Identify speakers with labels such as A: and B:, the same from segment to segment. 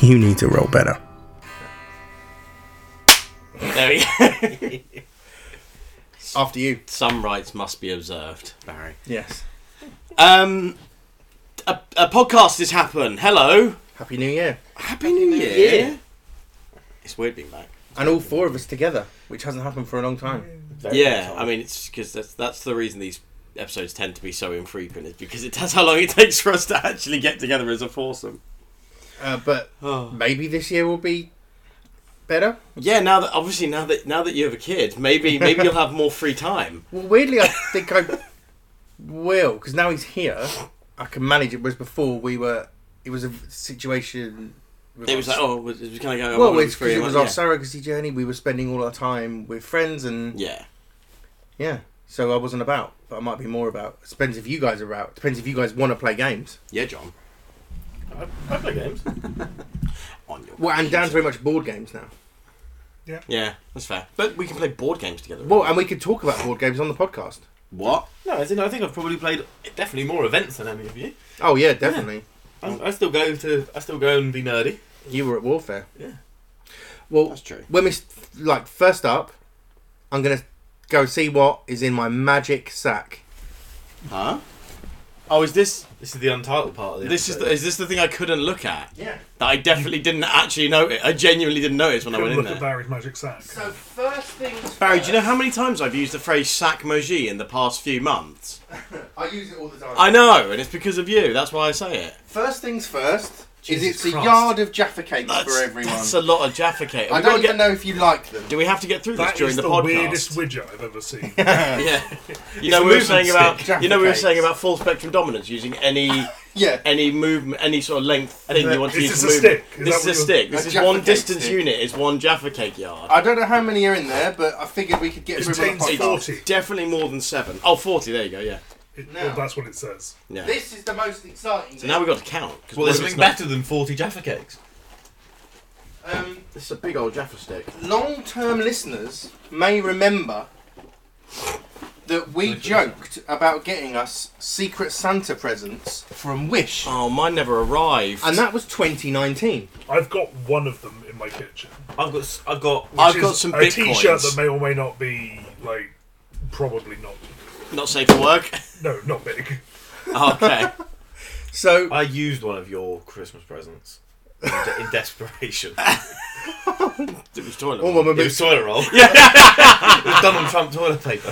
A: You need to roll better.
B: There we go.
C: After you.
B: Some rights must be observed, Barry.
C: Yes.
B: Um, a, a podcast has happened. Hello.
C: Happy New Year.
B: Happy New Year.
C: Year.
B: It's weird being back.
C: And all four of us together, which hasn't happened for a long time.
B: yeah, I mean, it's because that's that's the reason these episodes tend to be so infrequent is because it tells how long it takes for us to actually get together as a foursome.
C: Uh, but
B: Oh.
C: maybe this year will be better.
B: Yeah, now that obviously now that now that you have a kid, maybe maybe you'll have more free time.
C: Well, weirdly, I think I will because now he's here, I can manage it. Whereas before, we were it was a situation. with
B: It
C: our-
B: was like, oh, it was kind of going.
C: well, it's because it
B: and
C: was
B: like,
C: our surrogacy journey. We were spending all our time with friends and yeah.
B: yeah.
C: So I wasn't about, but I might be more about. Depends if you guys are out. Depends if you guys want to play games.
B: yeah, yeah, John.
D: I, I play games.
B: On your
C: Well, and Dan's
B: computer.
C: very much board games now.
B: yeah, that's fair. But we can play board games together.
C: Well, and we could talk about board games on the podcast.
B: What?
D: No, as in, I think I've probably played definitely more events than any of you.
C: Oh yeah, definitely.
D: I, I still go to, I still go and be nerdy.
C: You were at warfare.
D: Yeah.
C: Well,
B: That's true.
C: when we s- like first up, I'm gonna go see what is in my magic sack.
B: Huh? Oh, is this
D: This is the untitled part of the
B: this is the,
D: episode.
B: is this the thing I couldn't look at?
C: Yeah.
B: That I definitely didn't actually notice. I genuinely didn't notice when I went
E: Couldn't
B: in
E: look
B: there.
E: at Barry's magic sack.
C: So first things.
B: Barry, do you know how many times I've used the phrase sac moji in the past few months?
C: I use it all the time.
B: I know, and it's because of you. That's why I say it.
C: First things first.
E: Jesus
C: is it's
E: Christ.
C: a yard of Jaffa cakes
B: That's,
C: for everyone.
B: that's a lot of Jaffa cake.
C: I don't
B: We've got to
C: even
B: get-
C: know if you like them.
B: Do we have to get through
E: That
B: this during
E: is
B: the,
E: the,
B: podcast?
E: weirdest widget I've ever seen.
B: yeah. You know we were
D: movement
B: saying
D: stick,
B: about you know we were
C: Jaffa
B: saying
C: cakes.
B: about full spectrum dominance using any
C: Yeah.
B: any movement any sort of length thing
C: the-
B: you want to
E: is
B: use.
E: this
B: to
E: a
B: move.
E: stick?
B: This
E: Is that
B: is a
E: what you're-
B: stick. This
C: A
B: is
C: Jaffa
B: one
C: cake
B: distance
C: stick.
B: unit. Is one Jaffa cake yard.
C: I don't know how many are in there, but I figured we could get
E: It's
C: through on the
E: 10 to
C: podcast.
E: 40.
B: Definitely more than seven. Oh, 40, There you go. Yeah.
E: It-
C: No.
E: well, that's what it says.
B: Yeah.
C: This is the most exciting.
B: so now we've got to count. 'cause
D: well,
B: what
D: there's
B: if it's
D: something
B: not-
D: better than forty Jaffa cakes.
C: um,
B: This is a big old Jaffa stick.
C: long-term listeners may remember that we joked about getting us secret Santa presents from Wish,
B: Oh, mine never arrived.
C: and that was 2019.
E: I've got one of them in my kitchen.
D: I've got, s- I've got.
B: I've
E: which
B: got
E: is
B: some
E: a
B: bitcoins.
E: t-shirt that may or may not be like probably not.
B: not safe for work.
E: No, not big.
B: okay.
C: So
D: I used one of your Christmas presents in, de- in desperation.
B: It was toilet.
C: all my
D: it was
C: memories.
D: toilet roll. Yeah, it was Donald Trump toilet paper.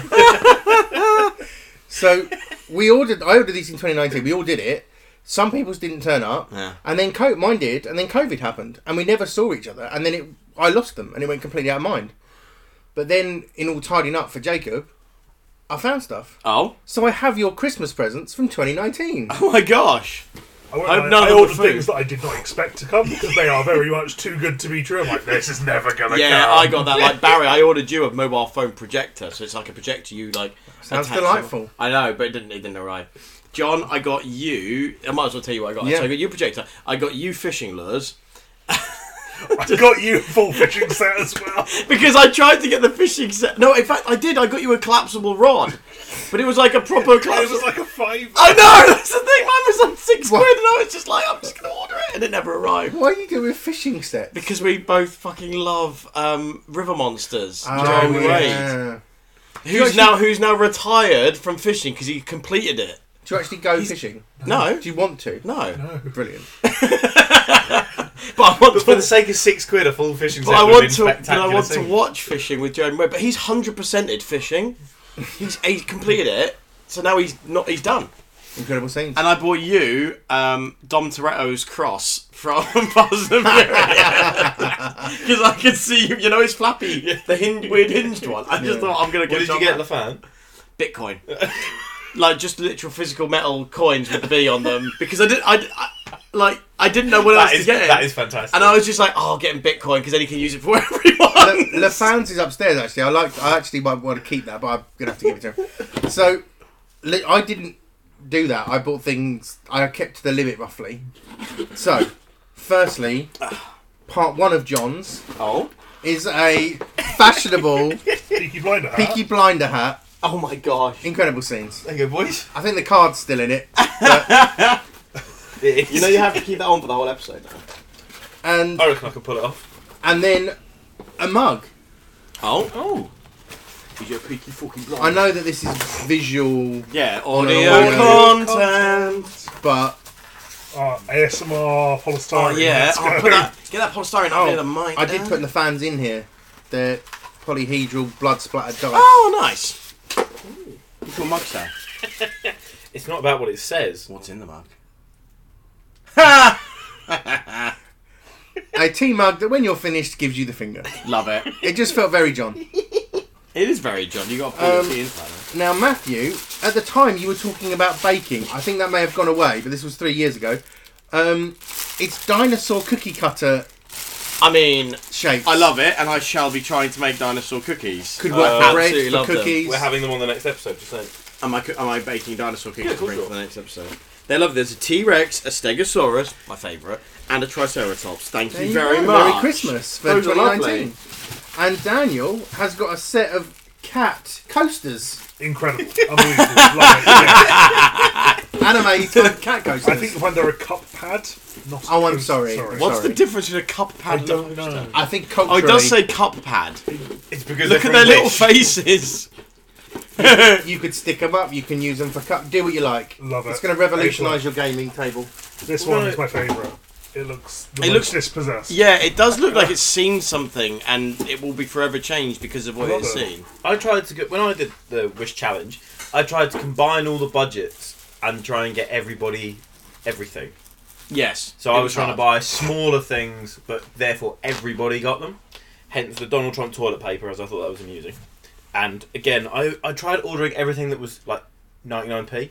C: So we ordered. I ordered these in 2019. We all did it. Some people's didn't turn up,
B: Yeah.
C: and then co- mine did, and then COVID happened, and we never saw each other, and then it, I lost them, and it went completely out of mind. But then, in all tidying up for Jacob, I found stuff.
B: Oh.
C: So I have your Christmas presents from 2019.
B: Oh my gosh.
E: I, won't
B: I have
E: lie,
B: none
E: I
B: of
E: ordered
B: the food.
E: things that I did not expect to come because they are very much too good to be true. I'm like, this is never gonna
B: Yeah,
E: come.
B: I got that. Like Barry, I ordered you a mobile phone projector, so it's like a projector you like.
C: Sounds
B: attach to-
C: delightful.
B: I know, but it didn't. It didn't arrive. John, I got you. I might as well tell you what I got.
C: Yeah.
B: So I got you a projector. I got you fishing lures
E: I got you a full fishing set as well.
B: because I tried to get the fishing set. No, in fact, I did. I got you a collapsible rod, but it was like a proper
E: It
B: collapsible.
E: was like a five.
B: I know that's the thing. Mine was like six
C: What?
B: quid, and I was just like, I'm just gonna order it, and it never arrived.
C: Why are you doing fishing sets?
B: Because we both fucking love um, River Monsters.
C: Oh,
B: Jeremy Wade,
C: yeah.
B: who's
C: actually-
B: now who's now retired from fishing because he completed it.
C: Do you actually go fishing?
B: No,
C: Do you want to?
B: no.
C: Brilliant.
B: But I want
D: For the
B: to.
D: sake of six quid, a full fishing
B: But
D: set.
B: I
D: would have
B: want
D: been
B: to. But I
D: spectacular
B: want to
D: scene.
B: watch fishing with Jeremy Webb. But he's hundred percented fishing. He's he completed it, so now he's not. He's done.
C: Incredible scenes.
B: And I bought you um, Dom Toretto's cross from Fast and Furious because I could see you. You know, it's flappy, the hin- weird hinged one. I just thought I'm gonna
D: What
B: get.
D: did
B: John
D: you get,
B: that.
D: Lafan?
B: Bitcoin. like just literal physical metal coins with the B on them because I didn't I, I- like I didn't know what
D: That
B: else
D: is,
B: to get.
D: that is fantastic.
B: and I was just like, oh, I'll get him Bitcoin because then he can use it for
C: Le,
B: everyone.
C: LaFounds is upstairs actually. I like. I actually might want to keep that, but I'm gonna have to give it to him. So, li- I didn't do that. I bought things. I kept to the limit roughly. So, firstly, part one of John's
B: oh,
C: is a fashionable
E: Peaky blinder. hat.
C: Peaky Blinder hat.
B: oh my gosh!
C: Incredible scenes.
D: there you go, boys.
C: I think the card's still in it.
D: It is.
B: You know you have to keep that on for the whole episode. Now.
C: and
D: I reckon I can pull it off.
C: and then a mug.
B: Oh.
D: Oh.
B: Is your peaky fucking blind?
C: I know that this is visual,
B: Yeah,
C: audio
B: audio,
E: content.
B: content.
C: but
E: Oh, ASMR polystyrene.
B: Oh yeah,
E: let's
B: oh,
E: go.
B: put that, get that polystyrene
C: Oh,
B: up near the mic.
C: I did
B: there.
C: put in the fans in here. They're polyhedral blood splattered dice.
B: Oh, nice. Look your mug sound.
D: It's not about what it says.
B: What's in the mug? Ha!
C: A tea mug that, when you're finished, gives you the finger.
B: Love it.
C: It just felt very John.
B: It is very John. You got to pull
C: Um,
B: your tea inside. it.
C: Now, Matthew, at the time you were talking about baking. I think that may have gone away, but this was three years ago. Um, it's dinosaur cookie cutter
B: I mean,
C: shape.
B: I love it, and I shall be trying to make dinosaur cookies.
C: Could work
B: Uh,
C: for bread,
B: absolutely
C: for
B: love them.
C: cookies.
D: We're having them on the next episode, just saying.
B: Am I, coo- am I baking dinosaur cookies
D: Yeah,
B: to bring
D: cool.
B: for the next episode? They love. There's a T Rex, a Stegosaurus, my favourite, and a Triceratops. Thank
C: There
B: you
C: you
B: very
C: go.
B: much.
C: Merry Christmas for
B: Those are
C: 2019. And Daniel has got a set of cat coasters.
E: Incredible. Unbelievable. Love it. Yeah.
C: Anime cat coasters.
E: I think when they're a cup pad, not a
C: Oh, I'm
E: coast-
C: sorry.
B: What's
C: Sorry.
B: the difference between a cup pad?
E: I
B: and
E: don't
B: a
E: know.
C: I think
B: Oh,
C: culturally,
B: it does say cup pad.
D: It's
B: Look
D: because they're
B: at
D: from
B: their little
D: Wish.
B: faces.
C: you could stick them up. You can use them for cup. Do what you like.
E: Love it.
C: It's going to revolutionise your gaming table.
E: This
D: Well,
E: one
D: no,
E: is my favourite. It looks the
B: It
E: most
B: looks-
E: dispossessed.
B: Yeah, it does look like it's seen something, and it will be forever changed because of what
E: I love
B: it's
E: it.
B: seen.
D: I tried to get when I did the wish challenge. I tried to combine all the budgets and try and get everybody everything.
B: Yes.
D: So
B: it
D: I was trying to
B: hard.
D: buy smaller things, but therefore everybody got them. Hence the Donald Trump toilet paper, as I thought that was amusing. And again, I, I tried ordering everything that was like 99p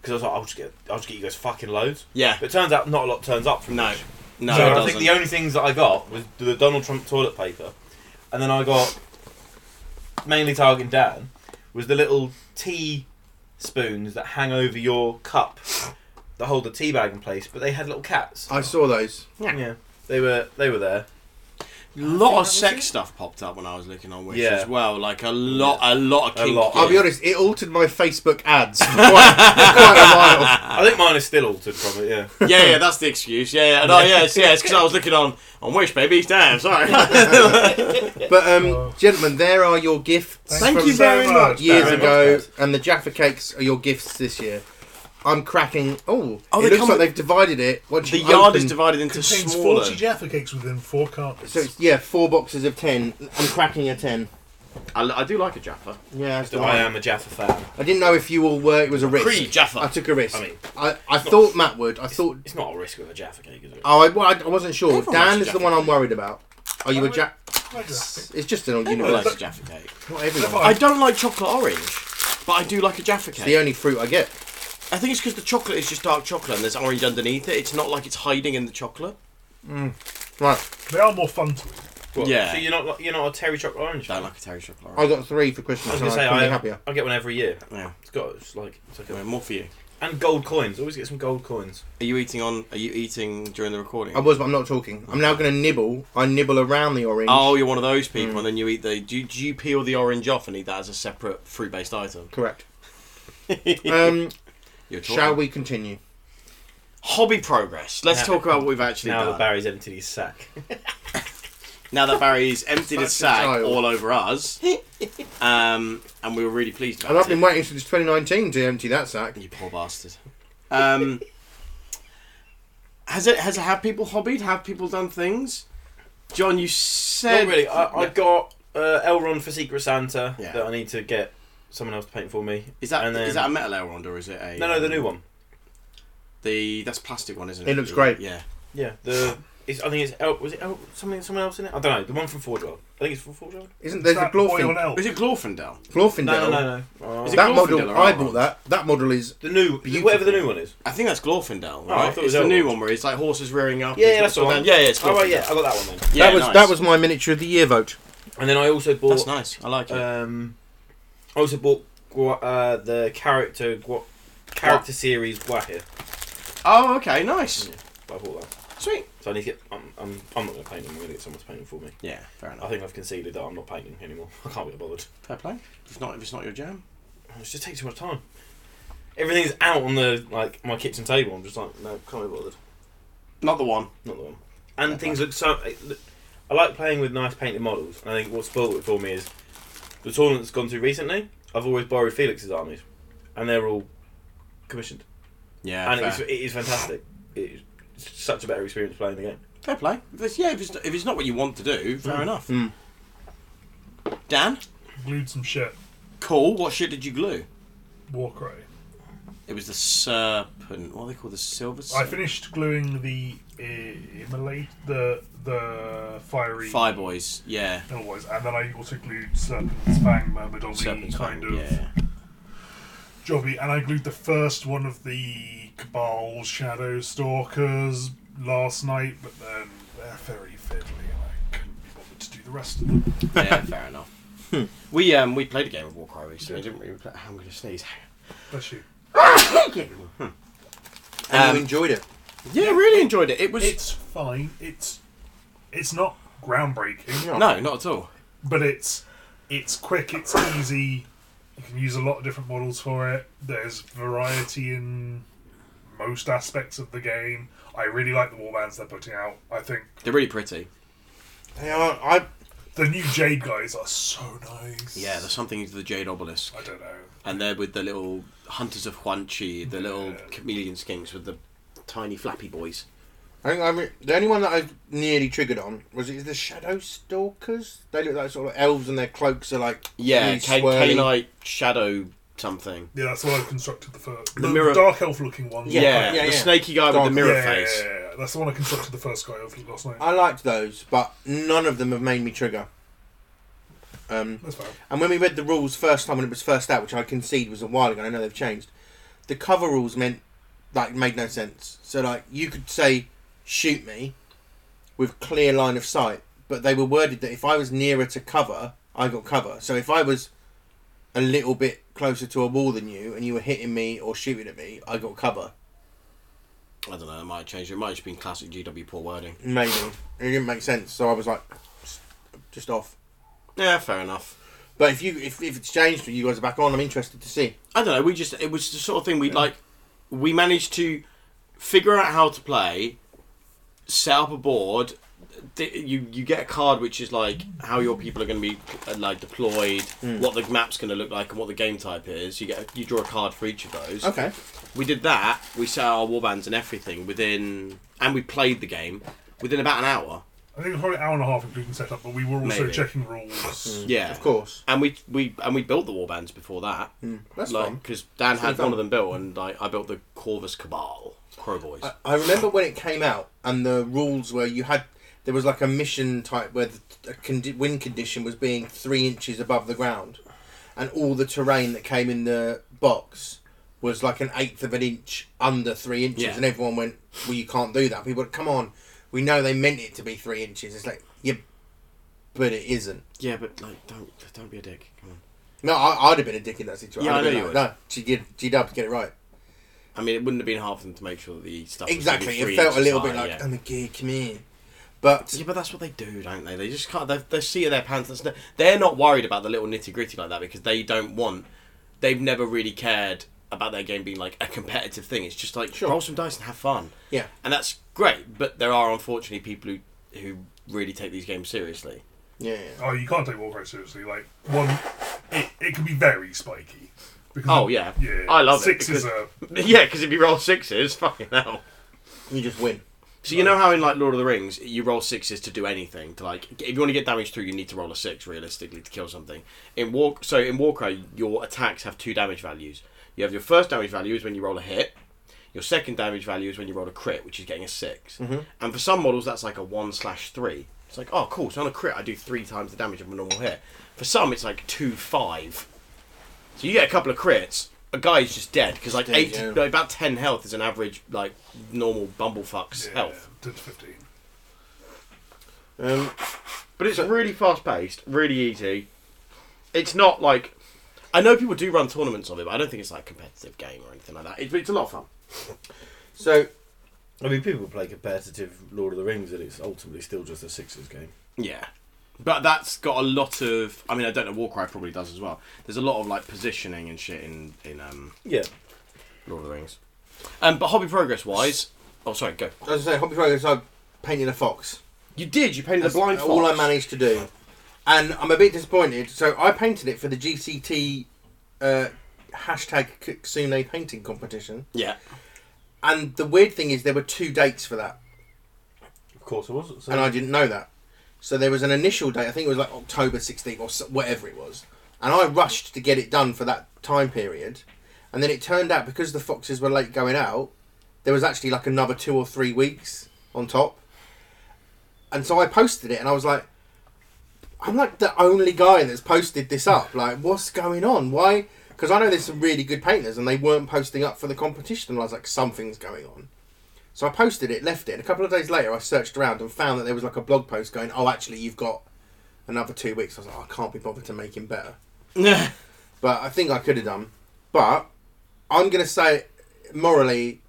D: because I was like, I'll just get I'll just get you guys fucking loads.
B: Yeah.
D: But it turns out not a lot turns up from
B: No.
D: Wish.
B: No.
D: so
B: it
D: I
B: doesn't.
D: think the only things that I got was the Donald Trump toilet paper, and then I got mainly targeting Dan was the little tea spoons that hang over your cup that hold the tea bag in place, but they had little cats.
C: I saw those.
B: Yeah.
D: Yeah, they were they were there.
B: lot of
D: was
B: sex
D: it.
B: stuff popped up when I was looking on Wish
D: Yeah.
B: as well. Like a lot, a lot of
D: A
B: kink.
D: lot.
C: I'll be honest. It altered my Facebook ads for quite, for quite a while.
B: Ah.
D: I think mine is still altered from it. Yeah,
B: yeah, yeah, that's the excuse. Yeah, yeah, no, yeah, it's, yeah, because I was looking on on Wish, baby. Damn, sorry.
C: But um, gentlemen, there are your gifts.
E: Thank
C: from
E: you very much,
C: Years
D: Dan.
C: ago, and the Jaffa cakes are your gifts this year. I'm cracking. Oh,
B: Oh,
C: it
B: they
C: looks like
B: come with-
C: they've divided it. Once
B: the
C: you
B: yard
C: open-
B: is divided into
E: Contains
B: smaller.
E: 40 Jaffa cakes within four cartons.
C: So it's, yeah, four boxes of ten. I'm cracking a ten.
B: I, I do like a Jaffa.
C: Yeah, that's
D: I
C: nice.
D: am a Jaffa fan.
C: I didn't know if you all were. It was a risk.
B: Creed Jaffa.
C: I took a risk.
D: I mean,
C: I, I thought Matt would. I thought.
D: It's not a risk with a Jaffa cake, is it?
C: Oh, I, well, I, I wasn't sure.
B: Everyone
C: Dan
B: likes
C: is the
B: Jaffa
C: one I'm worried about. Are you a Jack?
E: Like that.
C: It's just an all
D: Oh,
B: I
C: universe.
B: like a Jaffa cake.
C: Not everyone.
E: Everyone.
B: I don't like chocolate orange, but I do like a Jaffa
C: It's the
B: cake.
C: only fruit I get.
B: I think it's because the chocolate is just dark chocolate and there's orange underneath it. It's not like it's hiding in the chocolate.
C: Right,
E: They are more fun to eat.
D: What,
B: Yeah.
D: So you're not like- you're not a Terry chocolate orange.
B: I
D: fan?
B: don't like a Terry chocolate
C: I
B: orange.
C: got three for
D: I
C: Christmas,
D: was
C: and
D: gonna say
C: I couldn't be
D: I,
C: happier.
D: I get one every year.
B: Yeah.
D: It's got it's like it's like
B: Yeah,
D: a,
B: more for you.
D: and gold coins. Always get some gold coins.
B: Are you eating on? Are you eating during the recording?
C: I was, but I'm not talking. I'm now going to nibble. I nibble around the orange.
B: Oh, you're one of those
C: Mm.
B: people, and then you eat the. Do you, do you peel the orange off and eat that as a separate fruit-based item?
C: correct. Um,
B: You're talking-
C: shall we continue?
B: Hobby progress. Let's
D: Now-
B: talk about what we've actually
D: Now
B: done.
D: that Barry's emptied his sack.
B: now that Barry's emptied his
C: Such a
B: sack
C: child.
B: all over us, um, and we were really pleased
C: And
B: about
C: I've
B: it.
C: been waiting since 2019 to empty that sack.
B: You poor bastard. Um, has it? Has it? Have people hobbied? Have people done things? John, you said
D: Not really. I, I got uh, Elrond for Secret Santa
B: Yeah.
D: that I need to get someone else to paint for me.
B: Is that is
D: and then-
B: that a metal Elrond or is it a
D: No, no, the new one.
B: The that's plastic one, isn't
C: It
B: it?
C: looks great.
B: Yeah,
D: Yeah, the it's, I think it's El, was it El, something someone else in it? I don't know. The one from Forge World. I think it's from Forge World.
C: Isn't there's a
E: That boy
C: Glorfin,
E: on elk.
B: is it Glorfindel?
C: Glorfindel?
D: No, no, no, no. Uh,
B: Is it
C: That
B: Glorfindel
C: model,
B: or
C: I
B: Elrond?
C: bought that. That model is
D: the new
C: Beautiful.
D: whatever the new one is?
B: I think that's Glorfindel,
D: Oh, I
B: right?
D: thought it
B: it's
D: was
B: the
D: Elrond.
B: new one where it's like horses rearing up.
D: Yeah,
B: and
D: yeah, that's the
B: stuff
D: one.
B: down. Yeah, yeah, Oh, it's
D: Oh
B: Glorfindel.
D: right, yeah, I got that one then.
B: Yeah,
C: that was
B: nice.
C: that was my miniature of the year vote.
D: And then I also bought.
B: That's nice. I like it.
D: um, I also bought Gwa- uh, the character Gwa- character series Wahir.
B: oh, okay, nice,
D: I bought that.
B: sweet.
D: So I need to get. I'm, I'm, I'm not going to paint them. I'm going to get someone to paint them for me.
B: Yeah, fair
D: I
B: enough.
D: think I've conceded that I'm not painting anymore. I can't be bothered.
B: Fair play. If not, if it's not your jam,
D: It just takes too much time. Everything's out on the like my kitchen table. I'm just like, no, can't be bothered.
B: not the one.
D: Not the one. and things look so. I like playing with nice painted models, and I think what spoiled it for me is the tournament's gone to recently. I've always borrowed Felix's armies, and they're all commissioned,
B: Yeah,
D: and
B: fair.
D: it's, it is fantastic. It is such a better experience playing the game.
B: fair play. If it's- yeah, if it's, if it's not what you want to do, fair
E: Mm.
B: enough. Dan,
E: Glued some shit.
B: cool. What shit did you glue?
E: Warcry.
B: It was the serpent. What are they called? The silver.
E: I
B: serpent?
E: finished gluing the immolate the the fiery
B: Fire boys. Yeah.
E: always, and then I also glued Serpent's Fang Murmured on the
B: Serpent's
E: kind
B: fang,
E: of
B: Yeah.
E: jobby, and I glued the first one of the Cabal Shadow Stalkers last night, but then they're very fiddly, and I couldn't be bothered to do the rest of them.
B: yeah, fair enough.
E: Hmm.
B: We um we played a game of Warcry recently, didn't we? We played- I'm going to sneeze.
E: Bless you.
C: And
B: Um,
C: you enjoyed it.
B: Yeah, really enjoyed it. It was
E: It's fine. It's it's not groundbreaking.
B: no, not at all.
E: but it's it's quick, it's easy. You can use a lot of different models for it. There's variety in most aspects of the game. I really like the warbands they're putting out. I think
B: They're really pretty.
C: They are. I
E: the new Jade guys are so nice.
B: Yeah, there's something to the Jade Obelisk,
E: I don't know.
B: and they're with the little hunters of Huanchi, the little chameleon skinks with the tiny flappy boys.
C: I think I'm, the only one that I nearly triggered on was it the Shadow Stalkers. They look like sort of elves, and their cloaks are like
B: Yeah,
C: really
B: ca-
C: swirly.
B: canine shadow something.
E: Yeah, that's why I've constructed the first. The,
B: mirror-
E: dark elf looking one.
B: Yeah,
C: Yeah,
B: the
C: yeah.
B: snaky guy with the
C: Dog.
E: Yeah,
B: mirror
E: yeah,
B: face. Um,
E: yeah, yeah, yeah. That's the one I constructed the first guy of last night.
C: I liked those, but none of them have made me trigger. Um,
E: That's fine.
C: and when we read the rules first time when it was first out, which I concede was a while ago, I know they've changed. The cover rules meant like made no sense. So like you could say shoot me with clear line of sight, but they were worded that if I was nearer to cover, I got cover. So if I was a little bit closer to a wall than you and you were hitting me or shooting at me, I got cover.
B: I don't know. It might have changed. It might have just been classic GW poor wording.
C: Maybe. It didn't make sense, so I was like just off.
B: Yeah, fair enough.
C: But if you if, if it's changed and you guys are back on, I'm interested to see.
B: I don't know. We just it was the sort of thing we would like. We managed to figure out how to play, set up a board. th- You you get a card which is like how your people are going to be uh, like deployed, what the map's going to look like, and what the game type is. You get you draw a card for each of those.
C: Okay.
B: We did that. We set out our warbands and everything within, and we played the game within about an hour.
E: I think it was probably an hour and a half including setup, but we were also
B: Maybe. Mm.
E: checking rules.
B: Yeah,
C: Of course. Hmm.
B: And we we and we built the warbands before that.
C: That's fun.
B: Like because Dan had
C: fun.
B: one of them built, and like I built the Corvus Cabal Crow Boys.
C: I, I remember when it came out and the rules were you had there was like a mission type where the a condi- wind condition was being three inches above the ground, and all the terrain that came in the box was like an eighth of an inch under three inches,
B: Yeah.
C: and everyone went, "Well, you can't do that." People, went, come on, we know they meant it to be three inches. It's like, yeah, but it isn't.
B: Yeah, but like, don't don't be a dick. Come on.
C: No, I, I'd have been a dick in that situation.
B: Yeah,
C: I'd
B: I
C: have
B: know
C: been
B: you
C: like, No, she did. She did get it right.
B: I mean, it wouldn't have been hard for them to make sure that the stuff was
C: Exactly.
B: gonna be
C: It
B: three
C: felt a
B: inches
C: little
B: high,
C: bit like,
B: yeah.
C: "I'm a gay, come here," but
B: Yeah, but that's what they do, don't they? They just can't. They're, they're seat of their pants. That's no, they're not worried about the little nitty gritty like that because they don't want. They've never really cared about their game being like a competitive thing. It's just like
C: Sure.
B: roll some dice and have fun,
C: yeah.
B: and that's great. But there are unfortunately people who who really take these games seriously.
C: Yeah, yeah.
E: Oh, you can't take Warcry seriously. Like one, it, it can be very spiky. Because
B: Oh, yeah.
E: yeah.
B: I love it
E: six is
B: because-
E: a
B: yeah, because if you roll sixes, fucking hell.
C: You just win.
B: So you know how in like Lord of the Rings, you roll sixes to do anything. To like, if you want to get damage through, you need to roll a six realistically to kill something. In war, so in Warcry, your attacks have two damage values. You have your first damage value is when you roll a hit. Your second damage value is when you roll a crit, which is getting a 6
C: Mm-hmm.
B: And for some models, that's like a one slash three. It's like, oh, cool. So on a crit, I do three times the damage of a normal hit. For some, it's like two five. So you get a couple of crits, a guy's just dead because like
C: Dead,
B: eight,
C: yeah.
B: like, about ten health is an average like normal bumblefuck's
E: yeah,
B: health.
E: 10 to 15.
C: Um,
B: But it's really fast paced, really easy. It's not like I know people do run tournaments of it, but I don't think it's like a competitive game or anything like that. It, it's a lot of fun.
C: so
D: I mean, people play competitive Lord of the Rings, and it's ultimately still just a sixes game.
B: Yeah. But that's got a lot of. I mean, I don't know. Warcry probably does as well. There's a lot of like positioning and shit in in um,
D: Yeah,
B: Lord of the Rings. Um, but hobby progress wise, oh sorry, go.
C: as I say, Hobby Progress, I painting a fox.
B: You did. You painted
C: That's
B: a blind fox.
C: all I managed to do, and I'm a bit disappointed. So I painted it for the GCT uh, hashtag Kitsune painting competition,
B: Yeah.
C: and the weird thing is there were two dates for that,
D: Of course it was. So
C: and I didn't know that. So there was an initial date. I think it was like October 16th or so- whatever it was, and I rushed to get it done for that time period, and then it turned out because the foxes were late going out, there was actually like another two or three weeks on top. And so I posted it and I was like, I'm like the only guy that's posted this up. Like, what's going on? Why? Because I know there's some really good painters and they weren't posting up for the competition. And I was like, something's going on. So I posted it, left it, and a couple of days later I searched around and found that there was like a blog post going, oh, actually, you've got another two weeks. I was like, oh, I can't be bothered to make him better but I think I could have done. But I'm going to say, morally,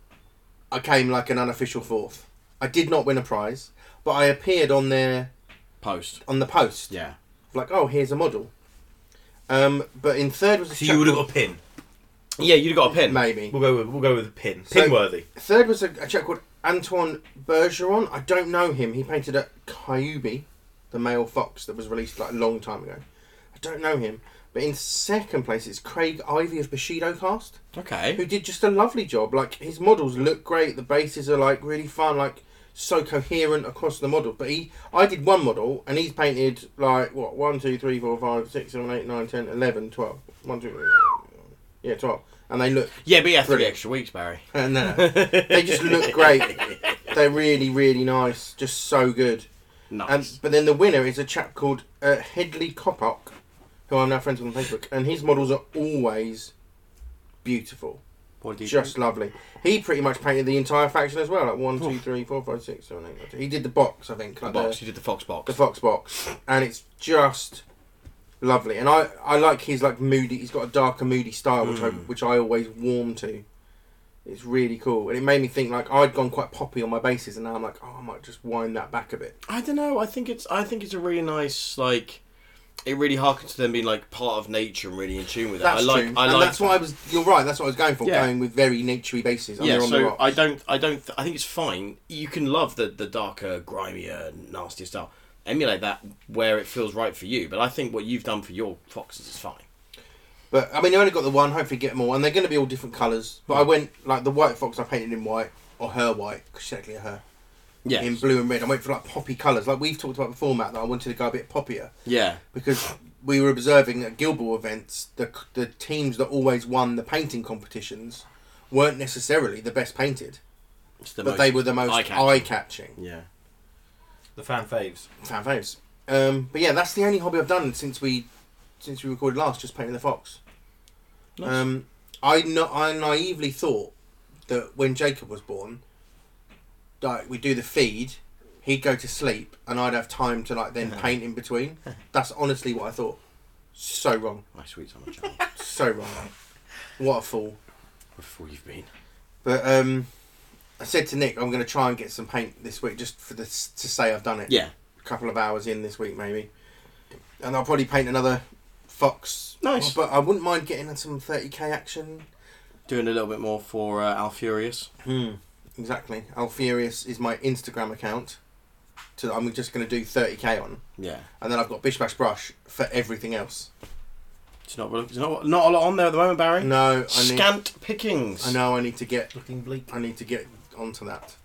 C: I came like an unofficial fourth. I did not win a prize, but I appeared on their
B: Post.
C: on the post.
B: Yeah.
C: Like, oh, here's a model. Um, but in third was a
D: So
C: chap
D: you would have got a pin.
B: Yeah, you'd have got a pin.
C: maybe.
D: We'll go with we'll go with a pin.
C: So-
D: Pin worthy.
C: Third was a, a chap called Antoine Bergeron. I don't know him. He painted a Kyubi, the male fox that was released like a long time ago. I don't know him. But in second place, it's Craig Ivy of Bushido Cast.
B: Okay.
C: who did just a lovely job. Like his models look great. The bases are like really fun. Like so coherent across the model. But he, I did one model, and he's painted like what one, two, three, four, five, six, seven, eight, nine, ten, eleven, twelve. One, two, three, yeah, twelve. And they look,
B: Yeah, but yeah, three
C: Brilliant.
B: extra weeks, Barry.
C: and no, no. they just look great. They're really, really nice. Just so good. And
B: Nice.
C: but then the winner is a chap called uh, Hedley Kopok, who I'm now friends with on Facebook, and his models are always beautiful.
B: what do you
C: Just lovely. He pretty much painted the entire faction as well. Like one, two, three, four, five, six, seven, eight, nine, ten. He did the box, I think.
B: the
C: Like
B: box.
C: The,
B: You did the fox box.
C: the fox box, and it's just lovely. And I, I like his like moody. He's got a darker, moody style, which I
B: Hmm.
C: which I always warm to. It's really cool, and it made me think like I'd gone quite poppy on my bases, and now I'm like, oh, I might just wind that back a bit.
B: I don't know. I think it's. I think it's a really nice like. It really harkens to them being like part of nature and really in tune with it.
C: That's
B: I like.
C: true,
B: I
C: and
B: like.
C: that's why I was. You're right. That's what I was going for.
B: Yeah.
C: Going with very naturey bases. and
B: yeah.
C: they're on the
B: So
C: rocks.
B: I don't. I don't. I think it's fine. You can love the the darker, grimier, nastier style. Emulate that where it feels right for you. But I think what you've done for your foxes is fine.
C: But I mean, I only got the one. Hopefully, get more, and they're going to be all different colours. But I
B: Hmm.
C: went like the white fox. I painted in white or her white, 'cause she's technically her
B: Yeah.
C: in blue and red. I went for like poppy colours. Like we've talked about before, Matt, that I wanted to go a bit poppier
B: yeah.
C: because we were observing at Gilboa events the the teams that always won the painting competitions weren't necessarily the best painted,
B: It's the
C: but
B: most
C: they were the most
B: eye-catching.
C: eye catching.
B: Yeah.
D: The fan faves.
C: Fan faves. Um, but yeah, that's the only hobby I've done since we since we recorded last, just painting the fox.
B: Nice.
C: Um, I na- I naively thought that when Jacob was born, like we do the feed, he'd go to sleep, and I'd have time to like then
B: Uh-huh.
C: paint in between. That's honestly what I thought. So wrong,
B: My sweet summer child.
C: so wrong. What a fool!
B: Before you've been.
C: But um, I said to Nick, I'm going to try and get some paint this week, just for this to say I've done it.
B: Yeah.
C: A couple of hours in this week maybe, and I'll probably paint another fox.
B: Nice.
C: But I wouldn't mind getting some 30k action.
B: Doing a little bit more for uh, Al Furious.
C: Exactly. Alfurious is my Instagram account. To I'm just going to do 30k on,
B: Yeah.
C: and then I've got Bish Bash Brush for everything else.
B: It's not. It's not. Not a lot on there at the moment, Barry.
C: No, I need.
B: Scant pickings.
C: I know I need to get.
D: Looking bleak.
C: I need to get onto that.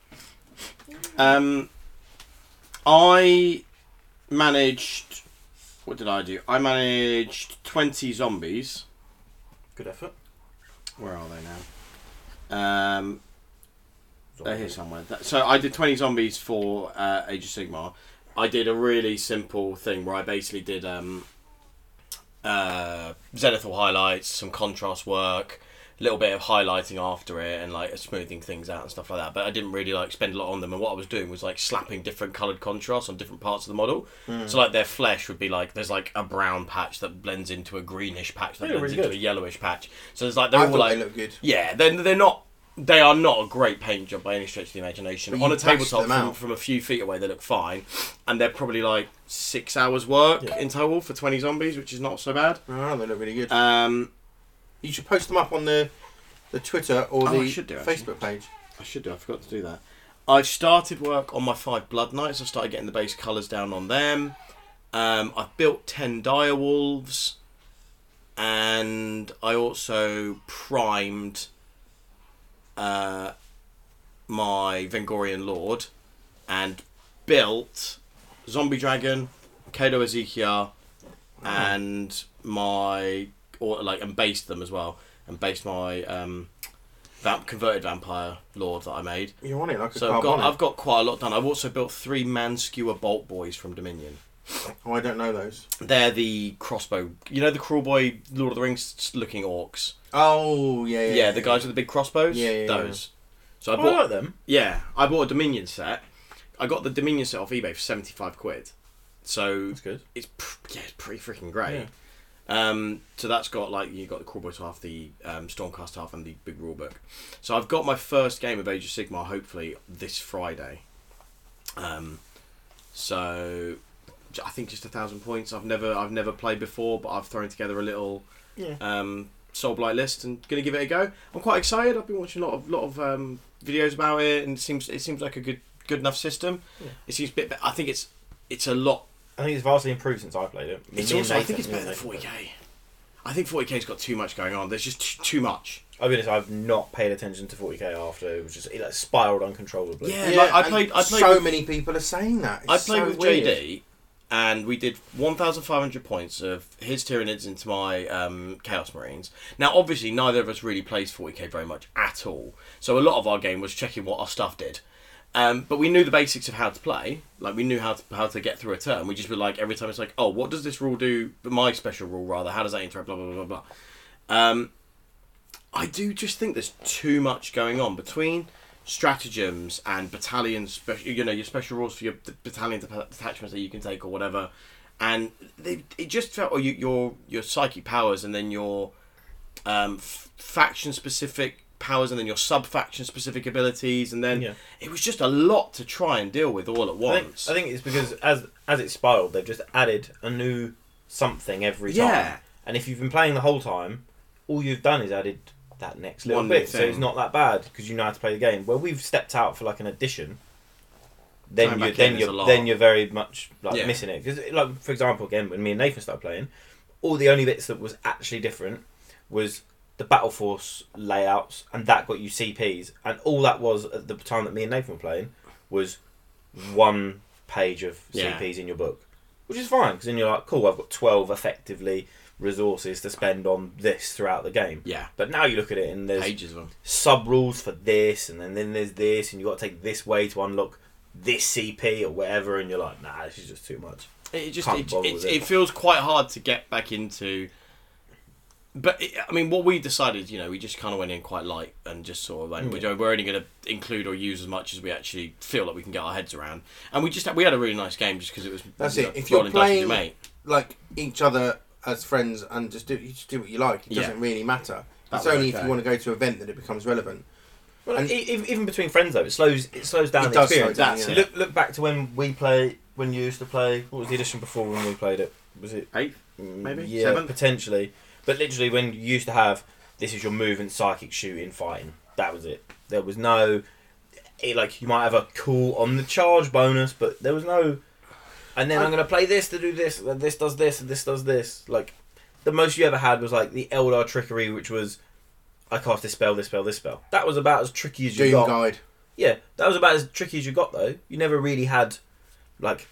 B: Um, I managed. What did I do? I managed twenty zombies.
D: Good effort.
B: Where are they now? Um, they're here somewhere. That- So I did twenty zombies for uh, Age of Sigmar. I did a really simple thing where I basically did um, uh, zenithal highlights, some contrast work, a little bit of highlighting after it, and like smoothing things out and stuff like that. But I didn't really like spend a lot on them. And what I was doing was like slapping different coloured contrasts on different parts of the model.
D: Hmm.
B: So like their flesh would be like there's like a brown patch that blends into a greenish patch that
D: Yeah,
B: blends
D: really
B: into
D: good.
B: a yellowish patch. So there's like they're
C: I
B: all
C: thought
B: like
C: they looked good.
B: yeah, they're, they're not. They are not a great paint job by any stretch of the imagination.
C: But you
B: On a
C: patched
B: tabletop
C: them
B: from,
C: out.
B: from a few feet away, they look fine, and they're probably like six hours work
D: Yeah.
B: in total for twenty zombies, which is not so bad.
C: No, they look really good.
B: Um,
C: you should post them up on the the Twitter or
B: Oh, I
C: the
B: should do, actually.
C: Facebook page.
B: I should do. I forgot to do that. I've started work on my five blood knights. I started getting the base colours down on them. Um, I've built ten dire wolves, and I also primed uh, my Vengorian lord and built zombie dragon, Kado Ezekiel, and my or like and based them as well, and based my um, vamp converted vampire lord that I made.
C: You're on it like a
B: So I've got I've got quite a lot done. I've also built three Manskewer Bolt Boys from Dominion.
C: Oh, I don't know those.
B: They're the crossbow. You know the cruel boy Lord of the Rings looking orcs.
C: Oh yeah,
B: Yeah,
C: yeah.
B: the guys with the big crossbows.
C: Yeah, yeah, Oh, yeah.
B: those. So I
D: I
B: bought.
D: like them.
B: Yeah, I bought a Dominion set. I got the Dominion set off eBay for seventy five quid. So
D: That's good.
B: it's pr- yeah, it's pretty freaking great. Um, so that's got like you got the Crawboys half, the um, Stormcast half, and the big rule book. So I've got my first game of Age of Sigmar hopefully this Friday. Um, so j- I think just a thousand points. I've never I've never played before, but I've thrown together a little
D: Yeah.
B: um, Soul Blight list and gonna give it a go. I'm quite excited. I've been watching a lot of lot of um, videos about it, and it seems it seems like a good good enough system.
D: Yeah.
B: It seems a bit. I think it's it's a lot
D: I think it's vastly improved since I played it.
B: it's
D: Me and
B: also, I
D: Nathan-
B: think it's
D: me
B: better
D: and
B: than
D: Nathan-
B: 40k. I think 40k's got too much going on. There's just too, too much.
D: I'll be honest, I've not paid attention to 40k after. It was just, it like spiraled uncontrollably.
B: Yeah, like, I
C: and
B: played. I played.
C: so
B: with,
C: many people are saying that. It's
B: I played
C: so
B: with
C: weird.
B: JD, and we did 1,500 points of his Tyranids into my um, Chaos Marines. Now, obviously, neither of us really plays 40k very much at all. So a lot of our game was checking what our stuff did. Um, but we knew the basics of how to play. Like we knew how to how to get through a turn. We just were like every time it's like, oh, what does this rule do? My special rule rather. How does that interact? Blah blah blah blah blah. Um, I do just think there's too much going on between stratagems and battalion special. You know your special rules for your the battalion deta- detachments that you can take or whatever, and they, it just felt or you, your your psychic powers and then your um, f- faction specific powers and then your sub faction specific abilities and then
D: Yeah.
B: it was just a lot to try and deal with all at
D: I think,
B: once.
D: I think it's because as as it spiraled, they've just added a new something every time.
B: Yeah.
D: And if you've been playing the whole time, all you've done is added that next little
B: One new
D: bit, so
B: thing.
D: it's not that bad because you know how to play the game. Where we've stepped out for like an addition, then
B: Going
D: you
B: back in
D: then
B: is a
D: you
B: lot.
D: then you're very much like
B: Yeah.
D: missing it because like for example again when me and Nathan started playing, all the only bits that was actually different was the battle force layouts and that got you CPs and all that was at the time that me and Nathan were playing was one page of
B: Yeah.
D: CPs in your book, which is fine because then you're like, cool, I've got twelve effectively resources to spend on this throughout the game.
B: yeah,
D: But now you look at it and there's
B: pages of them.
D: sub rules for this, and then, then there's this, and you got to take this way to unlock this CP or whatever, and you're like, nah, this is just too much.
B: It just
D: Can't
B: it,
D: bother
B: it,
D: with
B: it
D: it.
B: feels quite hard to get back into. But it, I mean, what we decided, you know, we just kind of went in quite light and just sort of like
D: Mm.
B: we're- we're only going to include or use as much as we actually feel like we can get our heads around. And we just had- we had a really nice game just because it was
C: That's
B: you
C: it.
B: know,
C: If you're
B: rolling dice with your
C: playing-
B: mate.
C: Like each other as friends, and just do you just do what you like. It
B: Yeah.
C: doesn't really matter.
B: That
C: it's
B: was
C: only if
B: okay.
C: you want to go to an event that it becomes relevant.
D: Well,
C: And-
D: e- e- even between friends though, it slows it slows down
C: It
D: the
C: does slow
D: experience.
C: down,
B: That's
C: yeah.
B: it.
D: Look look back to when we play when you used to play. What was the edition before when we played it? Was it
B: Eighth,
D: Mm,
B: Maybe?
D: yeah
B: Seventh?
D: potentially? But literally when you used to have this is your movement, psychic, shooting, fighting. That was it. There was no it, like you might have a cool on the charge bonus, but there was no. And then I, am going to play this to do this. And this does this. And this does this. Like the most you ever had was like the Eldar trickery, which was I cast this spell, this spell, this spell. That was about as tricky as you
C: Doom
D: got.
C: guide.
D: Yeah, that was about as tricky as you got though. You never really had like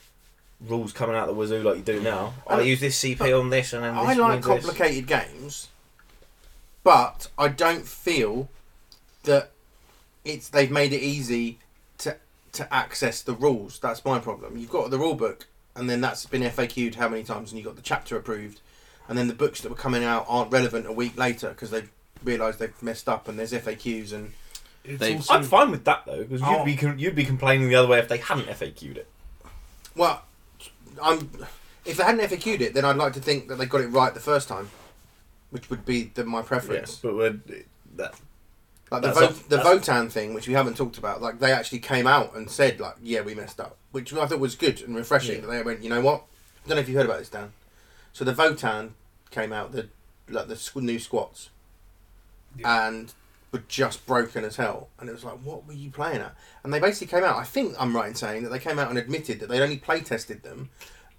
D: rules coming out the wazoo like you do now. "Oh,
C: Uh,
D: I use this
C: but
D: CP on this, and then this
C: I like
D: means this.
C: complicated games, but I don't feel that it's they've made it easy to to access the rules. That's my problem. You've got the rule book, and then that's been FAQ'd how many times, and you got the chapter approved, and then the books that were coming out aren't relevant a week later because they've realised they've messed up, and there's FAQs and
E: It's
B: They've-
E: also,
D: I'm fine with that though, because
C: Oh.
D: you'd be con- you'd be complaining the other way if they hadn't FAQ'd it.
C: Well, I'm. If they hadn't FAQ'd it, then I'd like to think that they got it right the first time, which would be the, my preference.
D: but we're, that
C: Like the,
D: That's
C: vo-
D: up-
C: the
D: that's-
C: Votan thing, which we haven't talked about, like they actually came out and said, like, yeah, we messed up, which I thought was good and refreshing. That
D: Yeah.
C: they went, you know what? I don't know if you heard about this, Dan. So the Votan came out, the like the squ- new squats,
E: Yeah.
C: and were just broken as hell, and it was like, what were you playing at? And they basically came out. I think I'm right in saying that they came out and admitted that they'd only play tested them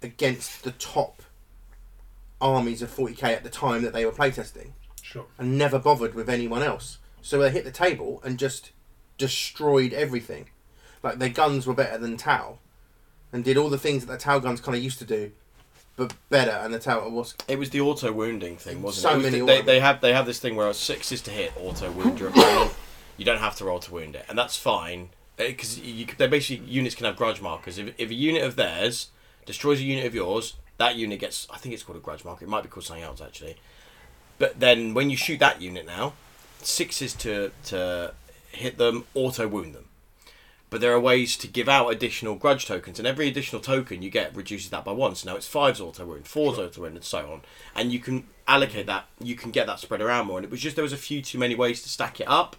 C: against the top armies of 40k at the time that they were play testing
E: Sure.
C: and never bothered with anyone else. So they hit the table and just destroyed everything. Like their guns were better than Tau, and did all the things that the Tau guns kind of used to do, but better. And the Tau was
B: It was the auto wounding thing, wasn't
C: So
B: it? it was
C: many
B: the- they,
C: auto-
B: they have they have this thing where a six is to hit auto wound your opponent. You don't have to roll to wound it, and that's fine because you, c- they basically units can have grudge markers. If, if a unit of theirs destroys a unit of yours, that unit gets I think it's called a grudge marker. It might be called something else actually. But then when you shoot that unit now, six is to to hit them, auto wound them. But there are ways to give out additional grudge tokens, and every additional token you get reduces that by one. So now it's fives auto wound, fours auto wound, and so on. And you can allocate that, you can get that spread around more. And it was just there was a few too many ways to stack it up.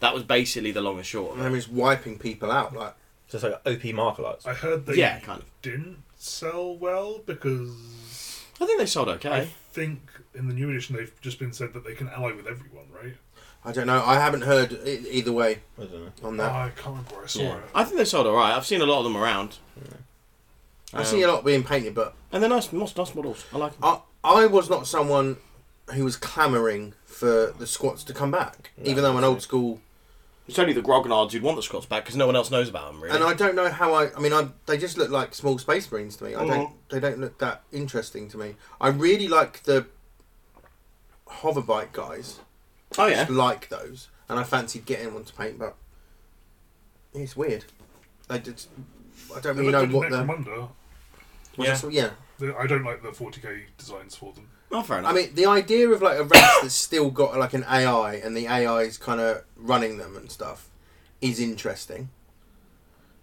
B: That was basically the long and short of
C: and
B: it.
C: was wiping people out. Like
D: So it's like OP marker lights.
E: I heard they
B: Yeah, kind of.
E: didn't sell well because
B: I think they sold
E: I
B: okay.
E: think in the new edition they've just been said that they can ally with everyone, right?
C: I don't know. I haven't heard e- either way
D: I don't know.
C: on that.
E: I can't remember where I saw
B: Yeah.
E: it.
B: I think they sold alright. I've seen a lot of them around.
C: I see a lot being painted, but
B: And they're nice, nice, nice models. I like them.
C: I I was not someone who was clamouring for the squats to come back, even though I'm an old school
B: It's only the Grognards who'd want the Scots back because no one else knows about them, really.
C: And I don't know how I. I mean, I, they just look like small space marines to me. I don't. They don't look that interesting to me. I really like the hoverbike guys.
B: oh,
C: Just like those, and I fancied getting one to paint, but it's weird. They just. I don't
E: They
C: really know
E: looked
C: what
E: at
C: the.
E: Necromunda.
C: was
B: Yeah.
C: this- yeah.
E: They- I don't like the 40k designs for them.
B: Oh, fair enough.
C: I mean, the idea of like a race that's still got like an AI and the AI is kind of running them and stuff is interesting,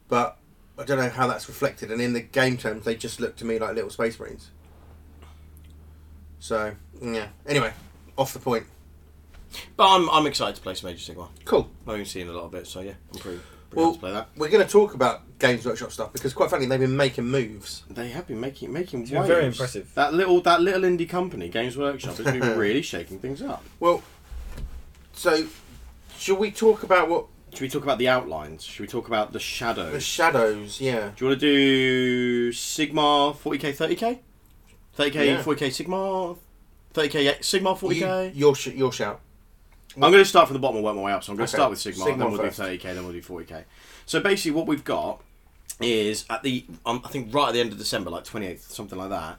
C: but I don't know how that's reflected. And in the game terms, they just look to me like little space marines. So yeah. Anyway, off the point.
B: but I'm, I'm excited to play some Age of Sigmar.
C: Cool.
B: I've only seen a lot of it, so yeah, I'm pretty, pretty
C: Well-
B: well, to play that.
C: We're going to talk about Games Workshop stuff because quite frankly, they've been making moves.
B: They have been making making
D: been
B: waves.
D: very impressive.
B: That little that little indie company, Games Workshop, has been really shaking things up.
C: Well, so shall we talk about what
B: Should we talk about the outlines? Should we talk about the
C: the
B: shadows?
C: shadows? Yeah.
B: Do you want to do Sigma 40k, 30k, 30k,
C: Yeah.
B: 40k Sigma, 30k yeah, Sigma 40k?
C: You, your sh- your shout.
B: I'm going to start from the bottom and work my way up. So I'm going
C: Okay.
B: to start with Sigma,
C: Sigma
B: then we'll
C: first.
B: do 30k, then we'll do 40k. So basically, what we've got is at the um, I think right at the end of December, like 28th, something like that,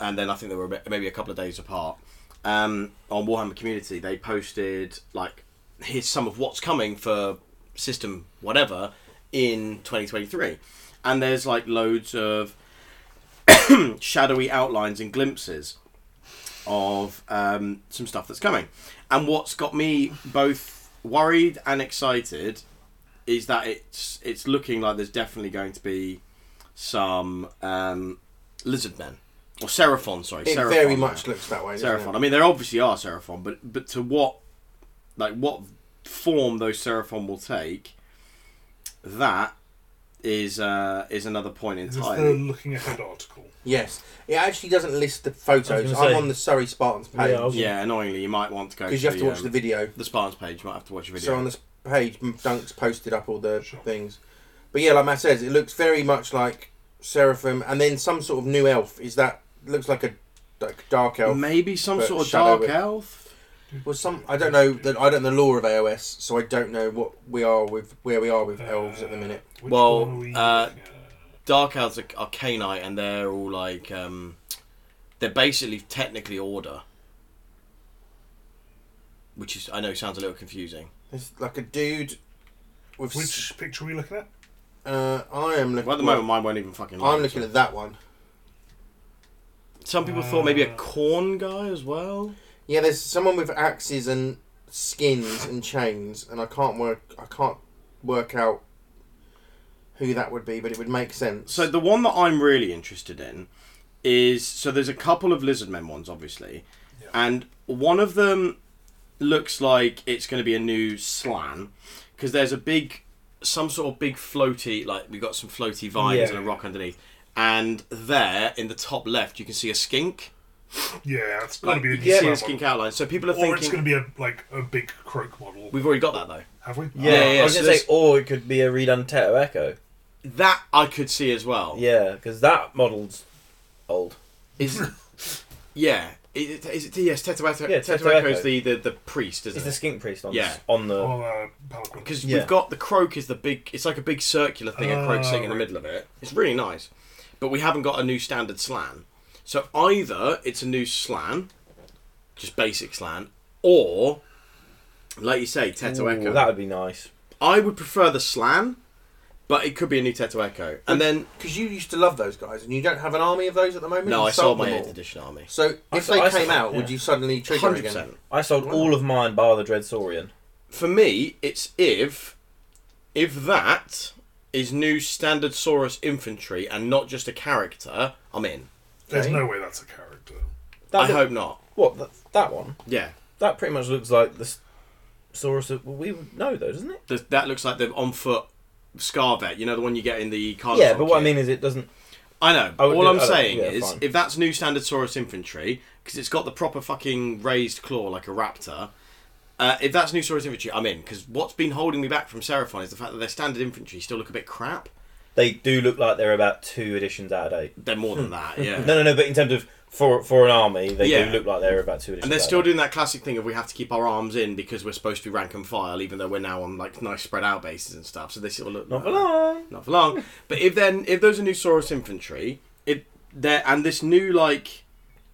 B: and then I think they were a bit- maybe a couple of days apart. Um, on Warhammer Community, they posted like here's some of what's coming for system whatever in 2023, and there's like loads of shadowy outlines and glimpses of um, some stuff that's coming. And what's got me both worried and excited is that it's it's looking like there's definitely going to be some um, lizard men or seraphon. Sorry,
C: It
B: Seraphon
C: very
B: now.
C: much looks that way. doesn't it?
B: Seraphon. I mean, there obviously are Seraphon, but but to what, like what form those Seraphon will take, that is uh, is another point
E: Is this the
B: entirely.
E: looking ahead article?
C: Yes, it actually doesn't list the
D: I was
C: photos.
D: gonna
C: I'm
D: say-
C: on the Surrey Spartans
D: Yeah, I
C: page
D: was-
C: because
B: Yeah, annoyingly, you might want to go
C: you have to watch
B: um,
C: the video.
B: the Spartans page. You might have to watch a video.
C: So on this page, M- Dunk's posted up all the
E: Sure.
C: things. But yeah, like Matt says, it looks very much like Seraphim, and then some sort of new elf. Is that looks like a like dark elf?
B: Maybe some
C: but
B: sort of
C: shadow
B: dark
C: with-
B: elf.
C: Well, some I don't know. The, I don't know the law of AOS, so I don't know what we are with where we are with
E: Uh,
C: elves at the minute.
E: Which
B: Well,
E: one are we
B: uh,
E: looking at?
B: Dark elves are, are canine, and they're all like um, they're basically technically order, which is I know sounds a little confusing.
C: It's like a dude with. s-
E: which picture are we looking at?
C: Uh, I am looking.
B: Well, at the moment, mine won't even fucking.
C: I'm
B: load,
C: looking
B: so-
C: at that one.
B: Some people thought maybe a
E: Uh,
B: corn guy as well.
C: Yeah, there's someone with axes and skins and chains, and I can't work. I can't work out who that would be, but it would make sense.
B: So the one that I'm really interested in is so there's a couple of lizard men ones, obviously,
E: Yeah.
B: and one of them looks like it's going to be a new slan because there's a big, some sort of big floaty like we've got some floaty vines
D: Yeah.
B: and a rock underneath, and there in the top left you can see a skink.
E: Yeah, it's got to
B: Like,
E: be
B: you
E: a
B: can
E: new
B: see
E: Slam
B: the skin
E: model.
B: cat line. So people are
E: Or it's
B: thinking
E: going to be a like a big croak model.
B: we've already got that though.
E: Have we? Oh,
B: Yeah, yeah,
D: I was
B: so
D: gonna
B: there's-
D: say, or it could be a redone Teto Echo.
B: That I could see as well.
D: Yeah, because that model's old.
B: Is yeah. Is it, is it yes? Tetuato
D: Yeah,
B: yeah,
D: Tetuato.
B: is the, the the priest,
D: It's
B: isn't
D: the
B: it?
D: skink priest on
B: Yeah.
D: on the.
E: Or uh, Pelican.
B: Because
D: Yeah.
B: we've got the croak is the big. It's like a big circular thing, and croak sitting in the
E: Oh,
B: middle of it. It's really nice, but we haven't got a new standard slan. So either it's a new slan, just basic slan, or like you say, Teto
D: Ooh,
B: Echo.
D: That would be nice.
B: I would prefer the slan, but it could be a new Teto Echo. And then
F: Because you used to love those guys, and you don't have an army of those at the moment.
B: no,
F: You
B: I sold
F: them
B: my
F: all.
B: eighth edition army.
F: So
D: I
F: if
D: sold-
F: they
D: I
F: came
D: sold-
F: out,
D: yeah.
F: would you suddenly trigger it
B: Hundred
F: again?
B: percent.
D: I sold all of mine bar the Dread Saurian.
B: For me, it's if if that is new standard Saurus infantry and not just a character, I'm in.
E: There's
F: Okay.
E: no way that's a character.
D: That
B: I
D: look-
B: hope not.
D: What that, that one?
B: Yeah.
D: That pretty much looks like the s- Saurus. Of, well, we would know though, doesn't it?
B: Th- that looks like the on foot scar vet, you know, the one you get in the car.
D: yeah, but what I mean is it doesn't.
B: I know.
D: I would
B: All
D: do-
B: I'm
D: I don't-
B: saying
D: yeah,
B: is,
D: fine.
B: if that's new standard Saurus infantry, because it's got the proper fucking raised claw like a raptor, uh, if that's new Saurus infantry, I'm in. Because what's been holding me back from Seraphon is the fact that their standard infantry still look a bit crap.
D: They do look like they're about two editions out of date.
B: They're more than that, yeah.
D: No, no, no. But in terms of for for an army, they
B: Yeah.
D: do look like they're about two editions.
B: And they're
D: out of
B: still
D: date.
B: doing that classic thing of we have to keep our arms in because we're supposed to be rank and file, even though we're now on like nice spread out bases and stuff. So they still look
D: not for long.
B: not for long. But if then if those are new Saurus infantry, if there and this new like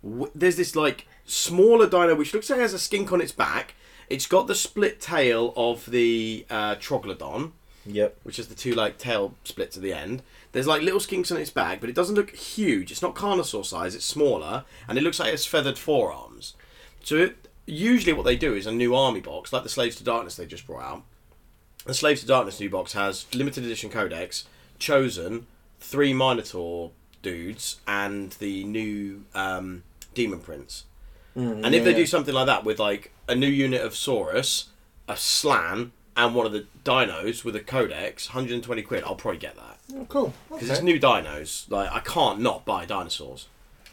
B: w- there's this like smaller dino which looks like it has a skink on its back. It's got the split tail of the uh, troglodon,
D: Yep.
B: which is the two like tail splits at the end. There's like little skinks on its back, but it doesn't look huge. It's not carnosaur size. It's smaller, and it looks like it has feathered forearms. So it, usually, what they do is a new army box, like the Slaves to Darkness they just brought out. The Slaves to Darkness new box has limited edition codex, chosen three Minotaur dudes, and the new um, Demon Prince.
D: Mm,
B: and if they do something like that with like a new unit of Saurus, a Slan, and one of the dinos with a codex, 120 quid, I'll probably get that
F: Oh, cool.
B: because
F: Okay.
B: it's new dinos. Like I can't not buy dinosaurs.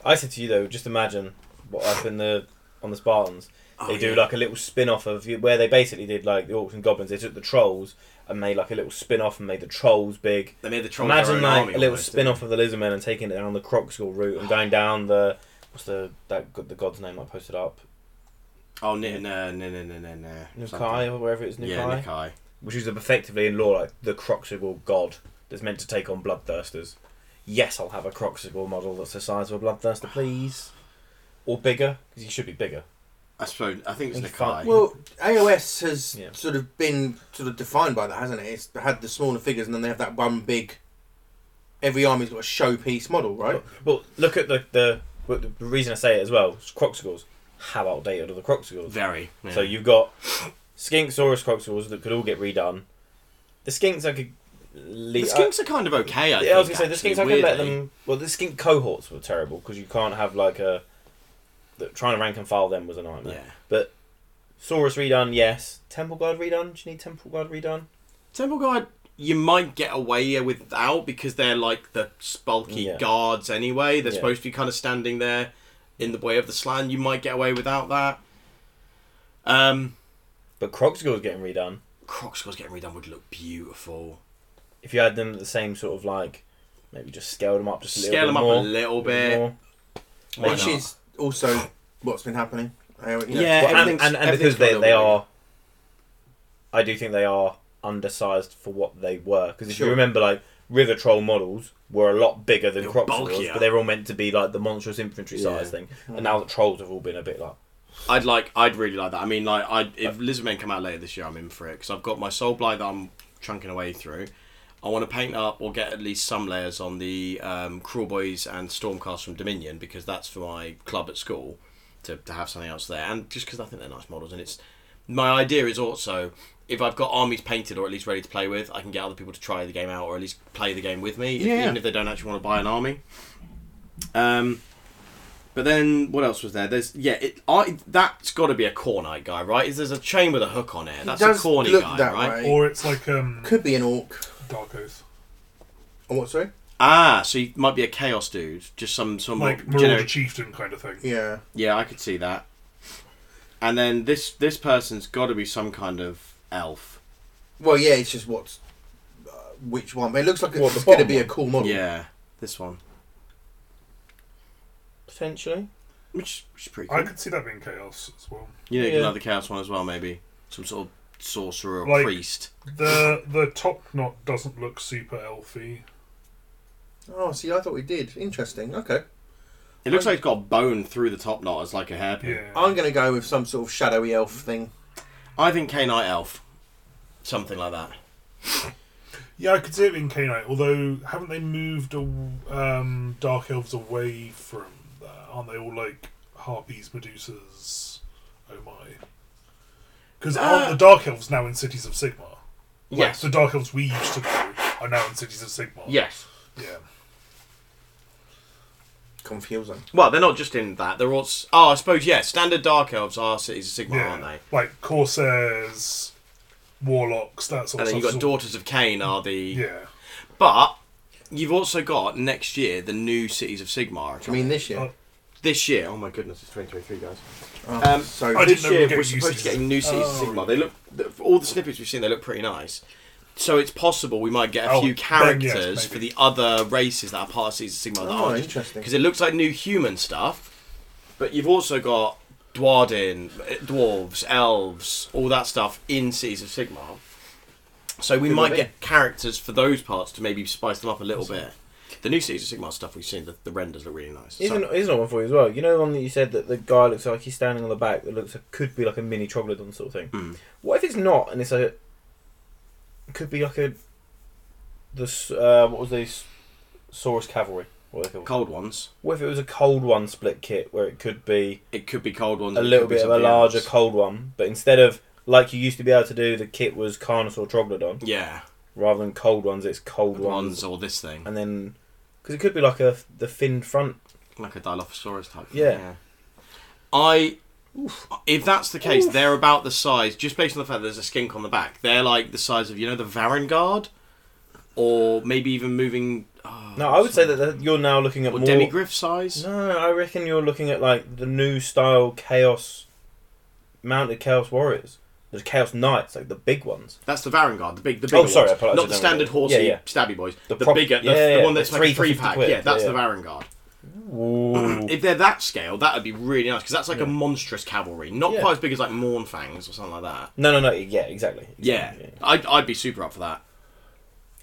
D: I said to you though, just imagine what up in the on the Spartans.
B: Oh,
D: They do
B: yeah.
D: like a little spin off of where they basically did like the orcs and goblins. They took the trolls and made like a little spin off and made the trolls big.
B: They made the trolls
D: imagine
B: their own
D: like
B: army
D: a little
B: almost,
D: spin
B: didn't
D: off of the lizard men and taking it down the croc school route and going down the what's the that go- the god's name I posted up
B: they? Oh no no no no no no. no.
D: Nukai
B: Something.
D: or wherever it's Nukai,
B: Yeah, Nikai.
D: which is effectively in law like the croxigal god that's meant to take on bloodthirsters. Yes, I'll have a croxigal model that's the size of a bloodthirster, please, or bigger because he should be bigger.
B: I suppose I think it's
D: It's fine.
B: Nikai.
F: Well, AOS has
D: Yeah.
F: sort of been sort of defined by that, hasn't it? It's had the smaller figures, and then they have that one big. Every army's got a showpiece model, right?
D: Well, look at the the, but the reason I say it as well. Is croxigals. How outdated are the croxigals?
B: Very. Yeah.
D: So you've got Skinksaurus croxigals that could all get redone. The skinks I could. Le-
B: the skinks are kind of okay. I,
D: I, uh, yeah, I was
B: think,
D: gonna say the
B: actually, eh?
D: skinks I could let
B: weirdly.
D: them. Well, the skink cohorts were terrible because you can't have like a. The, trying to rank and file them was a nightmare.
B: Yeah.
D: But Saurus redone, yes. Temple guard redone. Do you need temple guard redone?
B: Temple guard. You might get away without because they're like the bulky
D: Yeah.
B: guards anyway. They're
D: Yeah.
B: supposed to be kind of standing there in the way of the slan. You might get away without that. Um,
D: But croxigals getting redone.
B: Crocscore's getting redone would look beautiful.
D: If you had them at the same sort of like, maybe just scale them up just a little
B: Scale
D: bit
B: them up
D: more.
B: a little bit.
D: more.
B: Why
F: Which
B: not?
F: is also what's been happening. AOS,
B: Yeah,
D: Well, and,
B: everything's-
D: and, and
B: everything's
D: because they,
B: got a
D: they
B: little
D: are, I do think they are undersized for what they were. Because if
F: Sure.
D: you remember, like River Troll models were a lot bigger than
B: They were
D: Crocs
B: bulkier. Hmm.
D: but they were all meant to be like the monstrous infantry
B: Yeah.
D: size thing. And now the trolls have all been a bit like
B: I'd like. I'd really like that. I mean, like, I if Lizardmen come out later this year, I'm in for it because I've got my Soul Blight that I'm chunking away through. I want to paint up or get at least some layers on the um, Cruel Boys and Stormcast from Dominion because that's for my club at school to, to have something else there, and just because I think they're nice models. And it's my idea is also if I've got armies painted or at least ready to play with, I can get other people to try the game out or at least play the game with me, if-
F: Yeah.
B: even if they don't actually want to buy an army. Um, but then what else was there? There's yeah, it, I that's got to be a cornite guy, right? Is there's a chain with a hook on it? That's a
F: does
B: corny
F: look
B: guy,
F: that
B: right?
F: way.
E: Or it's like um,
F: Could be an orc.
E: Dark Oath.
F: Oh, what? Sorry.
B: Ah, so you might be a chaos dude, just some some
E: like Marauder
B: generic.
E: Chieftain kind of thing.
C: Yeah.
B: Yeah, I could see that. And then this this person's got to be some kind of elf.
C: Well, yeah, it's just what's uh, which one. But it looks like
D: What, the
C: it's going to
D: bottom
C: be a cool model.
B: Yeah, this one,
D: Potentially.
B: which, which is pretty
E: I
B: cool.
E: could see that being chaos as well.
B: You know, you can
D: Yeah.
B: have the chaos one as well, maybe some sort of sorcerer or
E: Like-
B: priest.
E: The the top knot doesn't look super elfy.
C: Oh, see, I thought we did. Interesting. Okay.
B: It looks like it's got a bone through the top knot as like a hairpin.
E: Yeah.
C: I'm going to go with some sort of shadowy elf thing.
B: I think canine elf, something like that.
E: Yeah, I could see it being Canite, although haven't they moved aw- um, Dark Elves away from that? Aren't they all like Harpies, Medusas? Oh my. Because
B: Uh,
E: aren't the Dark Elves now in Cities of Sigmar? Like,
B: Yes.
E: The Dark Elves we used to know are now in Cities of Sigmar.
B: Yes.
E: Yeah.
C: Confusing.
B: Well, they're not just in that. They're all. s- Oh, I suppose yeah. Standard dark elves are cities of Sigmar,
E: yeah.
B: aren't they?
E: Like Corsairs, Warlocks, that sort
B: And then
E: of stuff.
B: you've got
E: So-
B: daughters of Cain are the.
E: Yeah.
B: But you've also got next year the new cities of Sigmar.
C: I mean, this year.
E: Oh.
B: this year. Oh my goodness, it's 2023, guys.
C: Oh,
B: Um,
C: so
E: I didn't
B: this
E: know we were
B: year we're
E: getting new
B: supposed to
E: cities.
B: get new cities
E: Oh.
B: of Sigmar. They look the- all the snippets we've seen. They look pretty nice. So it's possible we might get a
E: Oh,
B: few
E: then yes,
B: characters
E: maybe.
B: for the other races that are part of Cities of Sigmar.
C: Oh,
B: that
C: interesting.
B: Because it looks like new human stuff, but you've also got Dwarden, eh, dwarves, elves, all that stuff in Cities of Sigmar. So we
C: Could
B: might
C: be.
B: get characters for those parts to maybe spice them up a little bit. The new Cities of Sigmar stuff we've seen, the, the renders look really nice.
D: Here's,
B: So-
D: an, here's another one for you as well. You know the one that you said that the guy looks like he's standing on the back that looks like, could be like a mini troglodon sort of thing.
B: Hmm.
D: What if it's not and it's a could be like a this uh, what was these Saurus cavalry? What, they called?
B: cold ones.
D: what if it was a cold one split kit where it could be
B: It could be cold ones.
D: a
B: it
D: little
B: could be
D: bit of a
B: something
D: larger
B: else.
D: cold one, but instead of like you used to be able to do, the kit was Carnosaur Troglodon.
B: yeah,
D: Rather than cold ones, it's cold
B: ones,
D: ones,
B: or this thing,
D: and then because it could be like a the finned front.
B: like a Dilophosaurus type. Thing.
D: Yeah.
B: I, if that's the case, they're about the size. Just based on the fact there's a skink on the back, they're like the size of you know the Varangard, or maybe even moving. Oh,
D: No, I would say that that you're now looking at
B: or
D: more.
B: Demigriff size.
D: No, I reckon you're looking at like the new style chaos, mounted chaos warriors, the chaos knights, like the big ones.
B: That's the Varangard, the big, the bigger
D: Oh, sorry, I
B: ones.
D: apologise,
B: not
D: I
B: the
D: don't
B: standard
D: know.
B: horsey
D: Yeah, yeah.
B: stabby boys. The,
D: The prop-
B: bigger, the,
D: yeah,
B: the
D: yeah,
B: one that's
D: the
B: like a
D: three
B: three
D: for
B: pack.
D: 50 quid,
B: Yeah, that's
D: yeah,
B: the Varangard.
D: Ooh.
B: If they're that scale, that would be really nice because that's like a monstrous cavalry, not
D: Yeah.
B: quite as big as like Mornfangs or something like that.
D: no, no, no. Yeah, exactly.
B: Yeah, I'd, I'd be super up for that.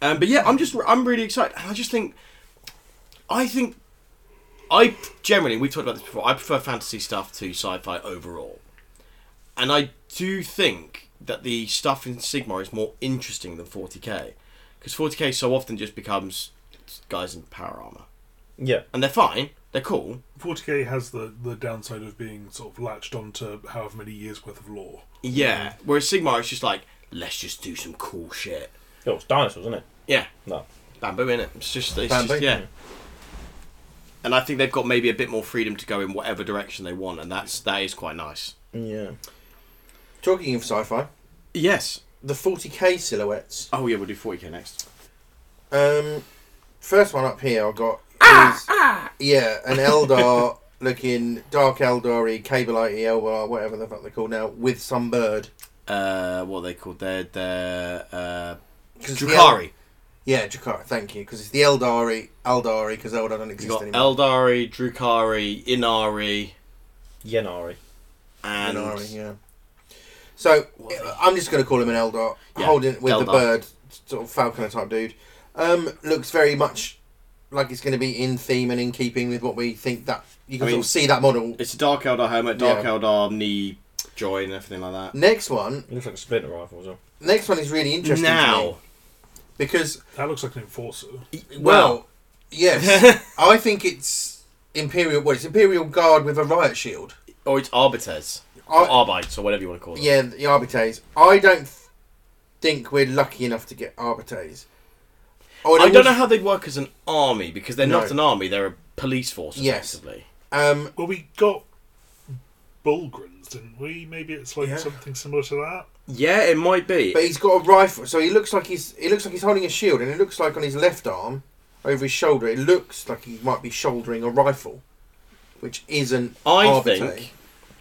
B: Um, but yeah, I'm just I'm really excited, and I just think, I think, I generally we've talked about this before. I prefer fantasy stuff to sci-fi overall, and I do think that the stuff in Sigmar is more interesting than 40k, because 40k so often just becomes guys in power armor,
D: Yeah.
B: and they're fine, they're cool,
E: 40k has the, the downside of being sort of latched onto however many years worth of lore.
B: Yeah. Whereas Sigmar is just like, let's just do some cool shit.
D: Oh, it's dinosaurs, isn't it?
B: Yeah.
D: No.
B: Bamboo in it. It's just, it's
C: Bamboo.
B: just yeah. And I think they've got maybe a bit more freedom to go in whatever direction they want, and that's that is quite nice.
D: Yeah.
C: talking of sci-fi,
B: Yes.
C: the 40k silhouettes.
B: Oh yeah, we'll do forty k next.
C: Um, first one up here I got
B: Ah,
C: is yeah, an Eldar looking dark Eldari, Cableite Eldar, whatever the fuck they're called now, with some bird.
B: Uh, what are they called? They're they're uh,
C: 'Cause the El-
B: Drukari.
C: yeah, Drakari. Thank you, because it's the Eldari, Eldari, because Eldar don't
B: You
C: exist
B: got
C: anymore.
B: Eldari, Drukari, Inari,
D: Yenari.
B: and
C: Minari, yeah. So
B: What are they-
C: I'm just going to call him an Eldar,
B: Yeah,
C: holding with the
B: Eldar.
C: bird, sort of falconer type dude. Um, looks very much like it's going to be in theme and in keeping with what we think that you can
B: I
C: sort
B: mean-
C: of see that model.
B: it's a Dark Eldar helmet, Dark
C: Yeah.
B: Eldar knee joint, and everything like that.
C: Next one,
D: It looks like a splinter rifle as well.
C: next one is really interesting to me
B: Now,
C: because
E: That looks like an enforcer.
C: well, yes, I think it's Imperial. Well, it's Imperial Guard with a riot shield.
B: or it's Arbiters.
C: I,
B: or Arbites, or whatever you want to call them.
C: Yeah, the Arbites. I don't th- think we're lucky enough to get Arbites. Oh, and
B: I
C: also-
B: don't know how they'd work as an army because they're
C: No.
B: not an army; they're a police force,
C: Yes.
B: effectively.
C: Um,
E: Well, we got Bulgrins, didn't we? Maybe it's like
C: Yeah.
E: something similar to that.
B: Yeah, it might be.
C: But he's got a rifle, so he looks like he's he looks like he's holding a shield, and it looks like on his left arm over his shoulder, it looks like he might be shouldering a rifle, which isn't
B: I
C: arbitrary.
B: think.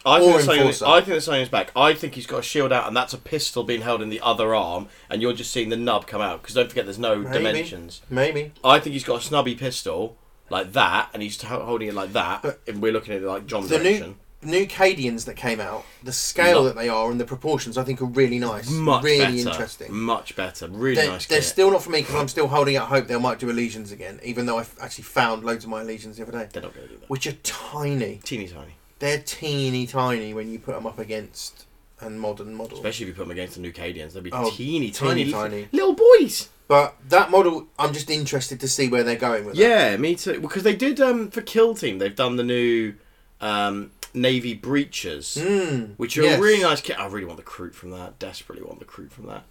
B: I
C: Or
B: think, there's something on his,
C: enforcer.
B: I think there's something on his back. I think he's got a shield out, and that's a pistol being held in the other arm, and you're just seeing the nub come out. Because don't forget, there's no
C: Maybe.
B: dimensions.
C: Maybe.
B: I think he's got a snubby pistol like that, and he's ho- holding it like that.
C: But-
B: and we're looking at it like John
C: The
B: direction.
C: new new Cadians that came out, the scale
B: No.
C: that they are and the proportions, I think, are really nice.
B: much
C: really
B: better.
C: interesting.
B: Much better. Really
C: They're,
B: nice.
C: they're
B: kit.
C: still not for me because I'm still holding out hope they might do Elysians again, even though I f- actually found loads of my Elysians the other day,
B: They're not going to do that.
C: which are tiny.
B: Teeny tiny.
C: They're teeny tiny when you put them up against a modern model.
B: Especially if you put them against the new Cadians, they'd be
C: Oh,
B: teeny,
C: tiny,
B: tiny,
C: tiny.
B: little boys.
C: But that model, I'm just interested to see where they're going with it.
B: Yeah, me too. Because they did um, for Kill Team. They've done the new um, Navy breaches,
C: Mm,
B: which are
C: yes.
B: a really nice kit. I really want the crew from that. Desperately want the crew from that.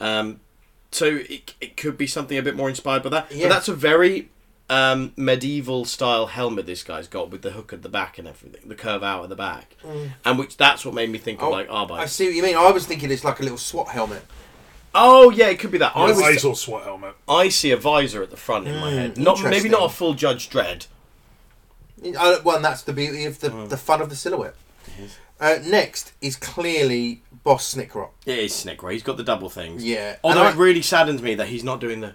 B: Um, so it, it could be something a bit more inspired by that.
C: Yeah.
B: But that's a very um, medieval style helmet this guy's got with the hook at the back and everything, the curve out at the back, and which that's what made me think of
C: Hmm. Oh,
B: like Arbite.
C: I see what you mean. I was thinking it's like a little SWAT helmet.
B: Oh yeah, it could be that. I
E: I,
B: was.
E: saw SWAT helmet.
B: I see a visor at the front in my head. Not maybe
C: Hmm, interesting.
B: not a full Judge Dredd.
C: I, Uh, well, and that's the beauty of the, the fun of the silhouette. Uh, next is clearly Boss Snickrock.
B: It is Snickray. He's got the double things.
C: Yeah.
B: Although
C: And I-
B: it really saddens me that he's not doing the.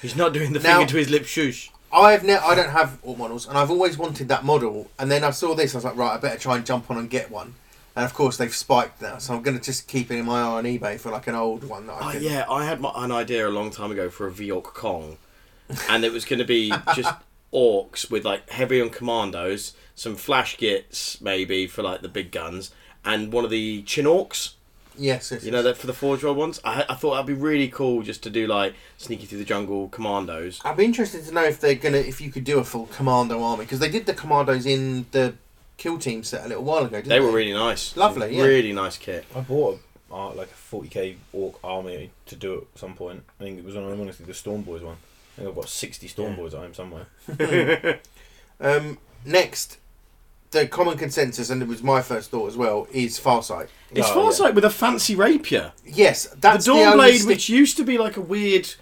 B: He's not doing the
C: Now-
B: finger to his lip shush.
C: I've ne- I don't have all models, and I've always wanted that model. And then I saw this, I was like, right, I better try and jump on and get one. And of course, they've spiked now, so I'm going to just keep it in my eye on eBay for like an old one that I
B: Oh,
C: can.
B: yeah, I had my, an idea a long time ago for a Viorc Kong, and it was going to be just orcs with like heavy on commandos, some flash gits maybe for like the big guns, and one of the Chinorks.
C: Yes, yes,
B: You know
C: yes.
B: that for the Forge World ones. I, I thought that'd be really cool just to do like sneaky through the jungle commandos.
C: I'd be interested to know if they're gonna if you could do a full commando army because they did the commandos in the kill team set a little while ago. Didn't
B: They were really nice.
C: Lovely, yeah.
B: Really nice kit.
D: I bought a, uh, like a 40k orc army to do it at some point. I think it was on honestly the Storm Boys one. I think I've got 60 Storm
B: Yeah.
D: Boys at home somewhere.
C: Um, next, the common consensus, and it was my first thought as well, is Farsight.
B: It's
D: Oh,
B: Farsight with a fancy rapier.
C: Yes, that's
B: the
C: the, only
B: Dawnblade,
C: stick-
B: which used to be like a weird,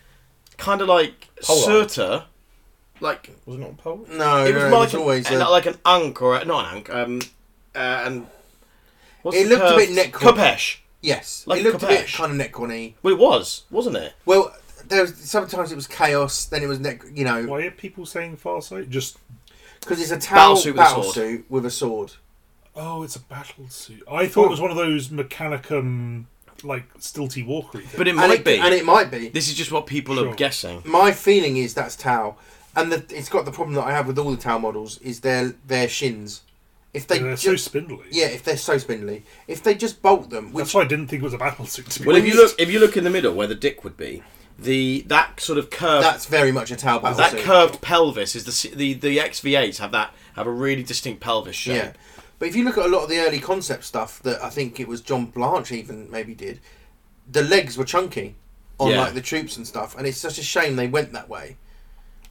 B: kind of like
D: Pole arm.
B: surta, like
D: Was it not Pole?
C: Oh, no,
B: it
C: no,
B: was
C: it
B: more
C: was
B: like,
C: always
B: an,
C: a-
B: like an ank or a, not an ank, um, uh, and what's
C: It
B: the
C: looked a
B: curved-
C: bit neck-
B: Kopesh.
C: yes,
B: like
C: it looked a bit
B: Kopesh.
C: kind of neckcorny.
B: Well, it was, wasn't it?
C: Well, there was sometimes it was chaos, then it was neck, you know,
E: Why are people saying Farsight? Just
C: because it's a towel
B: Battlesuit with a sword.
C: suit with a sword.
E: oh, it's a battle suit. I thought it was one of those Mechanicum like stilty walkery. Things.
B: But it
C: and
B: might
C: it,
B: be.
C: and it might be.
B: this is just what people
E: Sure.
B: are guessing.
C: My feeling is that's towel, and the, it's got the problem that I have with all the towel models is their their shins. If they
E: they're
C: ju-
E: so spindly.
C: yeah, if they're so spindly, if they just bolt them, which
E: That's why I didn't think it was a battle suit. To be
B: Well, if
E: honest.
B: you look, if you look in the middle where the dick would be, the that sort of curved
C: that's very much a towel battle
B: that
C: suit.
B: curved pelvis is the s- the the XV8s have that have a really distinct pelvis shape.
C: Yeah. But if you look at a lot of the early concept stuff that I think it was John Blanche even maybe did, the legs were chunky on
B: Yeah.
C: like the troops and stuff, and it's such a shame they went that way.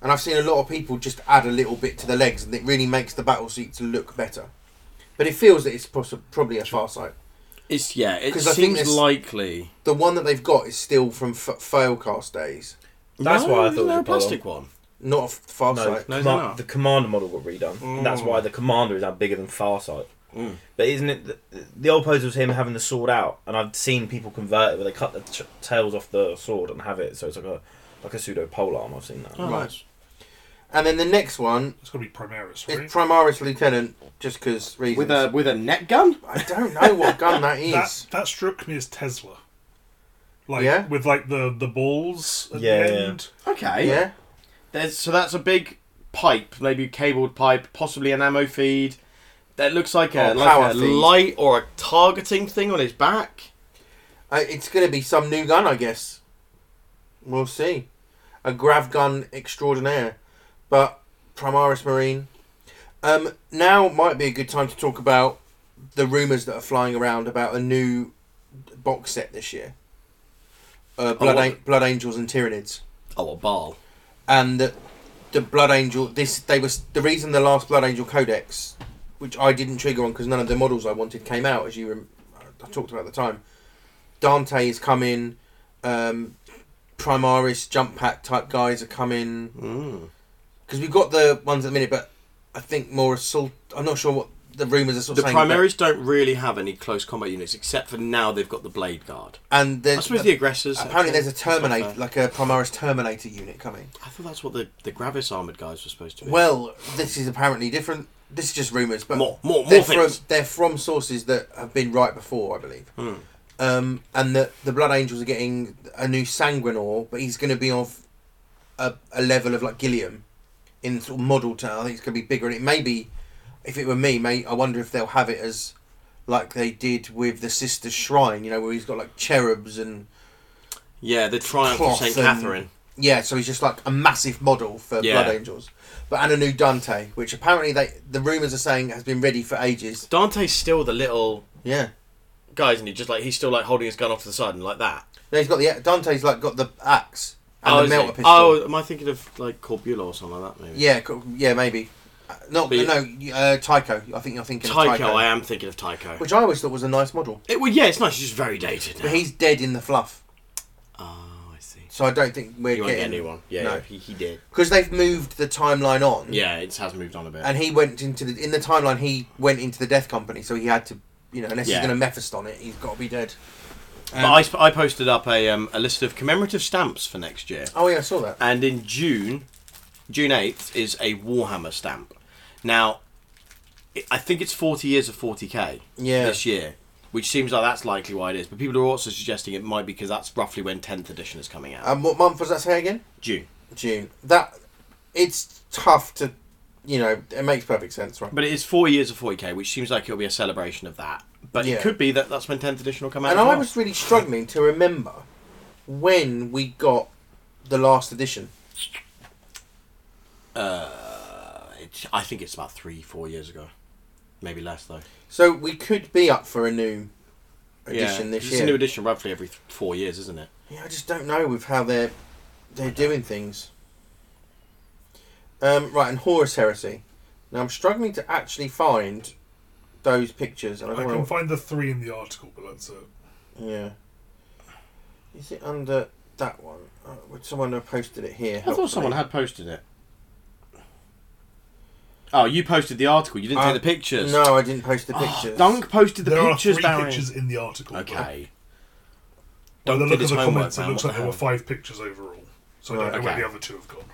C: And I've seen a lot of people just add a little bit to the legs, and it really makes the battle suits look better. But it feels that it's poss- probably a far sight.
B: It's yeah. It
C: 'Cause I think this-
B: seems likely.
C: The one that they've got is still from f- Failcast days,
D: That's why I thought it
B: isn't there
D: was
B: a
D: a pole
B: plastic one.
C: not a f- far
D: No,
C: sight.
B: no,
D: comma-
B: they're not.
D: the commander model got redone. And that's why the commander is now bigger than Farsight.
B: Mm.
D: But isn't it the, the old pose was him having the sword out, and I've seen people convert it where they cut the ch- tails off the sword and have it, so it's like a like a pseudo pole arm. I've seen that.
B: Oh,
C: Right.
B: nice.
C: And then the next one
E: it's going to be Primaris, right?
C: is Primaris Lieutenant, just because reasons.
B: With a with a net gun.
C: I don't know what gun that is.
E: that that struck me as Tesla. Like
C: Yeah?
E: with like the the balls at
D: Yeah,
E: the
D: yeah.
E: end.
B: Okay.
C: yeah.
B: There's so that's a big pipe, maybe cabled pipe, possibly an ammo feed. That looks like a
C: Or power
B: like a
C: feed.
B: light or a targeting thing on his back.
C: Uh, it's going to be some new gun, I guess. We'll see. A grav gun extraordinaire. But Primaris Marine. Um, now might be a good time to talk about the rumours that are flying around about a new box set this year uh, Blood,
B: what-
C: An- Blood Angels and Tyranids.
B: Oh, a ball.
C: And that the Blood Angel, this they was the reason the last Blood Angel Codex, which I didn't trigger on because none of the models I wanted came out, as you rem- I talked about at the time. Dante is coming. Um, Primaris jump pack type guys are coming
B: Mm.
C: because we've got the ones at the minute, but I think more assault. I'm not sure what the rumours are sort
B: The
C: of saying. but-
B: primaries don't really have any close combat units except for now they've got the blade guard.
C: and
B: I
C: there's
B: suppose the aggressors.
C: apparently there's a
B: actually. It's not
C: Terminator,
B: fair.
C: like a Primaris Terminator unit coming.
B: I thought that's what the, the Gravis armoured guys were supposed to be.
C: Well, this is apparently different. This is just rumours, but
B: more, more, more
C: they're from,
B: things.
C: they're from sources that have been right before, I believe.
B: Hmm.
C: Um, and that the Blood Angels are getting a new Sanguinor, but he's going to be of a, a level of like Gilliam in sort of model town. I think it's going to be bigger, and it may be. If it were me, mate, I wonder if they'll have it as like they did with the Sister Shrine. You know, where he's got like cherubs and
B: Yeah, the Triumph of
C: Cloth
B: St.
C: and-
B: Catherine.
C: yeah, so he's just like a massive model for
B: Yeah.
C: Blood Angels. But and a new Dante, which apparently they the rumors are saying has been ready for ages.
B: Dante's still the little
C: Yeah.
B: guy, isn't he? Just like he's still like holding his gun off to the side and like that.
C: No, he's got the Dante's like got the axe and
B: oh,
C: the
B: is he?
C: melter pistol.
B: oh, am I thinking of like Corbulo or something like that? Maybe.
C: yeah, co- yeah, maybe. Uh, Not
B: But you-
C: no, you- uh, Tycho. I think you're thinking
B: Tycho,
C: of Tycho,
B: I am thinking of Tycho.
C: which I always thought was a nice model.
B: It, well, yeah, it's nice. It's just very dated now.
C: But he's dead in the fluff,
B: Oh, I see.
C: so I don't think we're
B: You won't get a new
C: getting
B: one. Yeah,
C: No.
B: yeah, he, he did.
C: because they've moved the timeline on.
B: Yeah, it has moved on a bit.
C: and he went into the in the timeline. He went into the Death Company, so he had to, you know, unless
B: Yeah.
C: he's going to Mephisto on it, he's got to be dead.
B: but I, sp- I posted up a, um, a list of commemorative stamps for next year.
C: Oh yeah, I saw that.
B: And in June, June 8th, is a Warhammer stamp. Now, it- I think it's 40 years of 40k
C: Yeah.
B: this year, which seems like that's likely why it is. But people are also suggesting it might be because that's roughly when 10th edition is coming out.
C: And what month was that say again?
B: June.
C: June. That it's tough to, you know, it makes perfect sense, right?
B: But it is four years of 40k, which seems like it'll be a celebration of that. But
C: Yeah.
B: it could be that that's when 10th edition will come out.
C: And
B: as
C: I
B: well.
C: was really struggling to remember when we got the last edition.
B: Uh, it, I think it's about three, four years ago. Maybe less, though.
C: So we could be up for a new edition
B: Yeah, 'cause
C: this
B: It's a new
C: year.
B: edition roughly every th- four years, isn't it?
C: Yeah, I just don't know with how they're they're doing things. Um, right, and Horus Heresy. Now I'm struggling to actually find those pictures, and I
E: I
C: don't
E: can
C: know.
E: find the three in the article, but that's it.
C: Yeah. Is it under that one? Uh, would someone have posted it here?
B: I thought someone had posted it. Oh, you posted the article. You didn't
C: Uh,
B: take the pictures.
C: No, I didn't post the
B: Oh,
C: pictures.
B: Dunk posted the
E: there
B: pictures,
E: are three
B: Barry.
E: pictures in the article. but
B: Okay.
E: By
B: Dunk
E: the look
B: did
E: of
B: his
E: the
B: homework.
E: comments, it
B: Man.
E: looks
B: what
E: like
B: the
E: there were
B: hell?
E: five pictures overall. So I don't
C: Right,
E: know where
B: okay.
E: the other two have gone.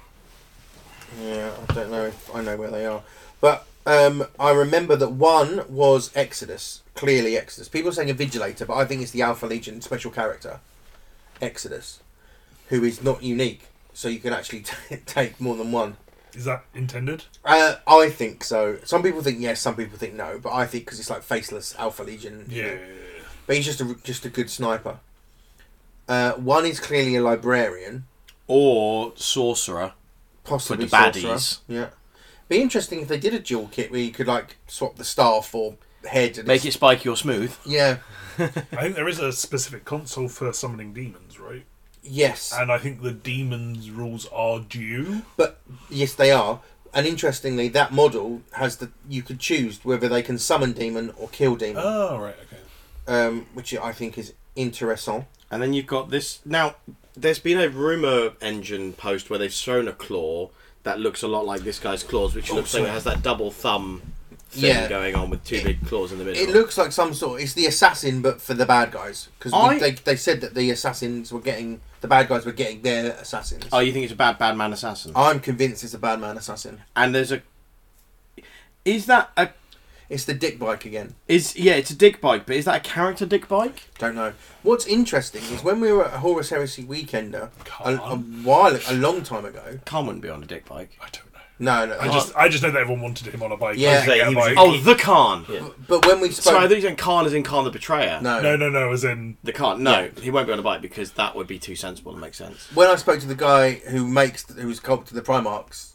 C: Yeah, I don't know if I know where they are. But um, I remember that one was Exodus, clearly Exodus. People are saying a Vigilator, but I think it's the Alpha Legion special character, Exodus, who is not unique. So you can actually t- take more than one.
E: Is that intended?
C: Uh, I think so. Some people think yes, some people think no. But I think because it's like faceless Alpha Legion. you know. But he's just a just a good sniper. Uh, one is clearly a librarian,
B: Or Sorcerer.
C: possibly
B: For the baddies.
C: sorcerer. Yeah, be interesting if they did a dual kit where you could like swap the staff or head and
B: Make
C: it's-
B: it spiky or smooth.
C: Yeah.
E: I think there is a specific console for summoning demons, right?
C: Yes.
E: And I think the demons rules are due.
C: But yes, they are. And interestingly, that model has the you could choose whether they can summon demon or kill demon,
E: Oh, right, okay.
C: um, which I think is interesting.
B: And then you've got this. Now, there's been a rumor engine post where they've shown a claw that looks a lot like this guy's claws, which looks like it has that double thumb thing
C: Yeah.
B: going on with two big claws in the middle.
C: It looks like some sort. It's the assassin, but for the bad guys,
B: I-
C: because they, they said that the assassins were getting the bad guys were getting their assassins.
B: Oh, you think it's a bad, bad man assassin?
C: I'm convinced it's a bad man assassin.
B: and there's a. Is that a.
C: It's the dick bike again.
B: Is yeah, it's a dick bike, but is that a character dick bike?
C: Don't know. What's interesting is when we were at Horus Heresy Weekender a,
E: Come
C: a
E: on.
C: while, a long time ago.
B: Khan wouldn't be on a dick bike.
E: I don't know.
C: No, no.
E: I just, I just know that everyone wanted him on a bike. I
C: Yeah.
E: didn't get a
G: He was-
E: bike.
B: Oh, the Khan.
C: but when we
B: Sorry, I
C: spoke,
B: thought you said Khan is in Khan the Betrayer.
C: no,
E: No, no, no. As in,
B: The Khan. No, he won't be on a bike because that would be too sensible and make sense.
C: When I spoke to the guy who makes who was called to the Primarchs,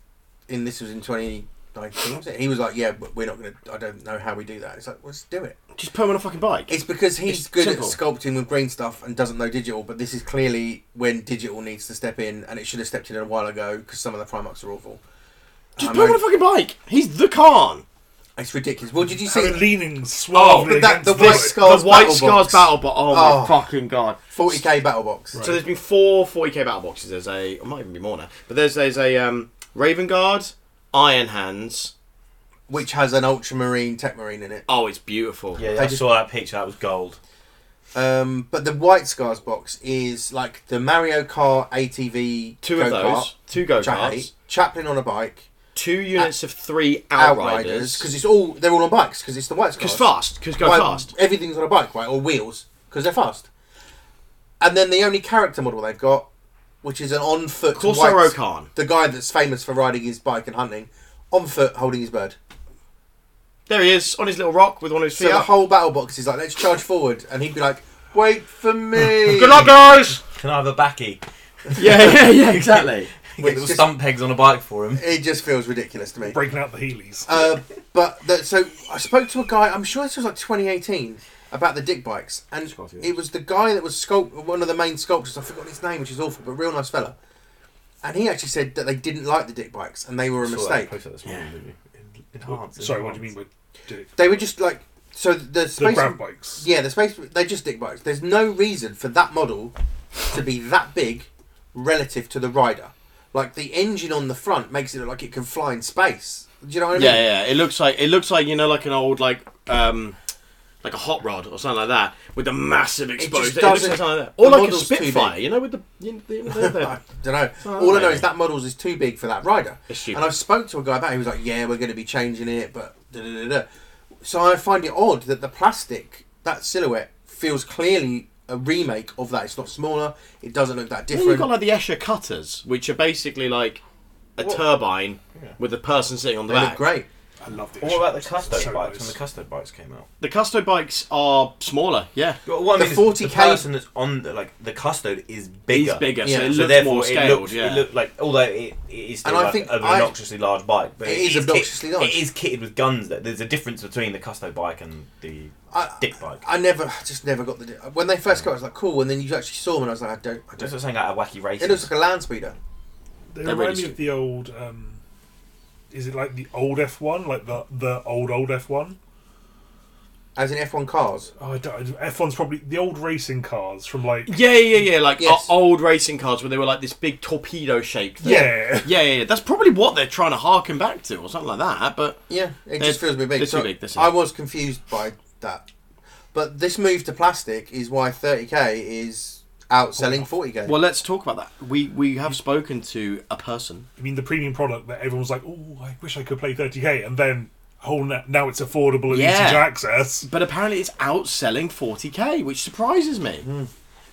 C: in this was in 2019. Was it? He was like, "Yeah, but we're not gonna. I don't know how we do that." It's like, let's do it.
B: Just put him on a fucking bike.
C: It's because he's
B: It's
C: good
B: simple.
C: at sculpting with green stuff and doesn't know digital, but this is clearly when digital needs to step in, and it should have stepped in a while ago because some of the Primarchs are awful.
B: Just
C: I
B: put him
C: know-
B: on a fucking bike. He's the Khan.
C: It's ridiculous. Well, did you see?
E: So leaning suavely
C: but that-
E: against
C: the
E: the
C: White
E: wood.
C: Scar- Scar's
B: the Oh, White
C: battle
B: Scar's
C: box.
B: battle box. Oh, my
C: Oh.
B: fucking god!
C: 40k battle box.
E: Right.
B: So there's been four 40k battle boxes. There's a, it might even be more now, but there's there's a um, Raven Guard, Iron Hands.
C: which has an ultramarine tech marine in it.
B: Oh, it's beautiful.
D: Yeah,
C: They
D: I
C: just-
D: saw that picture. That was gold.
C: Um, but the White Scars box is like the Mario Kart ATV
B: Two of
C: go-kart,
B: those, two go
C: which I hate,
B: karts,
C: Chaplin on a bike,
B: two units of three
C: Outriders,
B: Outriders.
C: because it's all they're all on bikes because it's the White Scars.
B: Because fast, because go
C: Why-
B: fast.
C: Everything's on a bike, right, or wheels because they're fast. And then the only character model they've got, which is an on foot
B: Corsair Khan.
C: the guy that's famous for riding his bike and hunting, on foot holding his bird.
B: There he is on his little rock with one of his
C: So
B: feet.
C: the
B: up.
C: whole battle box is like, let's charge forward, and he'd be like, wait for me.
B: Good luck, guys.
D: Can I have a backy?
B: yeah, yeah, yeah, exactly.
C: Which
D: Get little
C: just-
D: stump pegs on a bike for him.
C: It just feels ridiculous to me.
E: breaking out the Heelys.
C: Uh, but the, so I spoke to a guy. I'm sure this was like 2018 about the dick bikes, and it was the guy that was sculpt one of the main sculptors. I forgot his name, which is awful, but real nice fella. And he actually said that they didn't like the dick bikes and they were a
D: Saw that
C: mistake.
D: poster this morning, didn't you? Enhance,
E: Sorry, what do you
D: enhance.
E: mean by dick?
C: They were just like so the
E: The
C: space.
E: grab bikes.
C: yeah, the space. They're just dick bikes. There's no reason for that model to be that big relative to the rider. Like the engine on the front makes it look like it can fly in space. Do you know what I mean?
B: Yeah, yeah. It looks like it looks like you know, like an old like um, like a hot rod or something like that with a massive exposure. It, looks
C: doesn't-
B: like something like that, or
C: the
B: like a
C: model's too big.
B: Spitfire. You know, with the, you know, the,
C: I
B: the
C: don't know.
B: Oh,
C: All I know
B: maybe.
C: is that models is too big for that rider.
B: It's stupid.
C: And I spoke to a guy about it. He was like, "Yeah, we're going to be changing it, but da da da da." So I find it odd that the plastic that silhouette feels clearly a remake of that. It's not smaller. It doesn't look that
B: Then you've
C: different.
B: got like the Escher cutters, which are basically like a
D: What?
B: turbine with a person sitting on the
C: they look
B: back.
C: great.
E: I love the
D: What about the
E: Escher bikes.
D: custode
E: So
D: bikes
E: nice.
D: when the custode bikes came out?
B: The Custo bikes are smaller. Yeah,
D: Well, what I
C: The
D: mean
C: 40K
D: is the person that's on the, like the custode is bigger.
B: it's bigger,
C: Yeah. So
B: so it
D: so
B: looks
D: therefore
B: more
D: it
B: scaled.
D: looked,
B: yeah,
D: it looked like although it, it is still
C: And I
D: like
C: think
D: an
C: I-
D: obnoxiously large bike, but
C: It is
D: kit-
C: obnoxiously large.
D: It is kitted with guns. That there's a difference between the custo bike and the
C: I-
D: dick bike.
C: I never, I just never got the. When they first got, it, I was like, "Cool," and then you actually saw them, and I was like, "I don't, I
D: That's
C: don't."
D: what I'm saying. Like a wacky race.
C: It looks like a land speeder.
E: They
B: They're
E: remind
B: really
E: me
B: stupid.
E: of the old. Um, is it like the old F one, like the the old old F one?
C: As in F1 cars,
E: Oh, I don't. F one's probably the old racing cars from like.
B: yeah, yeah, yeah. Like
C: Yes.
B: o- old racing cars where they were like this big torpedo shaped. thing.
E: Yeah.
B: Yeah, yeah, yeah. That's probably what they're trying to harken back to, or something like that. But
C: yeah, it
B: They're-
C: just feels a bit big.
B: they're too
C: So
B: big, they're too
C: I
B: big.
C: was confused by that, but this move to plastic is why 30k is outselling 40k.
B: well, let's talk about that. We we have spoken to a person.
E: I mean, the premium product that everyone's like, oh, I wish I could play 30k, and then oh, na- now it's affordable and
B: Yeah.
E: easy to access.
B: But apparently, it's outselling 40k, which surprises me.
E: Hmm.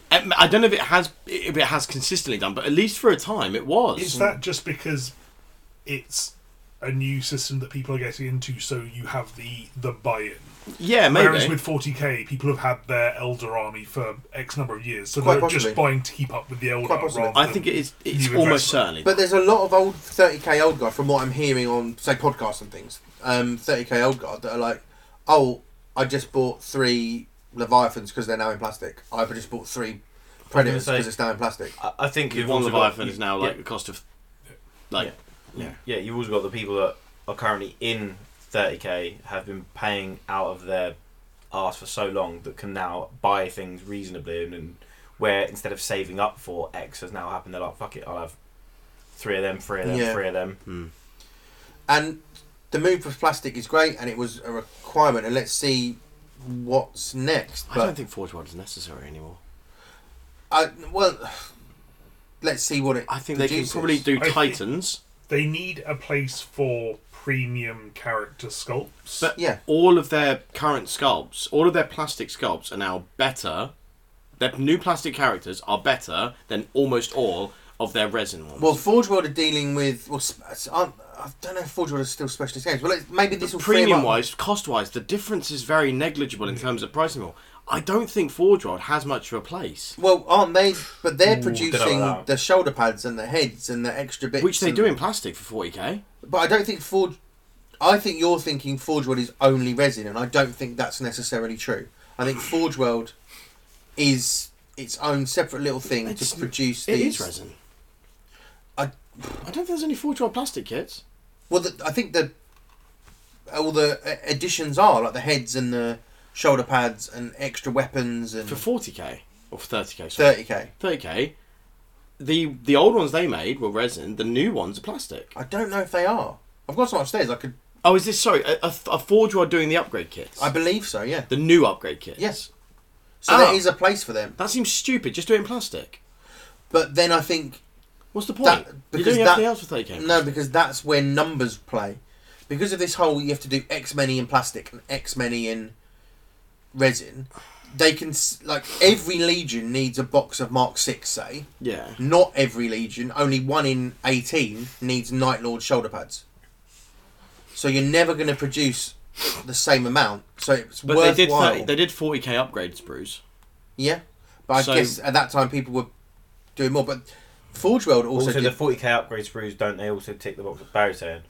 B: Um, I don't know if it has if it has consistently done, but at least for a time, it was.
E: Is that just because it's a new system that people are getting into, so you have the the buy-in?
B: yeah, maybe.
E: Whereas with 40k, people have had their Elder army for X number of years, so
C: Quite
E: they're
C: possibly.
E: just buying to keep up with the Elder.
C: Quite possibly.
E: rather
B: I
E: than-
B: think it is. It's
E: new
B: almost
E: investment.
B: certainly.
C: But there's a lot of old 30k old guard from what I'm hearing on say podcasts and things. Um, 30k old guard that are like, oh, I just bought three Leviathans because they're now in plastic. I've just bought three Predators
D: say-
C: because it's now in plastic.
D: I, I think you've
B: one
D: also
B: Leviathan
D: got,
B: is now
D: yeah,
B: like the cost of like
D: yeah, you've also got the people that are currently in 30k have been paying out of their arse for so long that can now buy things reasonably and, and where instead of saving up for X has now happened, they're like, fuck it, I'll have three of them, three of them,
C: Yeah. Mm-hmm.
D: three of them.
C: And the move with plastic is great, and it was a requirement. And let's see what's next.
B: I
C: But
B: don't think Forge World is necessary anymore.
C: I, well, let's see what it.
B: I think they can
C: produces.
B: probably do
E: I think-
B: Titans,
E: they need a place for premium character sculpts.
B: but
C: Yeah.
B: all of their current sculpts, all of their plastic sculpts are now better. Their new plastic characters are better than almost all of their resin ones.
C: Well, Forge World are dealing with. Well, sp- s- aren't- I don't know if Forge World is still specialist games. Well, let's- maybe this will free 'em
B: premium
C: up.
B: wise, cost wise, the difference is very negligible in terms of pricing. More, I don't think Forge World has much of a place,
C: Well, aren't they? But they're
D: don't
C: producing
D: know about that.
C: the shoulder pads and the heads and the extra bits.
B: which they
C: and-
B: do in plastic for forty k.
C: But I don't think Forge. I think you're thinking Forge World is only resin, and I don't think that's necessarily true. I think Forge World is its own separate little thing
B: It's-
C: to produce
B: It
C: these.
B: is resin.
C: I-
B: I don't think there's any Forge World plastic kits.
C: Well, the, I think the all the uh, additions are, like the heads and the shoulder pads and extra weapons and
B: for 40k or for 30k.
C: thirty
B: Sorry.
C: k.
B: 30k. The the old ones they made were resin. The new ones are plastic.
C: I don't know if they are. I've got some upstairs. I could.
B: Oh, is this sorry? A, a, a forge are doing the upgrade kits.
C: I believe so. Yeah.
B: the new upgrade kits.
C: Yes. So
B: Ah.
C: there is a place for them,
B: That seems stupid. Just do it in plastic.
C: but then I think
B: What's the point?
C: That-
B: You're
C: because
B: doing
C: that-
B: everything else with 30k.
C: no, because that's where numbers play. Because of this whole, you have to do X many in plastic and X many in resin. They can s- like every legion needs a box of Mark Six, say.
B: Yeah.
C: Not every legion, only one in eighteen needs Night Lord shoulder pads. So you're never going to produce the same amount. So it's
B: But
C: worthwhile.
B: they did 30, they did 40k upgrades, Bruce.
C: Yeah, but I
B: So-
C: guess at that time people were doing more. But Forge World also,
D: Also,
C: did,
D: the 40k upgrade sprues don't they also tick the box of Barry saying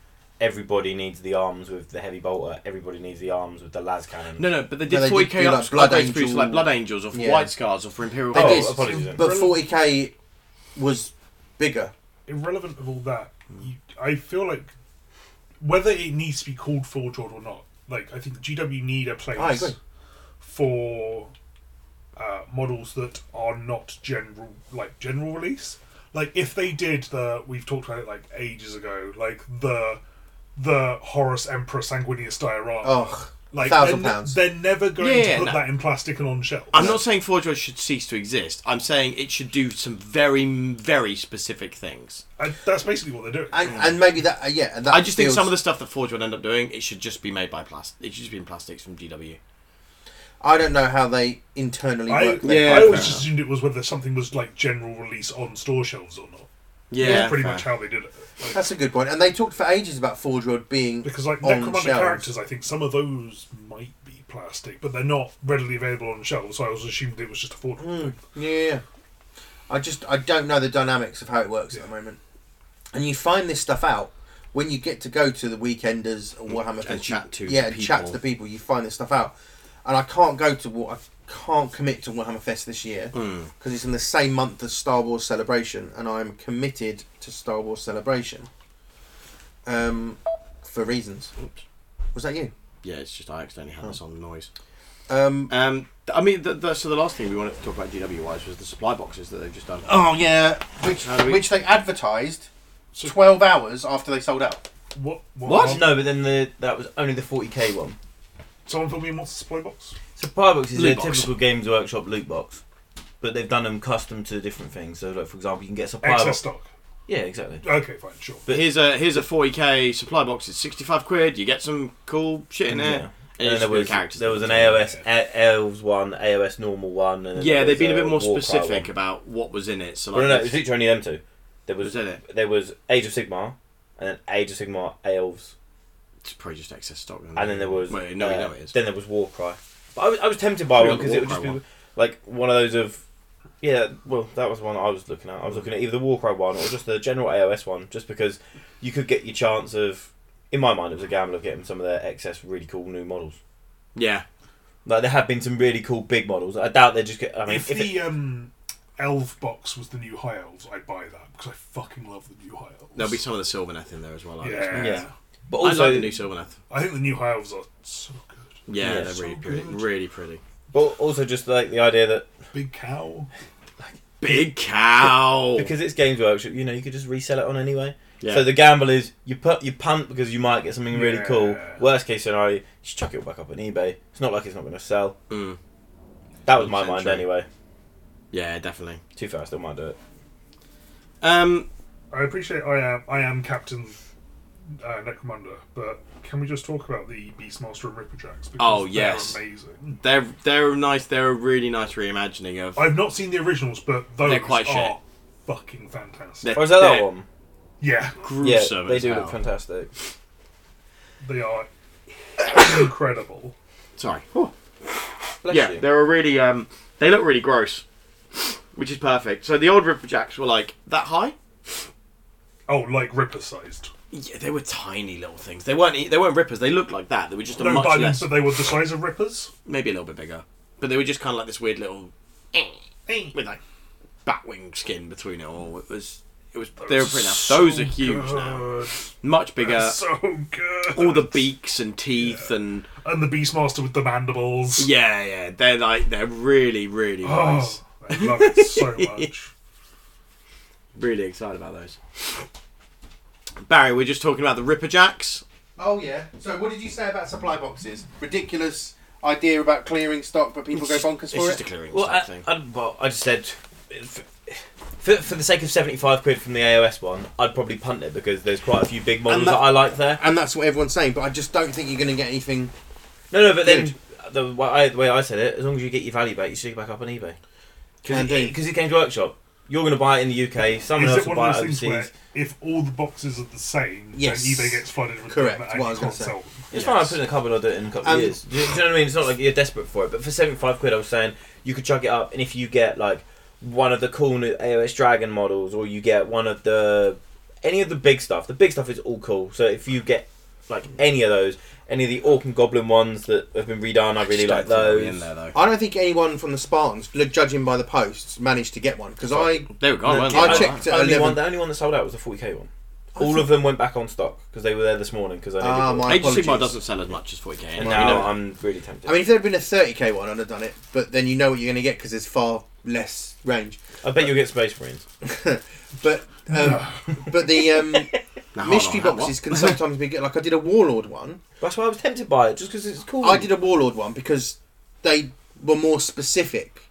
D: everybody needs the arms with the heavy bolter, everybody needs the arms with the las cannon.
B: No, no, but they
C: No,
B: did
C: they did
B: 40k
C: do,
B: up,
C: like, Blood
B: upgrades Bruce,
C: Angel-
B: like Blood Angels or for
C: Yeah.
B: White Scars or for Imperial.
C: They
D: oh,
C: did.
D: apologies. Then.
C: but 40k was bigger.
E: irrelevant of all that, you, I feel like whether it needs to be called Forge World or not, like I think GW need a
C: I
E: place
C: agree.
E: for uh, models that are not general, like general release. Like if they did the, we've talked about it like ages ago, like the the Horus Emperor Sanguinius diorama.
C: Oh,
E: like
C: thousand
E: they're, ne-
C: pounds.
E: they're never going
B: Yeah,
E: to
B: yeah,
E: put
B: no.
E: that in plastic and on shelves.
B: I'm not saying Forge World should cease to exist. I'm saying it should do some very, very specific things.
E: And that's basically what they're doing.
C: and and maybe that uh, yeah. That
B: I just think
C: feels-
B: some of the stuff that Forge would end up doing, it should just be made by plastic. It should just be in plastics from GW.
C: I don't know how they internally
E: I,
C: work.
B: Yeah,
E: I always
B: fair
E: assumed it was whether something was like general release on store shelves or not.
B: Yeah,
E: That's pretty much how they did it. Like,
C: That's a good point. And they talked for ages about Forge World being
E: because like
C: on
E: Necromunda
C: shelves.
E: characters, I think some of those might be plastic, but they're not readily available on shelves. So I was assumed it was just a Ford.
C: Mm, yeah, yeah. I just I don't know the dynamics of how it works at the moment, and you find this stuff out when you get to go to the weekenders or Warhammer. Fest.
B: Mm, chat to
C: yeah, and chat to
B: people.
C: the people. You find this stuff out, and I can't go to what I can't commit to Warhammer Fest this year
B: Hmm.
C: because it's in the same month as Star Wars Celebration, and I'm committed to Star Wars Celebration. Um, for reasons.
B: Oops.
C: Was that you?
B: Yeah, it's just I accidentally had this on noise.
C: Um,
B: Um, th- I mean, the, the, so the last thing we wanted to talk about GW wise was the supply boxes that they've just done.
C: oh yeah, which
B: How do we-
C: which they advertised twelve hours after they sold out.
E: What?
B: What?
E: what?
D: No, but then the that was only the 40k one.
E: Someone put me in what's the supply box?
D: So Pyrobox is
B: Loot
D: a
B: box.
D: typical Games Workshop loot box, but they've done them custom to different things. So, like for example, you can get a
E: Excess
D: Pyrobox.
E: stock.
D: Yeah, exactly.
E: Okay, fine, sure.
B: But here's a here's a 40k supply box. It's 65 quid. You get some cool shit in
D: Yeah.
B: there. And
D: And then
B: it's
D: there was,
B: characters.
D: there was an AOS a- elves one, AOS normal one, and then
B: yeah,
D: there
B: they've
D: was
B: been a bit more
D: Warcry
B: specific
D: uh, one.
B: about what was in it. So
D: Well,
B: like,
D: no, no, it was literally only them two. There
B: was
D: was
B: in it.
D: there was Age of Sigmar, and then Age of Sigmar elves,
B: It's probably just excess stock.
D: and then there was
B: Wait, no,
D: uh,
B: you know it is.
D: then there was Warcry. But I was, I was tempted by
B: We
D: one
B: got
D: because
B: the
D: it would just be
B: Warcry
D: like one of those of yeah. Well, that was the one I was looking at. I was looking at either the Warcry one or just the general AOS one, just because you could get your chance of. In my mind, it was a gamble of getting some of their excess really cool new models.
B: yeah,
D: Like there have been some really cool big models. I doubt they just get. I mean,
E: if,
D: if it-
E: the um, elf box was the new high elves, I'd buy that because I fucking love the new high elves.
B: there'll be some of the Sylvaneth in there as well. I guess.
E: yeah.
D: yeah. but
B: I like
D: also
B: the new Sylvaneth.
E: I think the new high elves are so good.
B: Yeah,
D: Yeah,
B: they're
E: so
B: really pretty.
E: good.
B: Really pretty.
D: But also just like the idea that
E: Big cow.
B: Big cow.
D: because it's Games Workshop, you know, you could just resell it on anyway.
B: Yeah.
D: So the gamble is you put you punt because you might get something really
E: Yeah.
D: cool. Worst case scenario, you just chuck it back up on eBay. It's not like it's not going to sell.
B: Mm.
D: That was my
B: 100%
D: mind
B: true.
D: anyway.
B: yeah, definitely.
D: Too fast, I might do it.
B: Um,
E: I appreciate I am I am Captain uh, Necromunda, but can we just talk about the Beastmaster and Ripper Jacks?
B: Oh, yes.
E: they're amazing.
B: they're they're nice. They're a really nice reimagining of.
E: I've not seen the originals, but those
B: They're quite
E: are
B: shit.
E: fucking fantastic.
B: They're,
D: Or is that that
B: they're
D: one?
E: yeah,
D: Yeah,
B: Gruesome.
D: they
B: as
D: do
B: hell.
D: look fantastic.
E: they are incredible.
B: Sorry.
D: Bless
B: yeah,
D: you.
B: they were really. Um, they look really gross, which is perfect. So the old Ripperjacks were like that high.
E: Oh, like Ripper sized.
B: Yeah, they were tiny little things. They weren't. e- They weren't rippers. They looked like that. They were just a
E: No,
B: much
E: but I mean,
B: less,
E: but they were the size of Rippers.
B: maybe a little bit bigger. But they were just kind of like this weird little with like bat wing skin between it all. It was. It was they were pretty nice. Those
E: so
B: are huge now,
E: good.
B: much bigger.
E: They're So good.
B: All the beaks and teeth and
E: and the Beastmaster with the mandibles.
B: yeah, yeah, they're like they're really, really nice.
E: Oh, I love it so much.
B: Really excited about those. Barry, we're just talking about the Ripper Jacks.
F: Oh yeah. So what did you say about supply boxes? Ridiculous idea about clearing stock, but people go bonkers
B: It's
F: for
B: just a
F: it.
B: clearing
D: Well,
B: stock
D: I,
B: thing.
D: I, well, I just said for, for, for the sake of seventy-five quid from the AOS one, I'd probably punt it because there's quite a few big models
F: that-
D: that I like there.
F: And that's
C: That's what everyone's saying, but I just don't think you're going to get anything.
D: No, no, but then the way, I, the way I said it, as long as you get your value back, you stick it back up on eBay. Because
C: Can
D: it,
C: do.
D: it- 'cause it came to workshop. You're going to buy it in the UK. Someone
E: Is
D: else
E: it
D: will
E: one
D: buy
E: of
D: it
E: those things
D: overseas.
E: where if all the boxes are the same,
C: Yes.
E: then eBay gets flooded with
C: Correct,
E: them and
C: what I
E: you
C: was gonna
E: can't
C: say.
E: sell them?
D: It's fine. I put it in a cupboard. I'll do it in a couple
C: Um,
D: of years. Do you, do you know what I mean? It's not like you're desperate for it, but for seventy-five quid, I was saying you could chuck it up, and if you get like one of the cool new AOS Dragon models, or you get one of the any of the big stuff. The big stuff is all cool. So if you get like
B: Mm.
D: any of those, any of the Orc and Goblin ones that have been redone, I, really
B: Just don't think
D: like
B: they'll be
D: those.
B: In there, though.
C: I don't think anyone from the Spartans, l- judging by the posts, managed to get one because I
B: They were gone,
C: No,
B: weren't they?
C: I
D: Only-
C: checked at
D: only
C: 11.
D: one. The only one that sold out was the forty k one. All of them went back on stock because they were there this morning. Because I needed
C: Ah,
D: more.
C: my
B: Agency
C: apologies.
B: Sigmar doesn't sell as much as 40k.
D: and
B: anyway,
D: now
B: you know that.
D: I'm really tempted.
C: I mean, if there had been a 30k one, I'd have done it, but then you know what you're going to get because there's far less range.
D: I bet you'll get Space Marines.
C: But um, but the um,
B: Now, hold
C: mystery
B: on, how-
C: boxes can sometimes be good. Like I did a Warlord one.
D: That's why I was tempted by it, just because it's cool.
C: I did a Warlord one because they were more specific.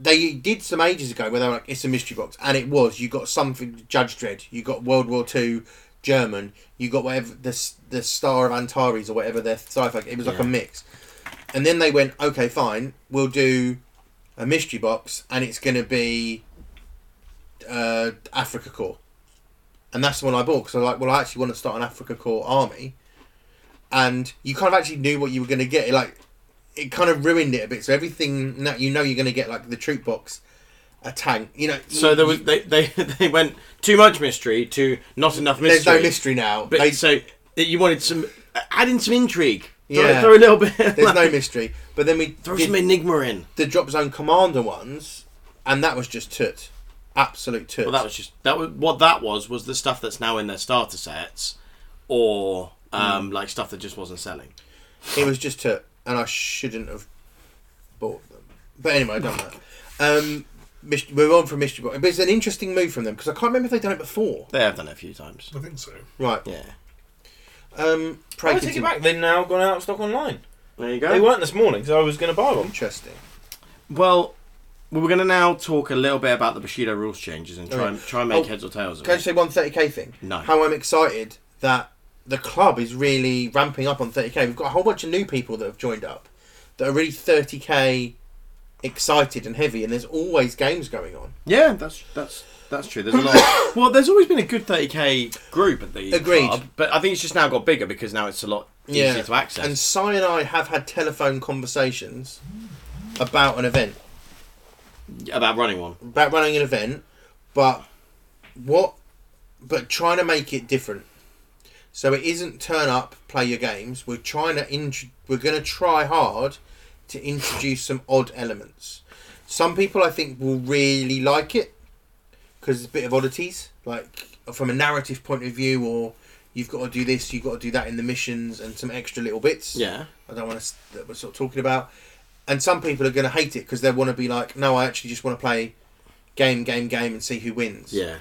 C: They did some ages ago where they were like, it's a mystery box. And it was. You got something, Judge Dredd. You got World War Two German. You got whatever, the, s- the Star of Antares or whatever their sci fi. It was like a mix. And then they went, okay, fine. We'll do a mystery box and it's going to be uh, Africa Corps. And that's the one I bought because I was like, well, I actually want to start an Africa Corps army and you kind of actually knew what you were going to get. Like it kind of ruined it a bit. So everything that you know you're going to get, like the troop box, a tank. You know,
B: So
C: you-
B: there was they, they they went too much mystery to not enough mystery.
C: there's no mystery now.
B: But
C: They-
B: so you wanted some add in some intrigue. Throw-
C: Yeah.
B: Throw a little bit.
C: there's no mystery. But then we
B: Throw
C: did
B: some enigma in.
C: the drop zone commander ones, and that was just toot, absolute toot.
B: Well, that was just that was what that was was the stuff that's now in their starter sets, or
C: Hmm.
B: um, like stuff that just wasn't selling.
C: It was just to, and I shouldn't have bought them. But anyway, I done that. Um, mis- we're on from mystery box, but it's an interesting move from them because I can't remember if they've done it before.
B: They have done it a few times.
E: I think so.
C: Right.
B: Yeah.
C: Um,
D: I
C: pray
D: would take it
C: continue.
D: back. They've now gone out of stock online.
B: There you
D: They weren't this morning because I was going to buy one.
C: Interesting.
B: Well, we're going to now talk a little bit about the Bushido rules changes and try
C: Alright.
B: and try and make
C: Oh,
B: heads or tails of
C: Can I
B: it.
C: just say one 30k thing?
B: No.
C: How I'm excited that the club is really ramping up on 30k. We've got a whole bunch of new people that have joined up that are really 30k excited and heavy, and there's always games going on.
B: Yeah, that's that's that's true. There's a lot. well, there's always been a good 30k group at the
C: Agreed.
B: club, but I think it's just now got bigger because now it's a lot easier to access.
C: And Si and I have had telephone conversations about an event,
B: about running one.
C: about running an event, but what, but trying to make it different. So it isn't turn up, play your games. We're trying to int- we're going to try hard to introduce some odd elements. Some people I think will really like it because it's a bit of oddities, like from a narrative point of view, or you've got to do this, you've got to do that in the missions, and some extra little bits.
B: Yeah.
C: I don't want to that we're sort of talking about. And some people are going to hate it because they want to be like, no, I actually just want to play game, game, game, and see who wins.
B: Yeah.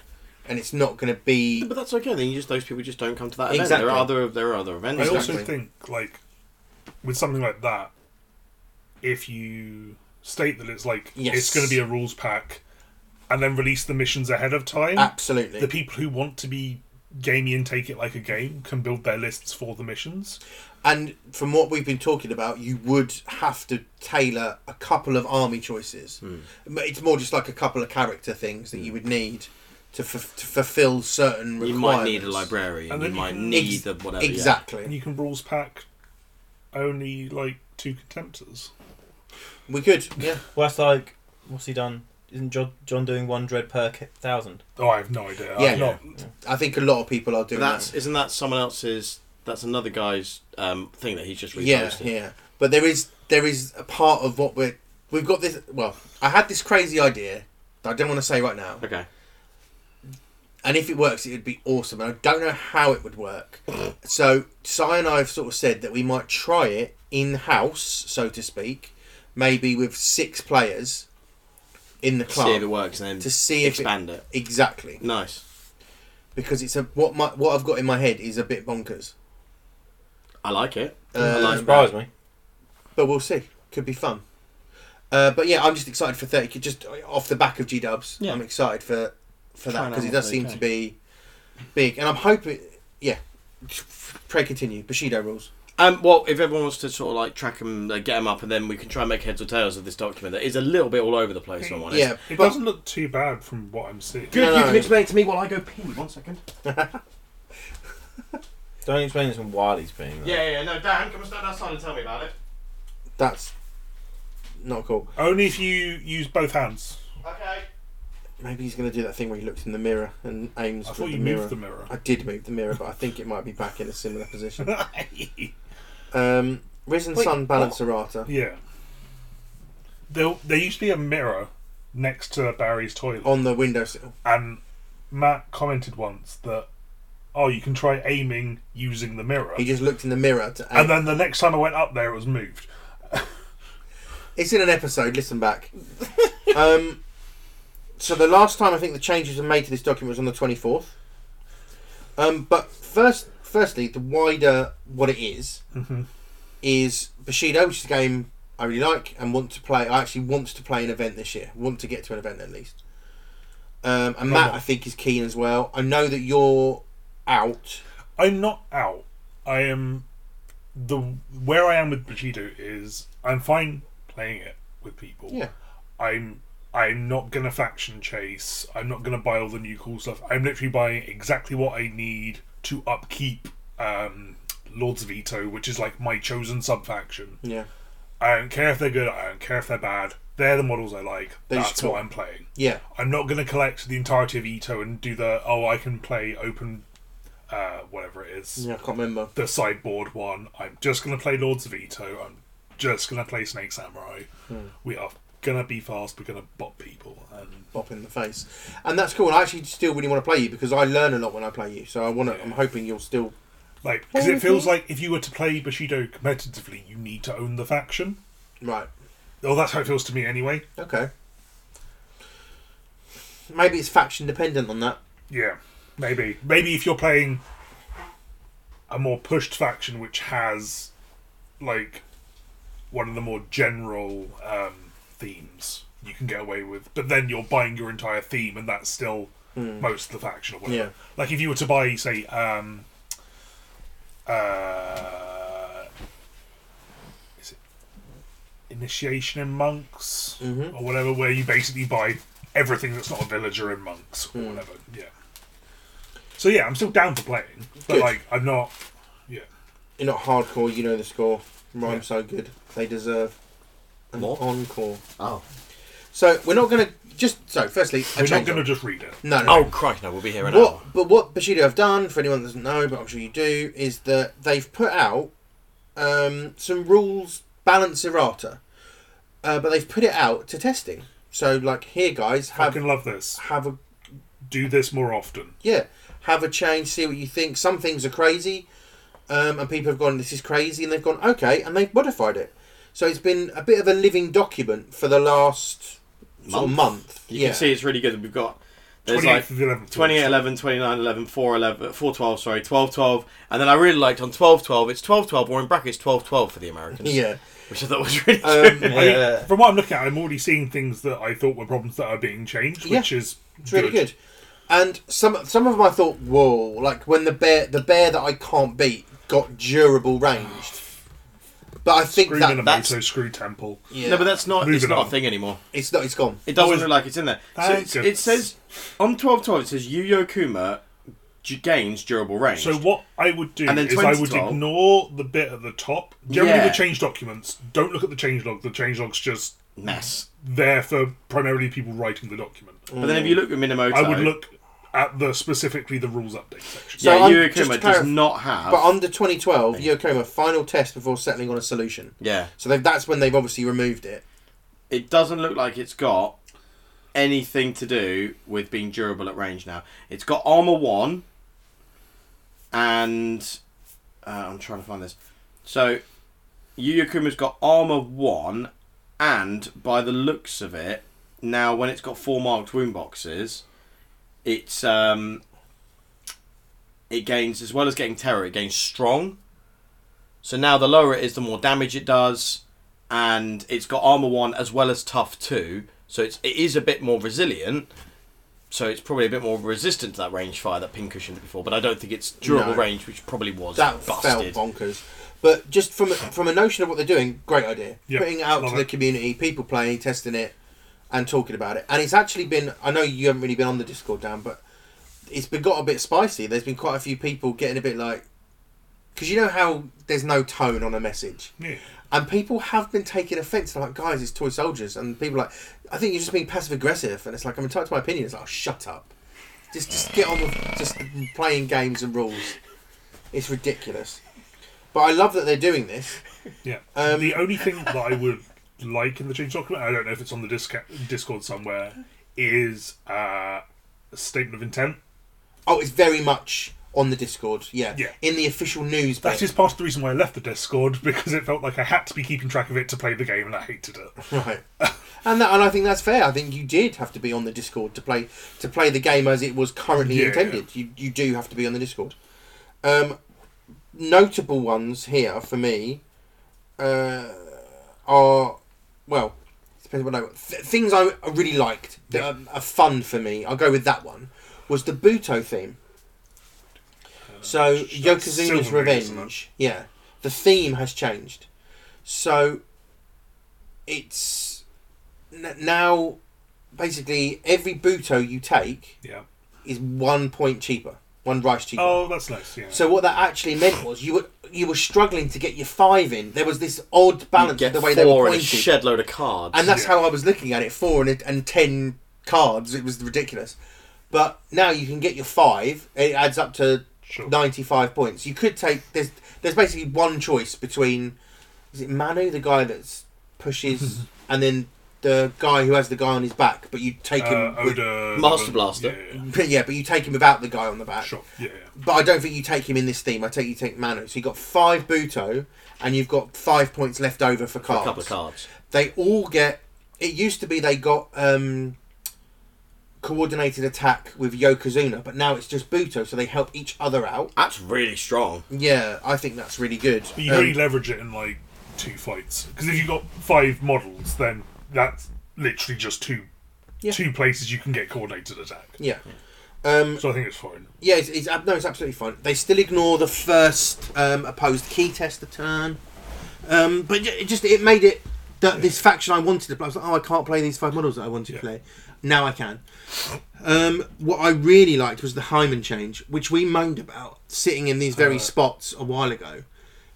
C: And it's not going to be
B: But that's okay. Then you just those people just don't come to that event. There are
C: Exactly.
B: other there are other events.
E: I also
C: Exactly.
E: think, like, with something like that, if you state that it's like
C: Yes.
E: it's going to be a rules pack, and then release the missions ahead of time,
C: absolutely.
E: the people who want to be gamey and take it like a game can build their lists for the missions.
C: And from what we've been talking about, you would have to tailor a couple of army choices.
B: Hmm.
C: But It's more just like a couple of character things that you would need to, f- to fulfill certain
B: Mm. You
C: requirements.
B: might need a librarian.
E: And
B: You
E: then you
B: might
E: can-
B: need
C: Ex-
B: the whatever. yeah.
C: Exactly.
E: And you can rules pack only like two contemptors.
C: We could. Yeah.
D: Well, that's like, what's he done? Isn't John, John doing one dread per ki- thousand?
E: Oh, I have no idea.
C: Yeah.
E: I'm not.
C: I think a lot of people are
B: But
C: doing
B: that's
C: that.
B: isn't that someone else's? That's another guy's um, thing that he's just reposted.
C: Yeah, yeah. But there is there is a part of what we're we've got this. Well, I had this crazy idea that I don't want to say right now.
B: Okay.
C: and if it works, it would be awesome. And I don't know how it would work. so Si and I have sort of said that we might try it in house, so to speak, maybe with six players in the club
B: See if it works and then
C: to see if it,
B: expand it.
C: exactly
B: Nice.
C: because it's a what my what I've got in my head is a bit bonkers.
B: I like it.
C: Um,
B: like
G: Surprise me.
C: but we'll see. Could be fun. Uh, but yeah, I'm just excited for 30. Just off the back of G Dubs,
B: Yeah.
C: I'm excited for for
B: Try
C: that
B: it
C: because
B: out
C: it does
B: on
C: seem
B: 30K.
C: to be big, and I'm hoping. Yeah, pray continue. Bushido rules.
B: Um, well, if everyone wants to sort of like track them, uh, get them up, and then we can try and make heads or tails of this document that is a little bit all over the place. If I'm honest.
C: Yeah,
E: It
C: but-
E: doesn't look too bad from what I'm seeing.
B: Good.
C: No,
B: you
C: no.
B: can explain it to me while I go pee. One second.
D: Don't explain this one while he's being there.
B: yeah, yeah. No, Dan, come and stand outside and tell me about it.
C: that's not cool.
E: Only if you use both hands.
B: Okay.
C: Maybe he's going to do that thing where he looks in the mirror and aims
E: I
C: with
E: thought
C: the
E: you
C: mirror.
E: moved the mirror.
C: I did move the mirror, but I think it might be back in a similar position. Um, Risen
B: Wait,
C: Sun Balancerata
E: yeah. There, there used to be a mirror next to Barry's toilet.
C: on the windowsill.
E: And Matt commented once that, oh, you can try aiming using the mirror.
C: He just looked in the mirror to aim.
E: and then the next time I went up there, it was moved.
C: It's in an episode. Listen back. um, so the last time I think the changes were made to this document was on the twenty fourth. Um, but first, firstly, the wider what it is is Bushido, which is a game I really like and want to play. I actually want to play an event this year. Want to get to an event at least. Um, and Matt, I think, is keen as well. I know that you're out.
E: I'm not out. I am the where I am with Bushido is I'm fine playing it with people.
C: Yeah.
E: I'm I'm not gonna faction chase. I'm not gonna buy all the new cool stuff. I'm literally buying exactly what I need to upkeep um, Lord's Veto, which is like my chosen sub faction.
C: Yeah.
E: I don't care if they're good. I don't care if they're bad. They're the models I like.
C: They're just
E: That's
C: cool.
E: what I'm playing.
C: Yeah.
E: I'm not going to collect the entirety of Ito and do the oh I can play open, uh, whatever it is,
C: Yeah. I can't remember.
E: the sideboard one. I'm just going to play Lords of Ito. I'm just going to play Snake Samurai. We are going to be fast. We're going to bot people. And
C: bop in the face, and that's cool. And I actually still really want to play you because I learn a lot when I play you. So I want to. I'm hoping you'll still.
E: like because it feels like if you were to play Bushido competitively, you need to own the faction.
C: Right.
E: Oh, that's how it feels to me anyway.
C: Okay. Maybe it's faction dependent on that.
E: Yeah, maybe. Maybe if you're playing a more pushed faction, which has like one of the more general um, themes, you can get away with. But then you're buying your entire theme, and that's still most of the faction or whatever.
C: Yeah.
E: Like if you were to buy, say, um, uh, is it Initiation in Monks
C: Mm-hmm.
E: or whatever, where you basically buy everything that's not a villager in Monks
C: Hmm.
E: or whatever. Yeah. So yeah, I'm still down for playing, but
C: Good.
E: like I'm not. Yeah.
C: You're not hardcore. You know the score. Rhyme so good. They deserve an
B: What?
C: encore.
B: Oh.
C: So we're not going to just. So firstly, a
E: We're not
C: change
E: going to
C: up.
E: just read it.
C: No, no.
B: Oh Christ! No, we'll be here an
C: What,
B: hour.
C: but what Bushido have done, for anyone that doesn't know, but I'm sure you do, is that they've put out um, some rules balance errata, uh, but they've put it out to testing. So, like, here, guys,
E: I
C: have
E: can love this.
C: have a
E: Do this more often.
C: yeah, have a change, see what you think. Some things are crazy, um, and people have gone, "This is crazy," and they've gone, "Okay," and they've modified it. So it's been a bit of a living document for the last sort of
B: Month.
C: month.
B: You
C: yeah,
B: can see it's really good. We've got there's
E: 28th
B: like
E: of the 11th.
B: 28 11 29 11 4 11 4 12 sorry 12 12 and then I really liked on 12 12 it's 12 12 or in brackets 12 12 for the Americans
C: yeah.
B: which I thought was really
C: Um,
E: I mean, From what I'm looking at, I'm already seeing things that I thought were problems that are being changed,
C: Yeah.
E: which is
C: It's really good. And some some of them I thought, whoa, like when the bear the bear that I can't beat got durable ranged. But I think
E: Screw
C: that,
B: that's-
E: Minamoto, Screw Temple.
C: yeah,
B: no but that's not it's
E: Moving
B: not
E: on.
B: a thing anymore
C: it's not it's gone.
B: it doesn't
E: Oh, is-
B: look like it's in there so
E: Thank
B: it's, it
E: goodness.
B: says on 12 12 it says Yu Yo Kuma j- gains durable range
E: So what I would do
B: And then
E: is I would
B: 2012.
E: ignore the bit at the top. Generally,
B: Yeah.
E: the change documents don't look at the change log. The change log's just
B: mess
E: there for primarily people writing the document.
B: but then if you look at Minamoto
E: I would look at the specifically the rules update section.
C: So
B: yeah
C: I'm-
B: Yu Yo
C: just to
B: Kuma does
C: clarify-
B: not have
C: But under 2012, Yokoma final test before settling on a solution.
B: yeah
C: So they've, that's when they've obviously removed it.
B: it doesn't look like it's got anything to do with being durable at range now. It's got armor one, and uh, I'm trying to find this. So, Yu Yakuma's got armor one, and by the looks of it, now when it's got four marked wound boxes, it's um, it gains as well as getting terror, it gains strong. So now the lower it is, the more damage it does, and it's got armor one as well as tough two. So it's it is a bit more resilient. So it's probably a bit more resistant to that range fire that pincushion did before, but I don't think it's durable
C: No.
B: range, which probably was
C: that
B: busted.
C: felt bonkers. But just from a, from a notion of what they're doing, great idea.
E: Yeah,
C: Putting it out
E: love
C: to the
E: it.
C: community, people playing, testing it, and talking about it. And it's actually been. I know you haven't really been on the Discord, Dan, but it's been got a bit spicy. There's been quite a few people getting a bit like, because you know how there's no tone on a message.
E: Yeah.
C: And people have been taking offence. They're Like, guys, it's toy soldiers, and people are like, I think you're just being passive aggressive. And it's like, I'm entitled to my opinion. It's like, oh, shut up, just just get on with just playing games and rules. It's ridiculous. But I love that they're doing this.
E: Yeah.
C: Um,
E: the only thing that I would like in the change document, I don't know if it's on the disca- Discord somewhere, is uh, a statement of intent.
C: Oh, it's very much on the Discord. Yeah,
E: Yeah.
C: in the official news.
E: That
C: bit.
E: is part of the reason why I left the Discord because it felt like I had to be keeping track of it to play the game, and I hated it.
C: Right. And that, and I think that's fair. I think you did have to be on the Discord to play to play the game as it was currently
E: Yeah.
C: intended. You you do have to be on the Discord. Um, notable ones here for me uh, are well, depends what I th- things I really liked that
E: Yeah.
C: are, are fun for me. I'll go with that one. Was the Buto theme? So Yokozuna's
E: Uh, Silver Ring, isn't it?
C: Revenge. Yeah, the theme has changed. So it's n- now basically every Buto you take
E: Yeah.
C: is one point cheaper, one rice cheaper.
E: Oh, that's nice. Yeah.
C: So what that actually meant was you were you were struggling to get your five in. There was this odd balance
B: Get
C: of the way
B: four
C: they were
B: and a
C: pointed, and,
B: shed load of cards.
C: that's
E: Yeah.
C: how I was looking at it: four and and ten cards. It was ridiculous. But now you can get your five. It adds up to
E: Sure.
C: ninety-five points. You could take there's there's basically one choice between is it Manu the guy that's pushes and then the guy who has the guy on his back, but you take
E: uh,
C: him with,
E: Oda.
B: Master Blaster.
E: Yeah, yeah,
C: but yeah, but you take him without the guy on the
E: yeah.
C: back.
E: Sure. Yeah. yeah.
C: But I don't think you take him in this theme. I take you take Manu. So you got five Buto, and you've got five points left over for
B: a
C: cards.
B: couple of cards.
C: They all get. It used to be they got um, coordinated attack with Yokozuna, but now it's just Buto, so they help each other out.
B: That's really strong.
C: Yeah, I think that's really good.
E: But you
C: Um,
E: really leverage it in like two fights because if you've got five models, then that's literally just two
C: Yeah.
E: two places you can get coordinated attack.
C: yeah. Um,
E: So I think it's fine.
C: Yeah, it's, it's ab- no, it's absolutely fine. They still ignore the first um, opposed key test a turn, um, but ju- it just it made it that this faction I wanted to play. I was like, oh, I can't play these five models that I wanted
E: Yeah.
C: to play. Now I can. Um, what I really liked was the Hyman change, which we moaned about sitting in these very spots a while ago.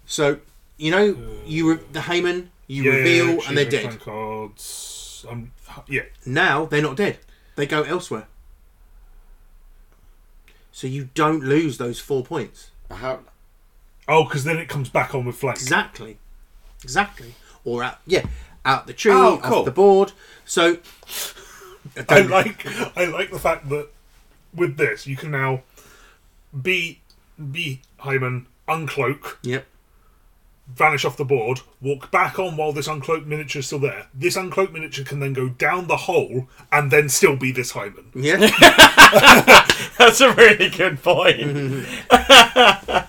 C: So you know, you re- the Hyman, you reveal, and they're
E: choose
C: dead.
E: my Cards. Um, yeah.
C: Now they're not dead. They go elsewhere. So you don't lose those four points.
B: How
E: Oh, because then it comes back on with flank.
C: Exactly. Exactly. Or out yeah, out the tree,
B: Oh, cool.
C: off the board. So I
E: I
C: don't know.
E: like I like the fact that with this you can now be be Hyman uncloak,
C: Yep.
E: vanish off the board, walk back on while this uncloak miniature is still there. This uncloak miniature can then go down the hole and then still be this Hyman.
C: Yeah.
B: That's a really good point.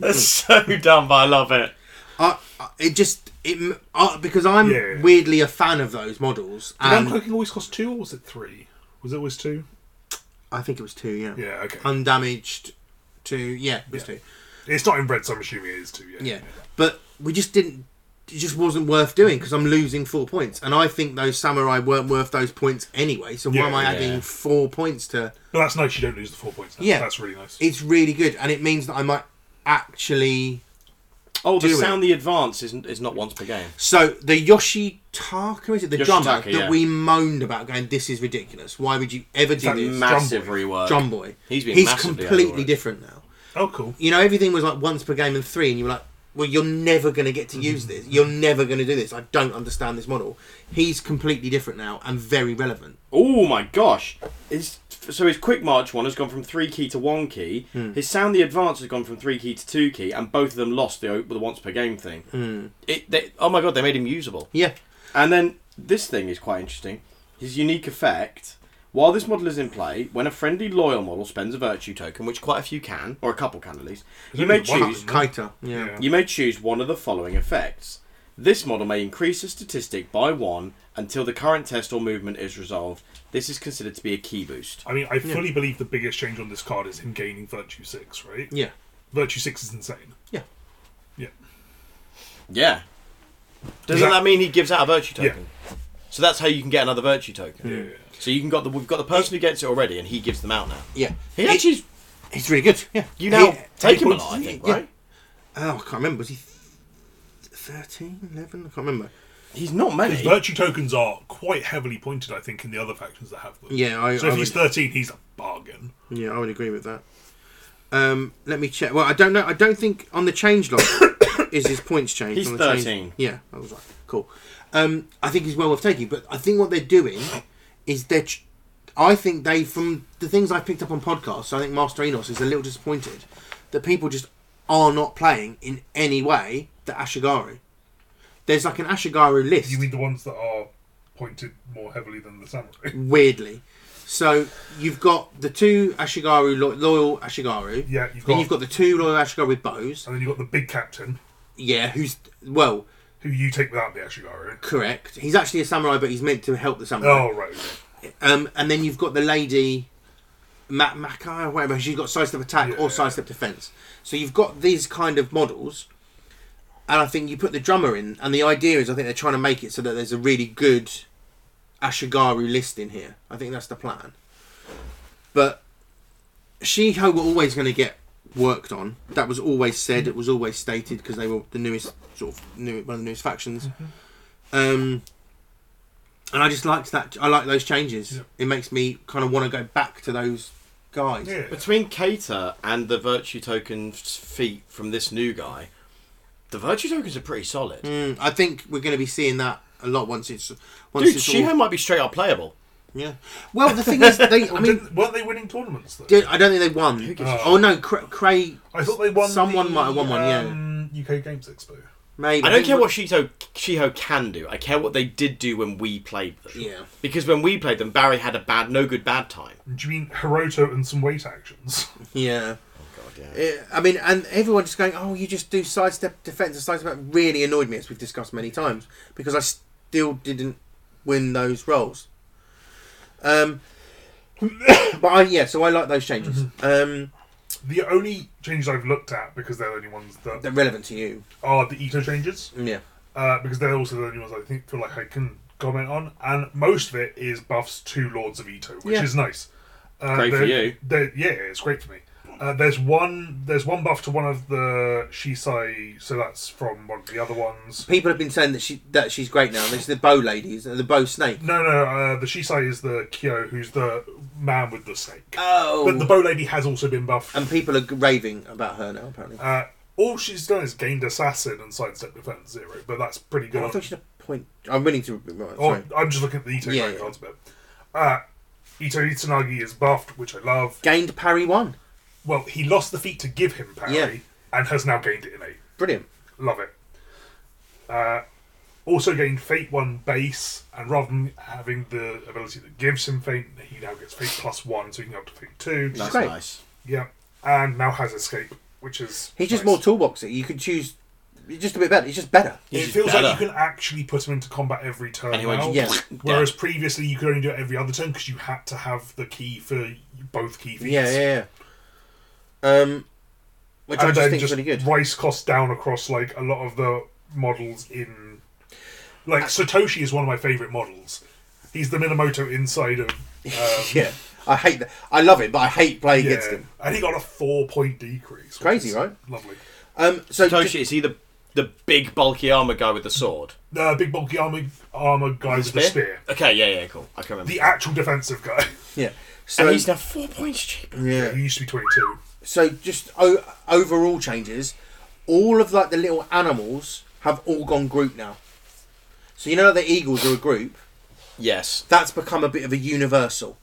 B: That's so dumb, but I love it.
C: I, I, it just it m- I, because I'm
E: Yeah.
C: weirdly a fan of those models,
E: And
C: and
E: uncloaking always cost two, or was it three? Was it always two?
C: I think it was two. Yeah.
E: Yeah, okay.
C: Undamaged. Two. Yeah. It was two.
E: It's not in red, so I'm assuming it is two. Yeah.
C: Yeah. But we just didn't. It just wasn't worth doing because I'm losing four points, and I think those samurai weren't worth those points anyway. So why
E: Yeah,
C: am I
E: yeah.
C: adding four points to?
E: But that's nice. You don't lose the four points. Now.
C: Yeah.
E: that's really nice.
C: It's really good, and it means that I might actually
B: Oh, the
C: Do it.
B: sound the advance is, is not once per game.
C: So the Yoshitaka is it the drummer
B: Yoshitaka,
C: that
B: yeah.
C: we moaned about going? This is ridiculous. Why would you ever do
E: that
C: this?
E: ma-
B: Massive
E: Drumboy.
B: rework.
C: Drum boy.
B: He's been
C: He's
B: massively
C: completely
B: overworked.
C: different now.
E: oh, cool.
C: You know, everything was like once per game and three, and you were like, well, you're never going to get
B: Mm-hmm.
C: to use this. You're never going to do this. I don't understand this model. He's completely different now and very relevant.
B: Oh my gosh! His, so his quick march one has gone from three key to one key.
C: Hmm.
B: His sound the advance has gone from three key to two key, and both of them lost the, the once per game thing.
C: Hmm.
B: It, they, oh my god, they made him usable.
C: Yeah.
B: And then this thing is quite interesting. His unique effect. While this model is in play, when a friendly loyal model spends a virtue token, which quite a few can, or a couple can at least, you may
E: only one,
B: choose
E: isn't
C: Kaita. Yeah.
E: Yeah.
B: you may choose one of the following effects. This model may increase a statistic by one until the current test or movement is resolved. This is considered to be a key boost.
E: I mean, I fully believe the biggest change on this card is him gaining Virtue 6, right?
C: Yeah.
E: Virtue 6 is insane.
C: Yeah.
E: Yeah.
B: Yeah. Doesn't
E: Yeah.
B: that mean he gives out a virtue
E: Yeah.
B: token? So that's how you can get another virtue token.
E: Yeah.
B: So you can got the we've got the person who gets it already, and he gives them out now.
C: Yeah.
B: He actually is-
C: he's really good. Yeah.
B: you now
C: He-
B: take him a
C: he-
B: lot, I think,
C: yeah.
B: right?
C: Oh, I can't remember. Was he th- 13, 11? I can't remember.
B: He's not many.
E: His virtue tokens are quite heavily pointed, I think, in the other factions that have them.
C: Yeah, I-
E: so
C: I
E: if he's
C: would-
E: 13, he's a bargain.
C: Yeah, I would agree with that. Um, let me check. Well, I don't know. I don't think on the change log is his points change.
B: He's
C: on the change-
B: 13.
C: Yeah, I was like, cool. Um, I think he's well worth taking, but I think what they're doing is they're. Ch- I think they, from the things I've picked up on podcasts, I think Master Enos is a little disappointed that people just are not playing in any way the Ashigaru. There's like an Ashigaru list.
E: You mean the ones that are pointed more heavily than the
C: Mm.
E: samurai?
C: weirdly. So you've got the two Ashigaru lo- loyal Ashigaru.
E: Yeah, you've
C: Then
E: got-
C: you've got the two loyal Ashigaru with bows.
E: And then you've got the big captain,
C: Yeah, who's well
E: who you take without the Ashigaru.
C: correct. He's actually a samurai, but he's meant to help the samurai.
E: Oh, right. okay.
C: Um, and then you've got the lady, Ma- Makai or whatever. She's got sidestep attack
E: Yeah.
C: or sidestep defense. So you've got these kind of models, and I think you put the drummer in. And the idea is, I think they're trying to make it so that there's a really good Ashigaru list in here. I think that's the plan. But Shiho were always going to get worked on. That was always said. It was always stated because they were the newest sort of new one of the newest factions.
E: Mm-hmm.
C: Um, and I just liked that. I like those changes.
E: Yeah.
C: It makes me kind of want to go back to those guys.
E: Yeah.
B: Between Cater and the virtue token feat from this new guy, the virtue tokens are pretty solid.
C: Mm, I think we're going to be seeing that a lot once it's once
B: Dude,
C: it's
B: Shiho
C: all,
B: might be straight up playable.
C: yeah. Well, the thing is, they, I
E: Well,
C: mean,
E: didn't- weren't they winning tournaments, though?
C: did, I don't think they won.
B: gives
E: a
C: Oh no, Cra- Cray.
E: I thought they won.
C: Someone
E: the,
C: might have won one. Yeah,
E: um, UK Games Expo.
C: maybe.
B: I don't care
C: think-
B: what Shito, Shiho can do. I care what they did do when we played them.
C: Yeah.
B: Because when we played them, Barry had a bad, no good, bad time.
E: Do you mean Hiroto and some weight actions?
C: Yeah.
B: yeah.
C: Eh, I mean, and everyone just going, "Oh, you just do sidestep defense and sidestep." Really annoyed me, as we've discussed many times, because I still didn't win those roles. Um, but I, yeah, so I like those changes. Um,
E: The only changes I've looked at, because they're the only ones that
C: they're relevant to you.
E: are the Ito changes,
C: Yeah.
E: uh, because they're also the only ones I think feel like I can comment on. And most of it is buffs to Lords of Ito, which
C: Yeah.
E: is nice. Uh,
B: Great for
E: there-
B: you.
E: there- yeah, it's great for me. Uh, there's one. There's one buff to one of the Shisai, so that's from one of the other ones.
C: People have been saying that she that she's great now. This is the bow ladies, the bow snake.
E: No, no, uh, the Shisai is the Kyo, who's the man with the snake.
C: Oh.
E: But the bow lady has also been buffed.
C: and people are g- raving about her now. Apparently,
E: Uh, all she's done is gained assassin and sidestep defense zero, but that's pretty good.
C: I
E: on-
C: thought she'd have point. I'm willing to. Right,
E: Oh,
C: sorry.
E: I'm just looking at the Ito
C: Yeah, yeah.
E: cards a bit. Uh, Ito Itsunagi is buffed, which I love.
C: Gained parry one.
E: Well, he lost the feat to give him parry
C: Yeah.
E: and has now gained it in eight.
C: Brilliant.
E: Love it. Uh, also gained Fate 1 base, and rather than having the ability that gives him Fate, he now gets Fate plus 1, so he can go up to Fate 2.
B: That's
C: great.
B: nice.
E: Yeah. And now has Escape, which is.
C: He's just
E: nice.
C: more toolboxy. You could choose. It's just a bit better. It's just better.
B: He's
E: it
B: just
E: feels
B: better.
E: like you can actually put him into combat every turn
B: And he went,
E: now.
C: yeah.
E: Whereas previously you could only do it every other turn because you had to have the key for both key feats.
C: Yeah, yeah, yeah. Um, which I
E: And
C: just
E: then
C: think
E: just
C: is really good.
E: rice costs down across like a lot of the models in. Like
C: Uh,
E: Satoshi is one of my favorite models. He's the Minamoto inside of. Um,
C: Yeah, I hate that. I love it, but I hate playing against
E: yeah,
C: him.
E: and he got a four-point decrease. which
C: Crazy,
E: is
C: right?
E: Lovely.
C: Um, so
B: Toshi, is he the, the big, bulky armor guy with the sword?
E: The big bulky armor armor guy with the spear,
B: Okay, yeah, yeah, cool. I can remember.
E: the actual defensive guy.
C: yeah, so
B: and he's now four points cheaper.
C: yeah,
E: he used to be twenty-two.
C: so just o- overall changes. all of like the little animals have all gone group now. So you know like, the eagles are a group.
B: Yes.
C: That's become a bit of a universal.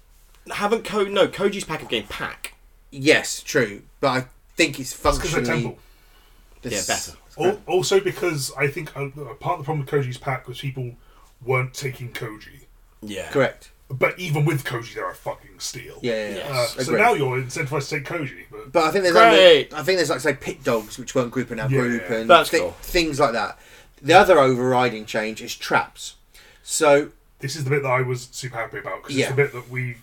B: Haven't Ko no Koji's pack of game pack.
C: Yes, true, but I think it's
E: because they're
C: functionally
E: temple. Oh.
C: the
B: Yeah,
C: s-
B: better.
E: Al- Also because I think uh, part of the problem with Koji's pack was people weren't taking Koji.
B: Yeah.
C: Correct.
E: But even with Koji, they're a fucking steal.
C: Yeah, yeah, yeah.
E: Uh,
B: Yes.
E: so
C: Agreed.
E: now you're incentivized to take Koji. But
C: But I think there's
B: Great.
C: only, I think there's like say pit dogs which weren't group in our
E: Yeah,
C: group and
B: that's
C: thi-
B: cool.
C: things like that. The other overriding change is traps. So
E: this is the bit that I was super happy about because
C: Yeah.
E: it's the bit that we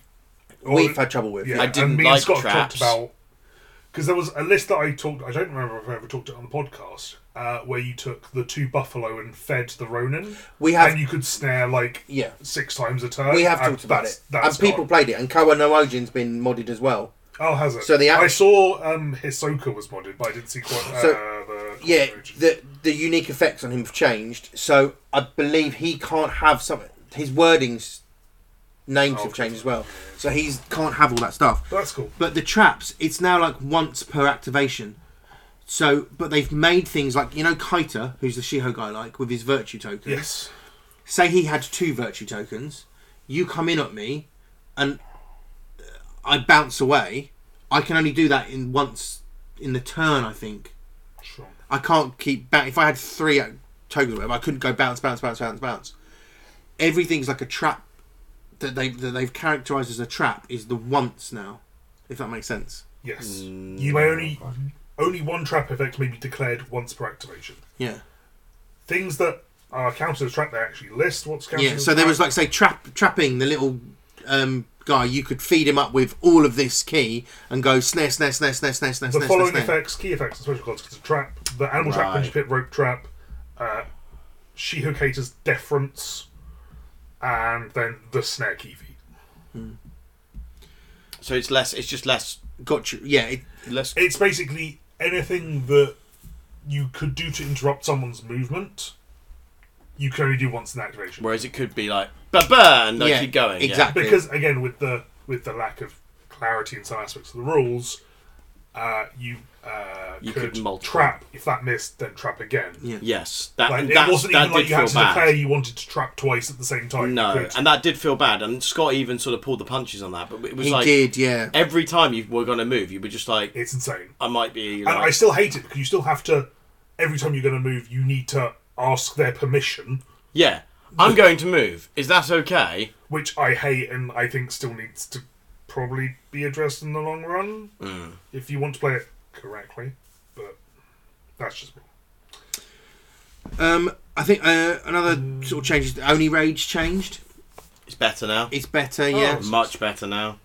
C: we've had trouble with.
E: Yeah,
B: I didn't
E: and me
B: like
E: and Scott have
B: traps.
E: talked about because there was a list that I talked. I don't remember if I ever talked it on the podcast uh, where you took the two buffalo and fed the Ronin.
C: We have-
E: and you could snare like
C: Yeah.
E: six times a turn.
C: We have
E: and
C: talked about
E: that's-
C: it,
E: that's
C: and people
E: gone.
C: played it, and Koa no Ojin's been modded as well.
E: Oh, has it?
C: So the act-
E: I saw um, Hisoka was modded, but I didn't see quite. Uh,
C: So-
E: the
C: Yeah,
E: configuration.
C: the the unique effects on him have changed. So I believe he can't have some his wordings names
E: Oh,
C: have changed as well. So he's can't have all that stuff.
E: that's cool.
C: But the traps, it's now like once per activation. So, but they've made things like you know Kaita, who's the Shiho guy, like with his virtue token.
E: Yes.
C: Say he had two virtue tokens. You come in at me, and uh, I bounce away. I can only do that in once in the turn. I think
E: Sure.
C: I can't keep back. If I had three uh, tokens, or whatever, I couldn't go bounce, bounce, bounce, bounce, bounce. Everything's like a trap that they that they've characterized as a trap is the once now, if that makes sense.
E: Yes.
C: Mm,
E: You may only only one trap effect may be declared once per activation.
C: Yeah.
E: Things that are counted as trap, they actually list what's counted.
C: Yeah,
E: as
C: so there
E: trap.
C: was like say trap trapping the little um, guy. You could feed him up with all of this key and go snare, snare, snare, snare, snare, snare, snare,
E: the
C: snare,
E: following
C: snare.
E: effects, key effects, and special consequences of trap: the animal trap,
B: Right.
E: punch pit, rope trap, uh, Shihokata's deference, and then the snare key feed.
B: So it's less. It's just less.
C: Got you. Yeah, it,
B: Less.
E: It's basically anything that you could do to interrupt someone's movement. You can only do once in activation
B: Whereas it could be like ba ba and like
C: yeah,
B: keep going. yeah.
C: exactly.
E: because, again, with the with the lack of clarity in some aspects of the rules, uh, you uh,
B: You
E: could,
B: could multiple.
E: trap if that missed, then trap again.
C: Yeah.
B: Yes. That
E: Like,
B: that,
E: it wasn't
B: that
E: even like
B: did
E: you had to
B: feel bad.
E: declare you wanted to trap twice at the same time.
B: No,
E: You could.
B: and that did feel bad. And Scott even sort of pulled the punches on that. But it was
C: he
B: like
C: did. Yeah,
B: every time you were going to move, you were just like,
E: it's insane.
B: I might be.
E: And I
B: Like,
E: still hate it because you still have to. Every time you're going to move, you need to ask their permission,
B: yeah, I'm going to move. Is that okay?
E: which I hate and I think still needs to probably be addressed in the long run
C: Mm.
E: if you want to play it correctly. But that's just me.
C: um, I think uh, another sort of change is the only rage changed.
B: It's better now.
C: It's better.
E: Oh.
C: Yeah,
B: much better now.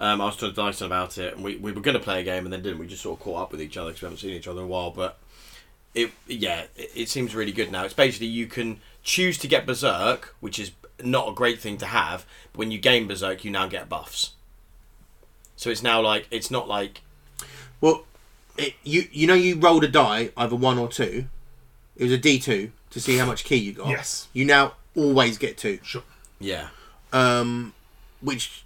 B: Um, I was talking to Dyson about it, and we, we were going to play a game, and then didn't. We just sort of caught up with each other because we haven't seen each other in a while. But it, yeah, it, it seems really good now. It's basically you can choose to get berserk, which is not a great thing to have. But when you gain berserk, you now get buffs. So it's now like it's not like
C: Well, it, you you know you rolled a die, either one or two. It was a D two to see how much key you got.
E: Yes.
C: You now always get two.
E: Sure.
B: yeah,
C: um, which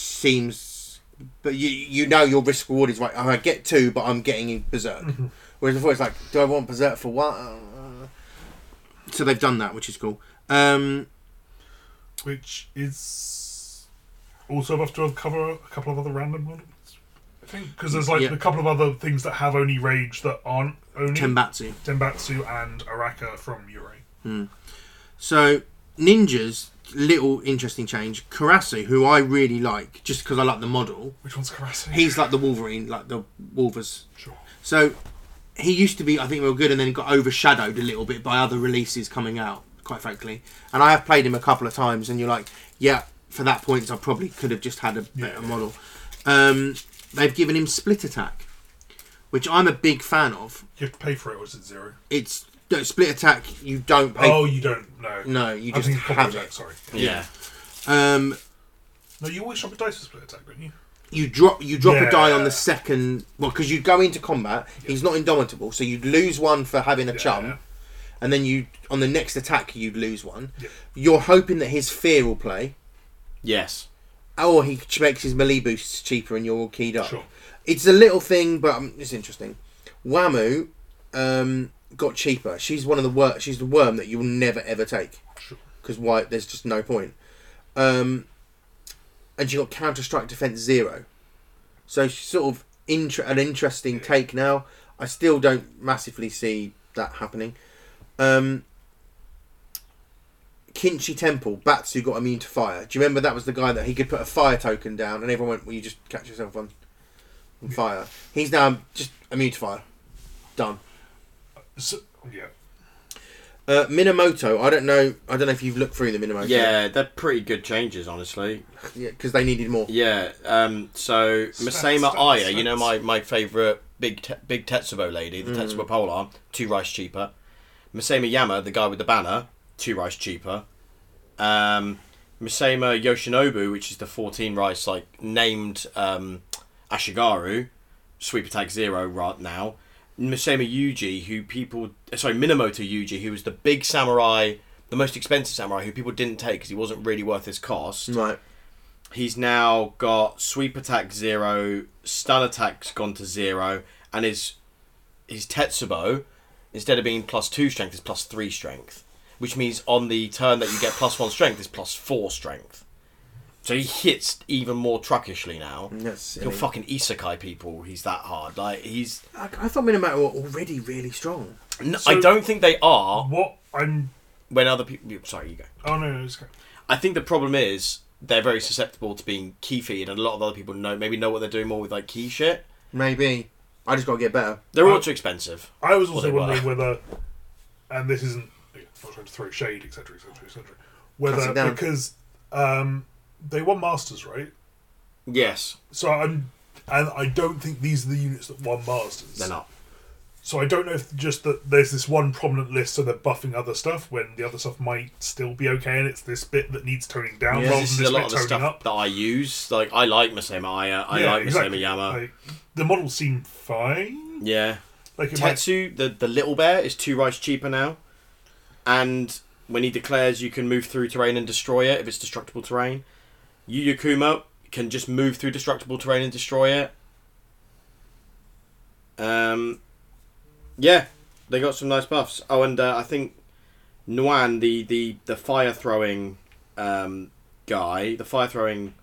C: seems. But you you know your risk reward is right. I get two, but I'm getting berserk. Whereas before it's like, do I want berserk for what? Uh, So they've done that, which is cool. Um,
E: Which is also enough to cover a couple of other random ones. I think because there's like
C: Yeah.
E: a couple of other things that have only rage that aren't only
C: Tenbatsu.
E: Tenbatsu and Araka from Yurei.
C: So ninjas, little interesting change. Karasu, who I really like, just because I like the model.
E: Which one's Karasi?
C: He's like the Wolverine, like the Wolvers
E: Sure.
C: So he used to be, I think, real good, and then got overshadowed a little bit by other releases coming out. Quite frankly, and I have played him a couple of times, and you're like, yeah, for that point, I probably could have just had a better model. Um, they've given him split attack, which I'm a big fan of.
E: You have to pay for it, or is it zero?
C: It's no, split attack. You don't pay.
E: oh, you don't know.
C: No, you
E: I was
C: just
E: thinking
C: have
E: proper
C: it.
E: attack, sorry.
B: yeah.
C: Um,
E: No, you always drop a dice for split attack, don't you?
C: you drop you drop a die on
E: Yeah.
C: the second well because you go into combat he's not indomitable so you'd lose one for having a
E: Yeah.
C: chum and then you on the next attack you'd lose one
E: Yeah.
C: you're hoping that his fear will play
B: yes.
C: or Oh, he ch- makes his melee boosts cheaper and you're all keyed up
E: Sure.
C: it's a little thing but um, it's interesting wamu um, got cheaper. She's one of the wor- She's the worm that you'll never ever take
E: Sure.
C: because why? There's just no point. Um, and she got Counter Strike Defense Zero, so she's sort of inter- an interesting take now. I still don't massively see that happening. Um, Kinchi Temple, Batsu got immune to fire. Do you remember that was the guy that he could put a fire token down and everyone went, Well, you just catch yourself on, on fire. He's now just immune to fire. Done.
E: So, yeah.
C: Uh, Minamoto, I don't know. I don't know if you've looked through the Minamoto.
B: Yeah, they're pretty good changes, honestly.
C: because they needed more.
B: Yeah. Um. So Masema
E: stats,
B: Aya, you know
E: stats.
B: my my favorite big te- big Tetsubo lady, the Tetsubo polearm, two rice cheaper. Masema Yama, the guy with the banner, two rice cheaper. Um, Masema Yoshinobu, which is the fourteen rice like named um, Ashigaru, sweep attack zero right now. Masema Yuji, who people sorry Minamoto Yuji, who was the big samurai, the most expensive samurai, who people didn't take because he wasn't really worth his cost.
C: Right.
B: He's now got sweep attack zero, stun attack's gone to zero, and his his Tetsubo, instead of being plus two strength, is plus three strength. Which means on the turn that you get plus one strength is plus four strength. So he hits even more truckishly now.
C: That's silly.
B: You're fucking isekai people, he's that hard. Like he's
C: I, I thought Minamoto were already really strong.
B: n I
E: So-
B: don't think they are
E: What I'm.
B: when other people sorry, you go.
E: Oh no, no, it's okay.
B: I think the problem is they're very susceptible to being key feed and a lot of other people know maybe know what they're doing more with like key shit.
C: Maybe. I just got to get better.
B: They're all
E: Um,
B: too expensive.
E: I was
B: Well,
E: also
B: they were.
E: wondering whether, and this isn't, I'm not trying to throw shade, etc., etc., etc.,
C: Pass
E: whether
C: it down.
E: because um, they won masters, right?
B: Yes,
E: So I'm, and I don't think these are the units that won masters.
B: they're not.
E: So I don't know if just that there's this one prominent list, so they're buffing other stuff when the other stuff might still be okay, and it's this bit that needs toning down rather than
B: This
E: this
B: is a lot
E: bit
B: of the
E: toning
B: stuff
E: up.
B: that I use. Like I like Masema Aya, I like Masema Yama.
E: Like, the models seem fine.
B: yeah,
E: Like it might,
B: Tetsu, the the little bear is two rice cheaper now, and when he declares, you can move through terrain and destroy it if it's destructible terrain. Yu Yukuma can just move through destructible terrain and destroy it. Um, yeah, they got some nice buffs. Oh, and uh, I think Nguyen, the the the fire throwing um, guy, the fire throwing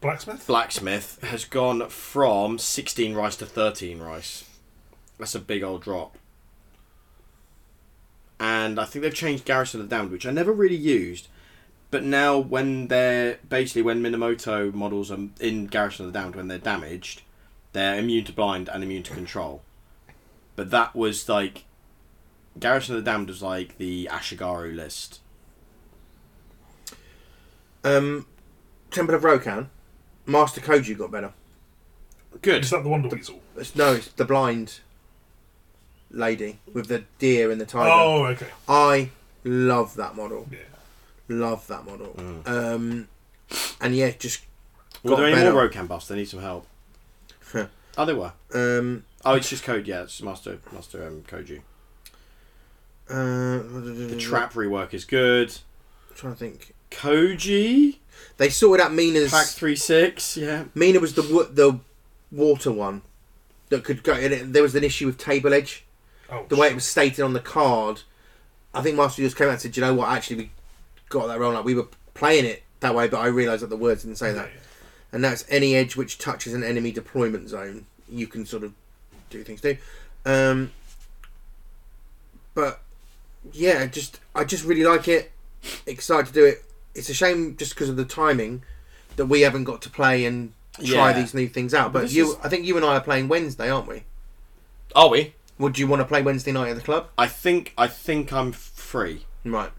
E: blacksmith.
B: blacksmith has gone from 16 rice to 13 rice. That's a big old drop. And I think they've changed Garrison of the Damned, which I never really used. But now, when they're basically when Minamoto models are in Garrison of the Damned, when they're damaged, they're immune to blind and immune to control. But that was like Garrison of the Damned was like the Ashigaru list.
C: Um, Temple of Rokan, Master Koju got better.
B: Good.
E: Is that the Wonder Weasel?
C: It's, no, it's the blind lady with the deer and the tiger.
E: Oh, okay.
C: I love that model.
E: Yeah.
C: Love that model. Um, and yeah, just
B: Were
C: got
B: there any
C: better.
B: more Rokan buffs? They need some help. oh, there were.
C: um,
B: Oh, it's just code. Yeah, it's Master Master um, Koji.
C: uh,
B: The trap rework is good.
C: trying to think.
B: Koji
C: They sorted out Mina's.
B: pack three six. Yeah,
C: Mina was the wa- the water one that could go. And it, there was an issue with table edge.
E: Oh,
C: the way it was stated on the card, I think Master just came out and said, "Do you know what? Actually, we got that wrong. Like we were playing it that way, but I realised that the words didn't say that."
E: Yeah, yeah.
C: And that's any edge which touches an enemy deployment zone. You can sort of do things too. Um, but yeah, just I just really like it. Excited to do it. It's a shame just because of the timing that we haven't got to play and try
B: Yeah.
C: these new things out. But
B: But this
C: you,
B: is-
C: I think you and I are playing Wednesday, aren't we?
B: are we?
C: Would you want to play Wednesday night at the club?
B: I think I think I'm free.
C: Right.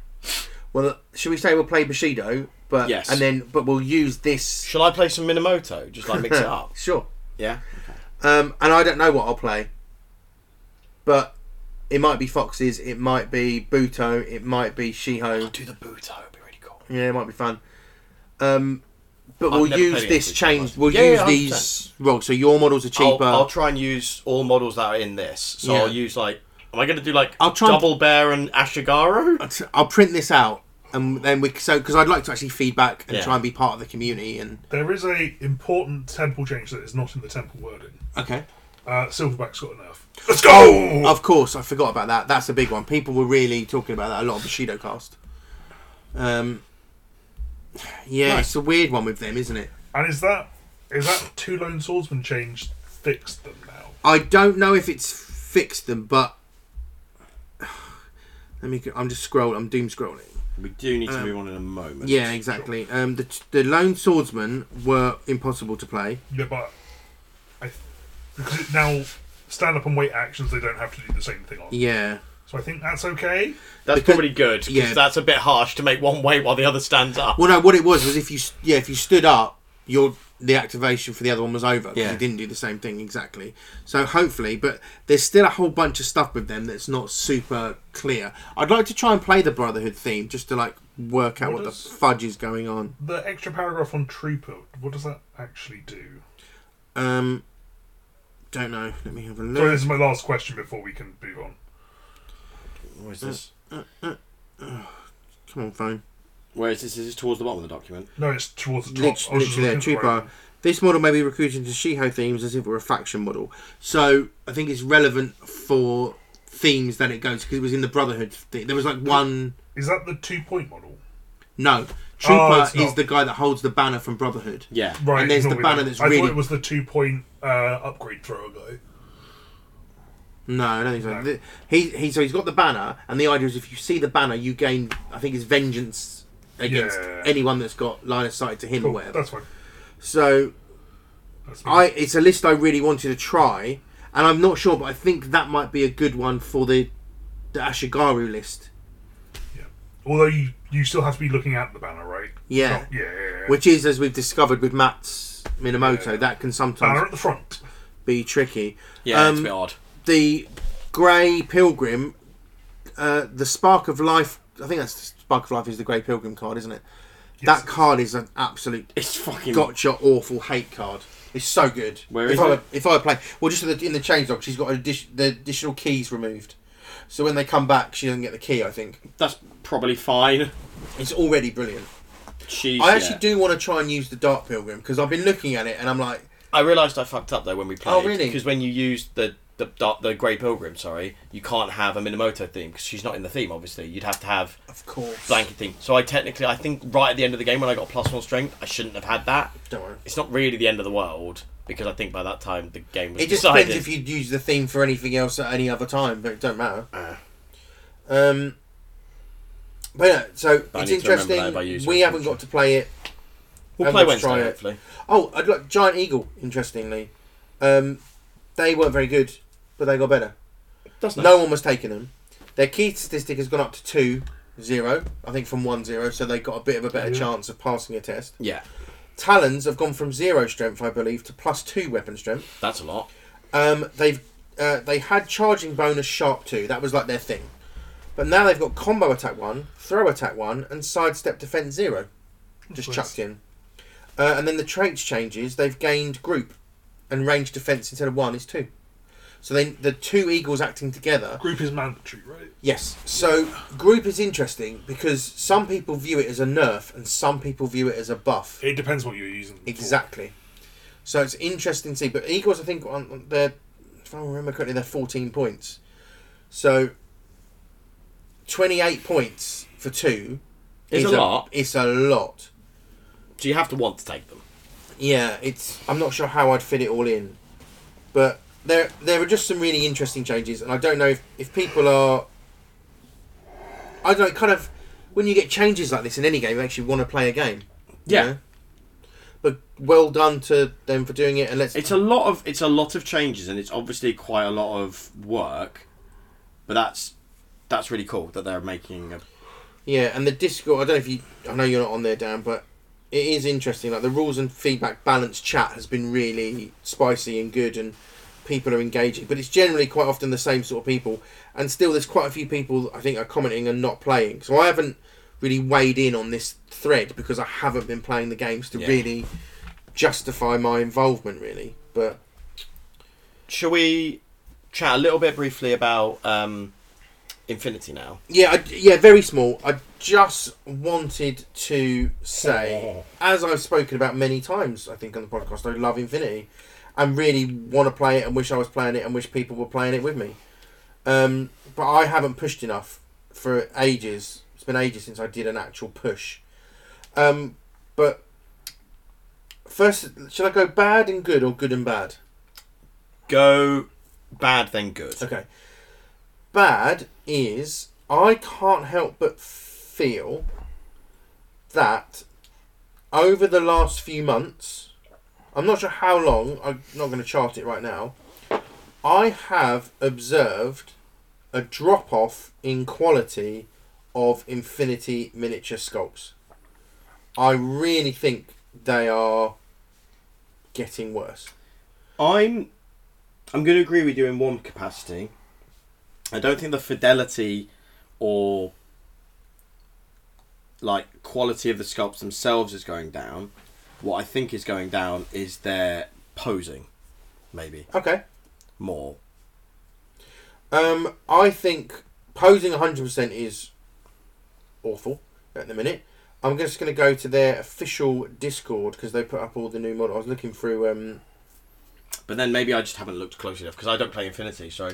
C: Well, should we say we'll play Bushido, but
B: Yes.
C: and then but we'll use this.
B: Shall I play some Minamoto? Just like mix it up.
C: Sure.
B: Yeah.
C: Um, and I don't know what I'll play, but it might be Foxes, it might be Buto, it might be Shiho.
B: Do the Buto. It'd be really cool.
C: Yeah, it might be fun. Um, but
B: I've
C: we'll
B: never
C: use
B: played
C: this
B: against Buto
C: change.
B: much.
C: We'll
B: Yeah,
C: use
B: yeah,
C: these rules. So your models are cheaper.
B: I'll, I'll try and use all models that are in this. So
C: Yeah.
B: I'll use like. Am I going to do like
C: I'll try and-
B: double bear and Ashigaru?
C: I'll, print this out, and then we so because I'd like to actually feedback and
B: Yeah.
C: try and be part of the community. And
E: There is a important temple change that is not in the temple wording.
C: okay,
E: Uh, Silverback's got enough. Let's go!
C: Of course, I forgot about that. That's a big one. People were really talking about that a lot. Bushido cast. Um, yeah, it's a weird one with them, isn't it?
E: And is that is that two lone swordsman change fixed them now?
C: I don't know if it's fixed them, but let me. go- I'm just scrolling. I'm doom scrolling.
B: We do need to
C: Um,
B: move on in a moment.
C: Yeah, exactly. Um, the the lone swordsmen were impossible to play.
E: Yeah, but I th- because it now stand up and wait actions, they don't have to do the same thing on.
C: Yeah,
E: So I think that's okay.
B: That's
C: Because-
B: probably good because
C: yeah.
B: that's a bit harsh to make one wait while the other stands up.
C: Well, no, what it was was if you s- yeah if you stood up, your the activation for the other one was over. 'cause
D: Yeah.
C: You didn't do the same thing exactly. So hopefully, but there's still a whole bunch of stuff with them that's not super clear. I'd like to try and play the Brotherhood theme just to like work out what,
E: What
C: the
E: does-
C: fudge is going on.
E: The extra paragraph on Trooper, what does that actually do?
C: Um, don't know. Let me have a
E: Sorry,
C: look.
E: this is my last question before we can move on.
B: Where is this?
C: Come on, phone.
B: Where is this? Is this towards the bottom of the document?
E: No, it's towards the top.
C: Lit-
E: I was just
C: literally, there,
E: looking at the
C: Trooper.
E: right-
C: This model may be recruited to Shiho themes as if it were a faction model. So I think it's relevant for themes that it goes because it was in the Brotherhood. Thing. There was like one.
E: Is that the two point model?
C: No, Trooper
E: Oh, it's
C: is
E: not.
C: the guy that holds the banner from Brotherhood.
B: Yeah.
E: Right.
C: there's the
E: normally
C: banner
E: that-
C: that's
E: I
C: really-
E: thought it was the two point uh, upgrade thrower guy.
C: No, I don't think so.
E: No.
C: The- He, he so he's got the banner, and the idea is if you see the banner, you gain. I think it's vengeance against
E: Yeah.
C: anyone that's got line of sight to him or
E: Cool,
C: whatever.
E: that's fine.
C: So
E: That's fine.
C: I it's a list I really wanted to try, and I'm not sure, but I think that might be a good one for the the Ashigaru list,
E: Although you you still have to be looking at the banner, right?
C: Yeah.
E: Oh, yeah. yeah, yeah.
C: which is as we've discovered with Matt's Minamoto,
E: Yeah. Uh-huh.
C: that can sometimes
E: banner at the front.
C: be tricky.
B: Yeah, it's
C: Um,
B: a bit odd.
C: the Grey Pilgrim, uh, the Spark of Life. I think that's Spark of Life is the Grey Pilgrim card, isn't it?
E: Yes.
C: That card is an absolute
B: It's fucking.
C: gotcha, awful hate card. It's so good.
B: Where
C: if
B: is
C: I
B: it?
C: were- if I were playing, well, just in the, in the change log, she's got addi- the additional keys removed. So when they come back, she doesn't get the key. I think
B: That's probably fine.
C: it's already brilliant.
B: Jeez,
C: I actually
B: yeah.
C: do want to try and use the Dark Pilgrim because I've been looking at it and I'm like,
B: I realised I fucked up though when we played.
C: Oh, really?
B: Because when you used the the dark, the Grey Pilgrim, sorry, you can't have a Minamoto theme because she's not in the theme. Obviously, you'd have to have
C: of course,
B: blanket theme. So I technically, I think right at the end of the game when I got plus one strength, I shouldn't have had that.
C: Don't worry.
B: It's not really the end of the world because I think by that time the game was
C: It just
B: decided.
C: depends if you'd use the theme for anything else at any other time, but it don't matter.
B: Ah.
C: Um, but yeah, so
B: I
C: it's
B: need to remember
C: interesting.
B: that if I use
C: We
B: it,
C: haven't got to play it.
B: we'll
C: and
B: play
C: let's
B: Wednesday,
C: try it.
B: hopefully.
C: Oh, I'd like Giant Eagle. Interestingly, um, they weren't very good, but they got better.
B: That's
C: No one was taking them. Their key statistic has gone up to two zero, I think, from one zero. So they got a bit of a better
E: Yeah.
C: chance of passing a test.
B: Yeah,
C: Talons have gone from zero strength, I believe, to plus two weapon strength.
B: that's a lot.
C: Um, they've uh, they had charging bonus sharp two. That was like their thing. But now they've got combo attack one, throw attack one, and sidestep defense zero. Just
E: Nice.
C: chucked in. Uh, and then the traits changes. They've gained group, and range defense instead of one is two. So then the two eagles acting together.
E: Group is mandatory, right?
C: Yes. So group is interesting because some people view it as a nerf and some people view it as a buff.
E: It depends what you're using. them for.
C: Exactly. So it's interesting to see. But Eagles, I think, on- on they're, if I remember correctly, they're 14 points. So 28 points for two
B: It's
C: is
B: a lot.
C: It's a lot.
B: So you have to want to take them.
C: Yeah, it's. I'm not sure how I'd fit it all in, but there there are just some really interesting changes, and I don't know if, if people are. I don't know, kind of when you get changes like this in any game, it makes you want to play a game. you
B: Yeah.
C: know? But well done to them for doing it, and let's
B: It's a lot of it's a lot of changes, and it's obviously quite a lot of work. But that's that's really cool that they're making. A,
C: Yeah, and the Discord. I don't know if you. I know you're not on there, Dan, but it is interesting. Like the rules and feedback balance chat has been really spicy and good, and people are engaging. But it's generally quite often the same sort of people, and still there's quite a few people that I think are commenting and not playing. So I haven't really weighed in on this thread because I haven't been playing the games to
B: Yeah.
C: really justify my involvement, really. But
B: shall we chat a little bit briefly about um, Infinity now?
C: Yeah, I, yeah, very small. I just wanted to say, as I've spoken about many times, I think on the podcast, I love Infinity, and really want to play it and wish I was playing it and wish people were playing it with me. Um, but I haven't pushed enough for ages. It's been ages since I did an actual push. Um, but first, should I go bad and good or good and bad?
B: Go bad, then good.
C: Okay. Bad is I can't help but feel that over the last few months, I'm not sure how long, I'm not going to chart it right now, I have observed a drop off in quality of Infinity miniature sculpts. I really think they are getting worse.
B: I'm I'm going to agree with you in one capacity. I don't think the fidelity or like quality of the sculpts themselves is going down. What I think is going down is their posing, maybe
C: Okay.
B: more.
C: Um, I think posing 100% is awful at the minute. I'm just going to go to their official Discord because they put up all the new models. I was looking through. Um,
B: But then maybe I just haven't looked closely enough because I don't play Infinity, so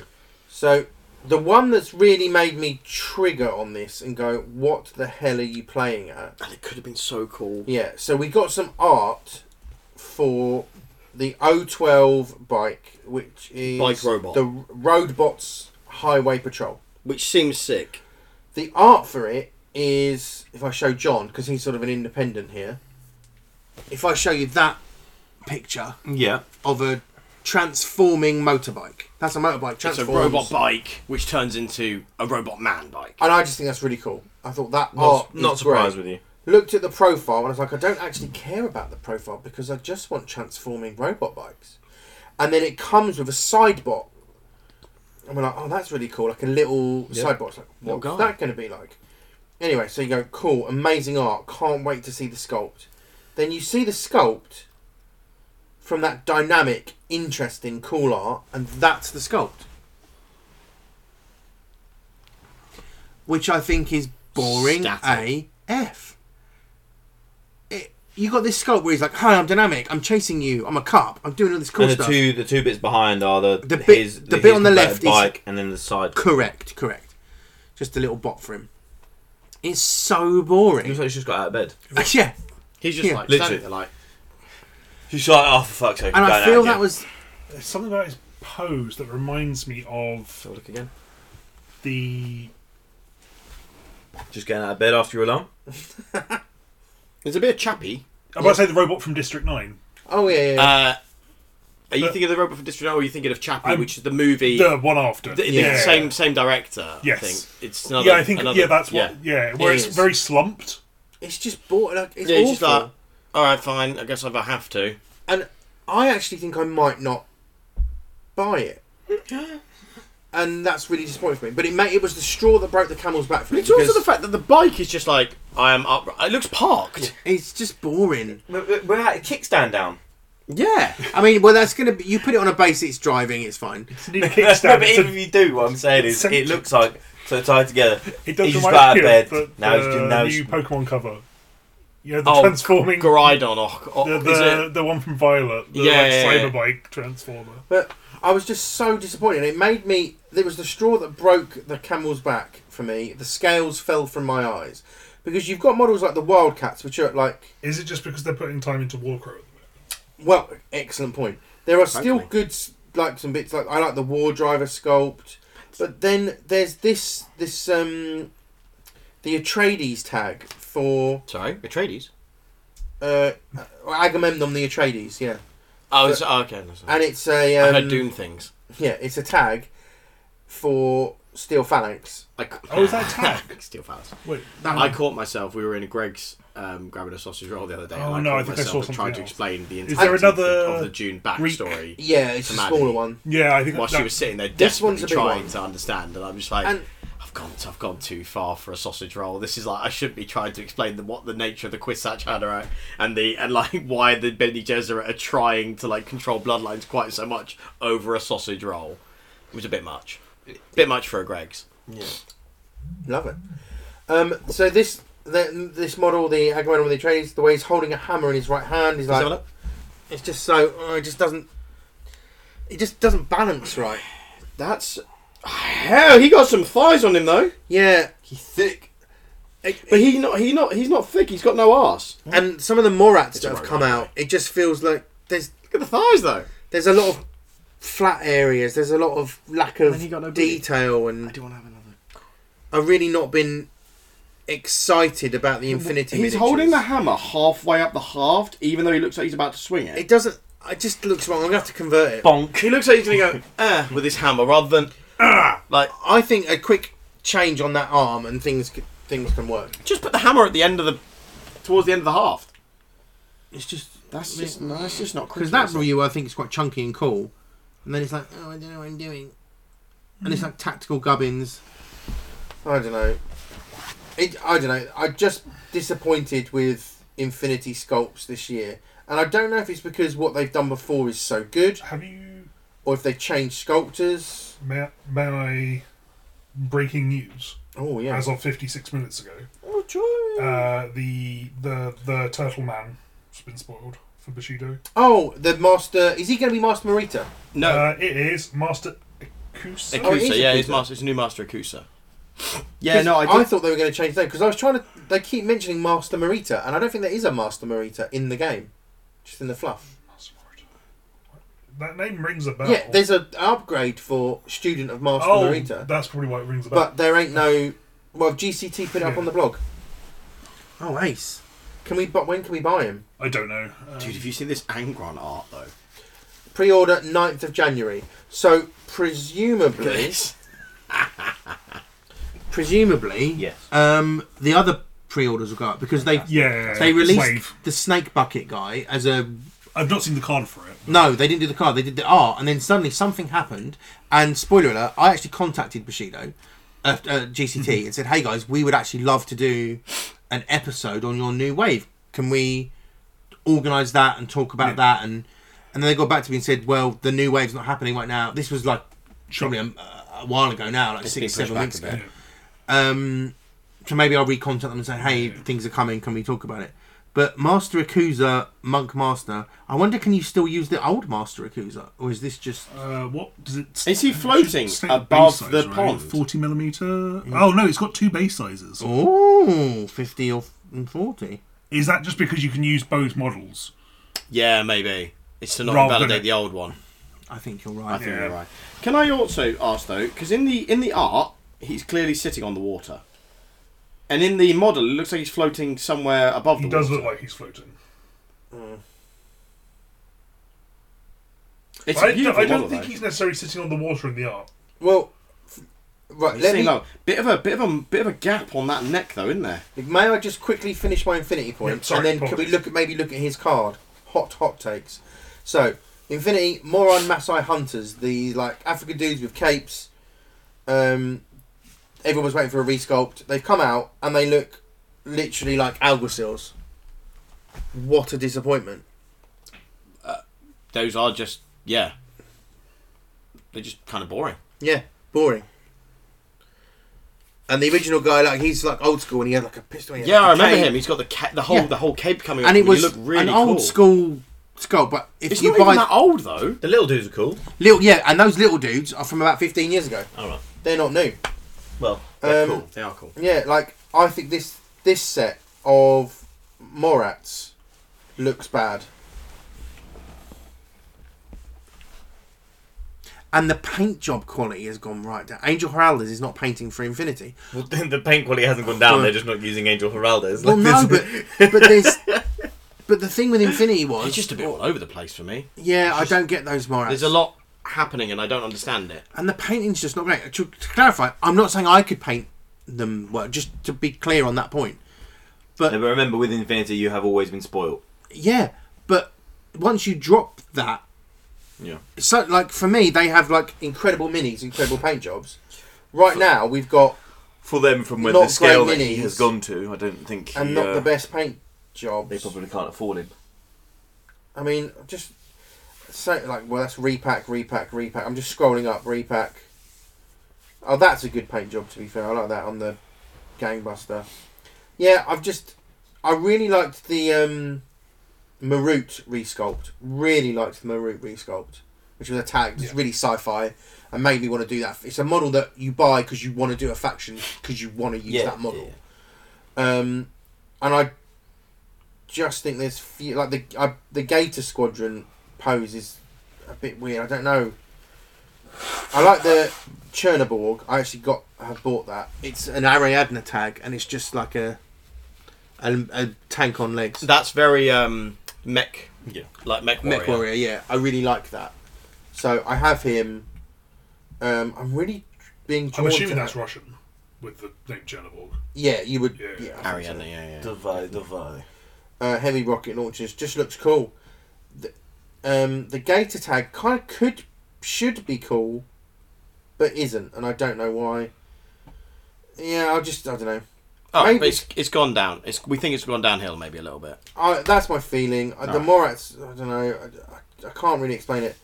C: so the one that's really made me trigger on this and go, "What the hell are you playing at?"
B: and it could have been so cool.
C: Yeah. So we got some art for the O12 bike, which is
B: Bike robot.
C: the Roadbots Highway Patrol.
B: Which seems sick.
C: The art for it is if I show John because he's sort of an independent here. If I show you that picture
G: Yeah.
C: of a transforming motorbike, that's a motorbike.
B: It's a
C: Transforms,
B: robot bike which turns into a robot man bike.
C: and I just think that's really cool. I thought that
D: Not,
C: art
D: not
C: is great.
D: surprised with you.
C: Looked at the profile and I was like, I don't actually care about the profile because I just want transforming robot bikes. And then it comes with a side bot. And we're like, oh, that's really cool. Like a little side bot. It's like,
B: What
C: what's
B: guy?
C: that going to be like? Anyway, so you go, cool, amazing art. Can't wait to see the sculpt. Then you see the sculpt from that dynamic, interesting, cool art, and that's the sculpt. Which I think is boring
B: Static.
C: AF. It, you got this sculpt where he's like, hi, I'm dynamic, I'm chasing you, I'm a cop, I'm doing all this cool
D: and the
C: stuff.
D: two the two bits behind are the
C: The bit-
D: his-
C: the
D: his
C: bit on the
D: converted
C: left is-
D: bike and then the side.
C: Correct, correct. Just a little bot for him. It's so boring.
D: Looks like she just got out of bed.
C: yeah,
B: He's just
C: Yeah.
B: like
D: Literally.
B: standing there like
D: She's like, oh for fuck's sake!
C: and I
D: don't
C: feel
D: know,
C: that
D: yeah.
C: was
E: There's something about his pose that reminds me of
D: Have a look again.
E: the
D: Just getting out of bed after your alarm.
B: It's a bit chappy.
E: I'm about to say the robot from District Nine.
C: Oh yeah, yeah, yeah.
B: Uh, are you
E: But-
B: thinking of the robot from District Nine, or are you thinking of Chappie,
E: I'm-
B: which is the movie?
E: The one after.
B: the, the
C: yeah.
B: same same director.
E: Yes.
B: I think it's another.
E: yeah, I think
B: another-
E: yeah, that's what
B: Yeah,
E: yeah, where
C: It
E: it's
C: is.
E: very slumped.
C: it's just boring. Like, it's
B: Yeah,
C: awful.
B: it's just like, all right, fine. I guess if I have to.
C: and I actually think I might not buy it. And that's really disappointing for me. But it may, it was the straw that broke the camel's back for me.
B: It's also
C: because
B: the fact that the bike is just like I am up. It looks parked.
C: it's just boring.
D: We're, we're- we're at a kickstand down.
B: Yeah.
C: I mean, well, that's gonna be. You put it on a base, it's driving, it's fine.
E: It's need a
D: no,
E: kickstand.
D: but
E: It's
D: even if
E: a-
D: you do, what I'm saying is,
E: Eccentric.
D: it looks like so tied together.
E: It does
D: He's just
E: remind
D: got out
E: me
D: of bed.
E: of the,
D: Now he's
E: the
C: uh,
D: doing- now he's-
E: new Pokemon cover. Yeah, the
B: Oh,
E: transforming
B: Gridon or, or
E: the,
B: oh, is
E: the,
B: it?
E: the one from Violet, the
B: Yeah,
E: like,
B: yeah, yeah.
E: cyberbike transformer.
C: But I was just so disappointed. It made me. It was the straw that broke the camel's back for me. The scales fell from my eyes because you've got models like the Wildcats, which are like
E: Is it just because they're putting time into Warcrow?
C: Well, excellent point. There are still
B: Hopefully.
C: good s- like some bits like I like the War Driver sculpt, but then there's this this um the Atreides tag for
B: Sorry, Atreides.
C: uh Agamemnon the Atreides, yeah,
B: Oh, it's, oh okay. that's
C: and it's a
B: I
C: um,
B: heard Dune things.
C: yeah, it's a tag for Steel Phalanx.
B: I,
E: Oh, is that tag?
B: Steel fast.
E: Wait,
B: I caught myself. We were in Greg's um, grabbing a sausage roll the other day.
E: Oh,
B: and I
E: no, I
B: caught
E: think I
B: myself
E: saw
B: and trying
E: something
B: to
E: else.
B: explain the
E: Is
B: entirety
E: there another
B: of the June
E: Greek-
B: backstory
C: Yeah, it's a
B: Tamadi.
C: smaller one.
E: yeah, I think
B: while
E: that,
B: she was sitting there
C: This one's
B: desperately
C: a big
B: trying
C: one.
B: to understand, and I'm just like,
C: And-
B: I've gone, I've gone too far for a sausage roll. This is like I shouldn't be trying to explain the, what the nature of the Quisatch Haderach and the and like why the Bene Gesserit are trying to like control bloodlines quite so much over a sausage roll. It was a bit much, bit much for a Greg's.
C: Love it. Um, so this the, this model, the Agamemnon with the Atreides, the way he's holding a hammer in his right hand, he's like
B: Let's have a look.
C: It's just so uh, oh, it just doesn't It just doesn't balance right.
B: That's hell. He got some thighs on him though,
C: Yeah,
D: He's thick.
B: but he not he not he's not thick. He's got no ass.
C: and some of the Morats
B: a
C: that have
B: rogue
C: come out, it just feels like there's
B: Look at the thighs though.
C: there's a lot of flat areas. There's a lot of lack
B: then he
C: of
B: got no booty.
C: detail, and
B: do want to have another.
C: I've really not been excited about the Infinity.
B: He's
C: miniatures.
B: holding the hammer halfway up the halved, even though he looks like he's about to swing it.
C: It doesn't. It just looks wrong. I'm gonna have to convert it.
D: Bonk.
B: He looks like he's gonna go eh, with his hammer rather than ah. Like
C: I think a quick change on that arm and things c- things can work.
B: just put the hammer at the end of the towards the end of the halved.
C: It's just
B: That's just no, that's just not
C: because
B: Christmas.
C: that Ryu I think is quite chunky and cool, and then it's like oh I don't know what I'm doing, and
B: Hmm.
C: it's like tactical gubbins. I don't know. It, I don't know. I'm just disappointed with Infinity sculpts this year, and I don't know if it's because what they've done before is so good,
E: Have you
C: or if they changed sculptors.
E: may, may I breaking news
C: Oh yeah.
E: as of 56 minutes ago?
B: Oh, joy.
E: Uh, the the the turtle man has been spoiled for Bushido.
C: Oh, the master. Is he going to be Master Marita?
B: no,
E: Uh, it is Master Akusa.
B: Akusa,
C: Oh, it is
B: yeah, it's
C: Akusa.
B: master. It's a new master Akusa. Yeah, no, I did.
C: thought they were going to change that because I was trying to. They keep mentioning Master Marita, and I don't think there is a Master Marita in the game, just in the fluff.
E: Master Morita. That name rings a bell.
C: Yeah, there's a an upgrade for Student of Master
E: oh,
C: Marita,
E: that's probably why it rings a bell.
C: but there ain't no. Well, GCT put it up
E: Yeah.
C: on the blog. Oh, ace. Can we? But when can we buy him?
E: I don't know. Um,
B: Dude, have you seen this Angron art though?
C: Pre-order 9th of January. So
B: Look at
C: presumably,
B: this.
C: presumably,
D: Yes.
C: Um, the other pre-orders will go up because they
E: yeah,
C: they released
E: Slave.
C: the Snake Bucket guy as a
E: I've not seen the card for it.
C: No, they didn't do the card. They did the art, and then suddenly something happened. And spoiler alert: I actually contacted Bushido, uh, uh, GCT, and said, "Hey guys, we would actually love to do an episode on your new wave. Can we organise that and talk about that?" And and then they got back to me and said, "Well, the new wave's not happening right now. This was like probably a, a while ago now, like
B: It's been
C: six,
B: pushed
C: seven
B: back
C: weeks
B: a
C: ago."
B: bit.
C: Um, so maybe I'll recontact them and say, "Hey, things are coming. Can we talk about it?" But Master Accuser, Monk Master, I wonder can you still use the old Master Accuser, or is this just?
E: Uh, what does it?
B: Is he floating
E: It's got
B: above
E: base size,
B: the
E: right?
B: pond? Mm.
E: Forty millimeter. Oh no, it's got two base sizes.
C: Oh, 50 or f- and 40.
E: Is that just because you can use both models?
B: Yeah, maybe. It's to not
E: Rather than
B: invalidate
E: it-
B: the old one.
C: I think you're
B: I
C: right.
B: think
E: Yeah.
B: you're right. Can I also ask though, because in the in the art, he's clearly sitting on the water, and in the model, it looks like he's floating somewhere above
E: He
B: the
E: does
B: water.
E: look like he's floating.
B: It's a
E: I don't,
B: beautiful
E: I don't
B: model,
E: think
B: though.
E: he's necessarily sitting on the water in the art.
C: Well, f- right.
B: He's
C: let
B: sitting
C: me.
B: up. Bit of a bit of a bit of a gap on that neck though, isn't there?
C: May I just quickly finish my Infinity point,
E: Yeah, sorry,
C: and then could we
E: apologies.
C: look at maybe look at his card? Hot, hot takes. So, Infinity Moron Maasai Hunters, the like African dudes with capes. Um, everyone was waiting for a resculpt. They've come out and they look literally like alguacils. What a disappointment!
B: Those are just yeah. They're just kind of boring.
C: Yeah, boring. And the original guy, like he's like old school, and he had like a pistol. he had,
B: Yeah,
C: like,
B: I
C: a
B: remember
C: cane.
B: him. He's got the ca- the whole
C: Yeah.
B: the whole cape coming.
C: and
B: off
C: it
B: him.
C: was
B: he looked really
C: an
B: cool.
C: old school skull. But if
B: It's
C: you
B: not
C: buy
B: even that old though.
D: The little dudes are cool.
C: little, yeah, and those little dudes are from about fifteen years ago.
D: All right.
C: They're not new.
D: Well,
C: Um,
B: They are cool.
C: Yeah, like I think this this set of Morats looks bad. And the paint job quality has gone right down. Angel Heralders is not painting for Infinity.
D: well, the paint quality hasn't gone down. They're just not using Angel Heraldez.
C: Well, no, but but there's but the thing with Infinity was
B: It's just a bit all over the place for me.
C: Yeah, I don't get those Morats.
B: There's a lot happening, and I don't understand it.
C: and the painting's just not great. To, to clarify, I'm not saying I could paint them well. Just to be clear on that point.
D: No, but remember, with Infinity, you have always been spoiled.
C: Yeah, but once you drop that,
D: Yeah.
C: So, like for me, they have like incredible minis, incredible paint jobs. Right now, we've got
D: For them, from where
C: Not
D: the scale
C: great
D: that he
C: minis.
D: has gone to, I don't think
C: and
D: he,
C: not
D: uh,
C: the best paint jobs.
D: They probably can't afford him.
C: I mean, just say like, well, that's repack, repack, repack. I'm just scrolling up, repack. Oh, that's a good paint job. To be fair, I like that on the gangbuster. Yeah, I've just, I really liked the um, Marut resculpt. Really liked the Marut resculpt. which was a tag. It's
E: Yeah.
C: really sci-fi and made me want to do that. It's a model that you buy because you want to do a faction because you want to use
D: Yeah,
C: that model. Um, and I just think there's few, like the I, the Gator Squadron pose is a bit weird. I don't know. I like the Chernoborg. I actually got have bought that. It's an Ariadne tag, and it's just like a a, a tank on legs.
B: That's very um, mech.
G: Yeah.
B: Like mech warrior.
C: Mech Warrior, yeah, I really like that. So I have him. Um, I'm really being
E: I'm
C: drawn to
E: assuming
C: that.
E: that's Russian with the name Chernobyl.
C: Yeah, you would.
E: Yeah.
C: Yeah, I think so.
B: Ariadne, yeah, yeah.
D: Divide, divide.
C: Uh, heavy rocket launchers just looks cool. The, um, the Gator tag kind of could should be cool, but isn't, and I don't know why. Yeah, I just I don't know.
B: Oh,
C: Maybe-
B: but it's, it's gone down. It's we think it's gone downhill maybe a little bit.
C: I, that's my feeling. I The
B: Alright.
C: more it's, I don't know, I, I, I can't really explain it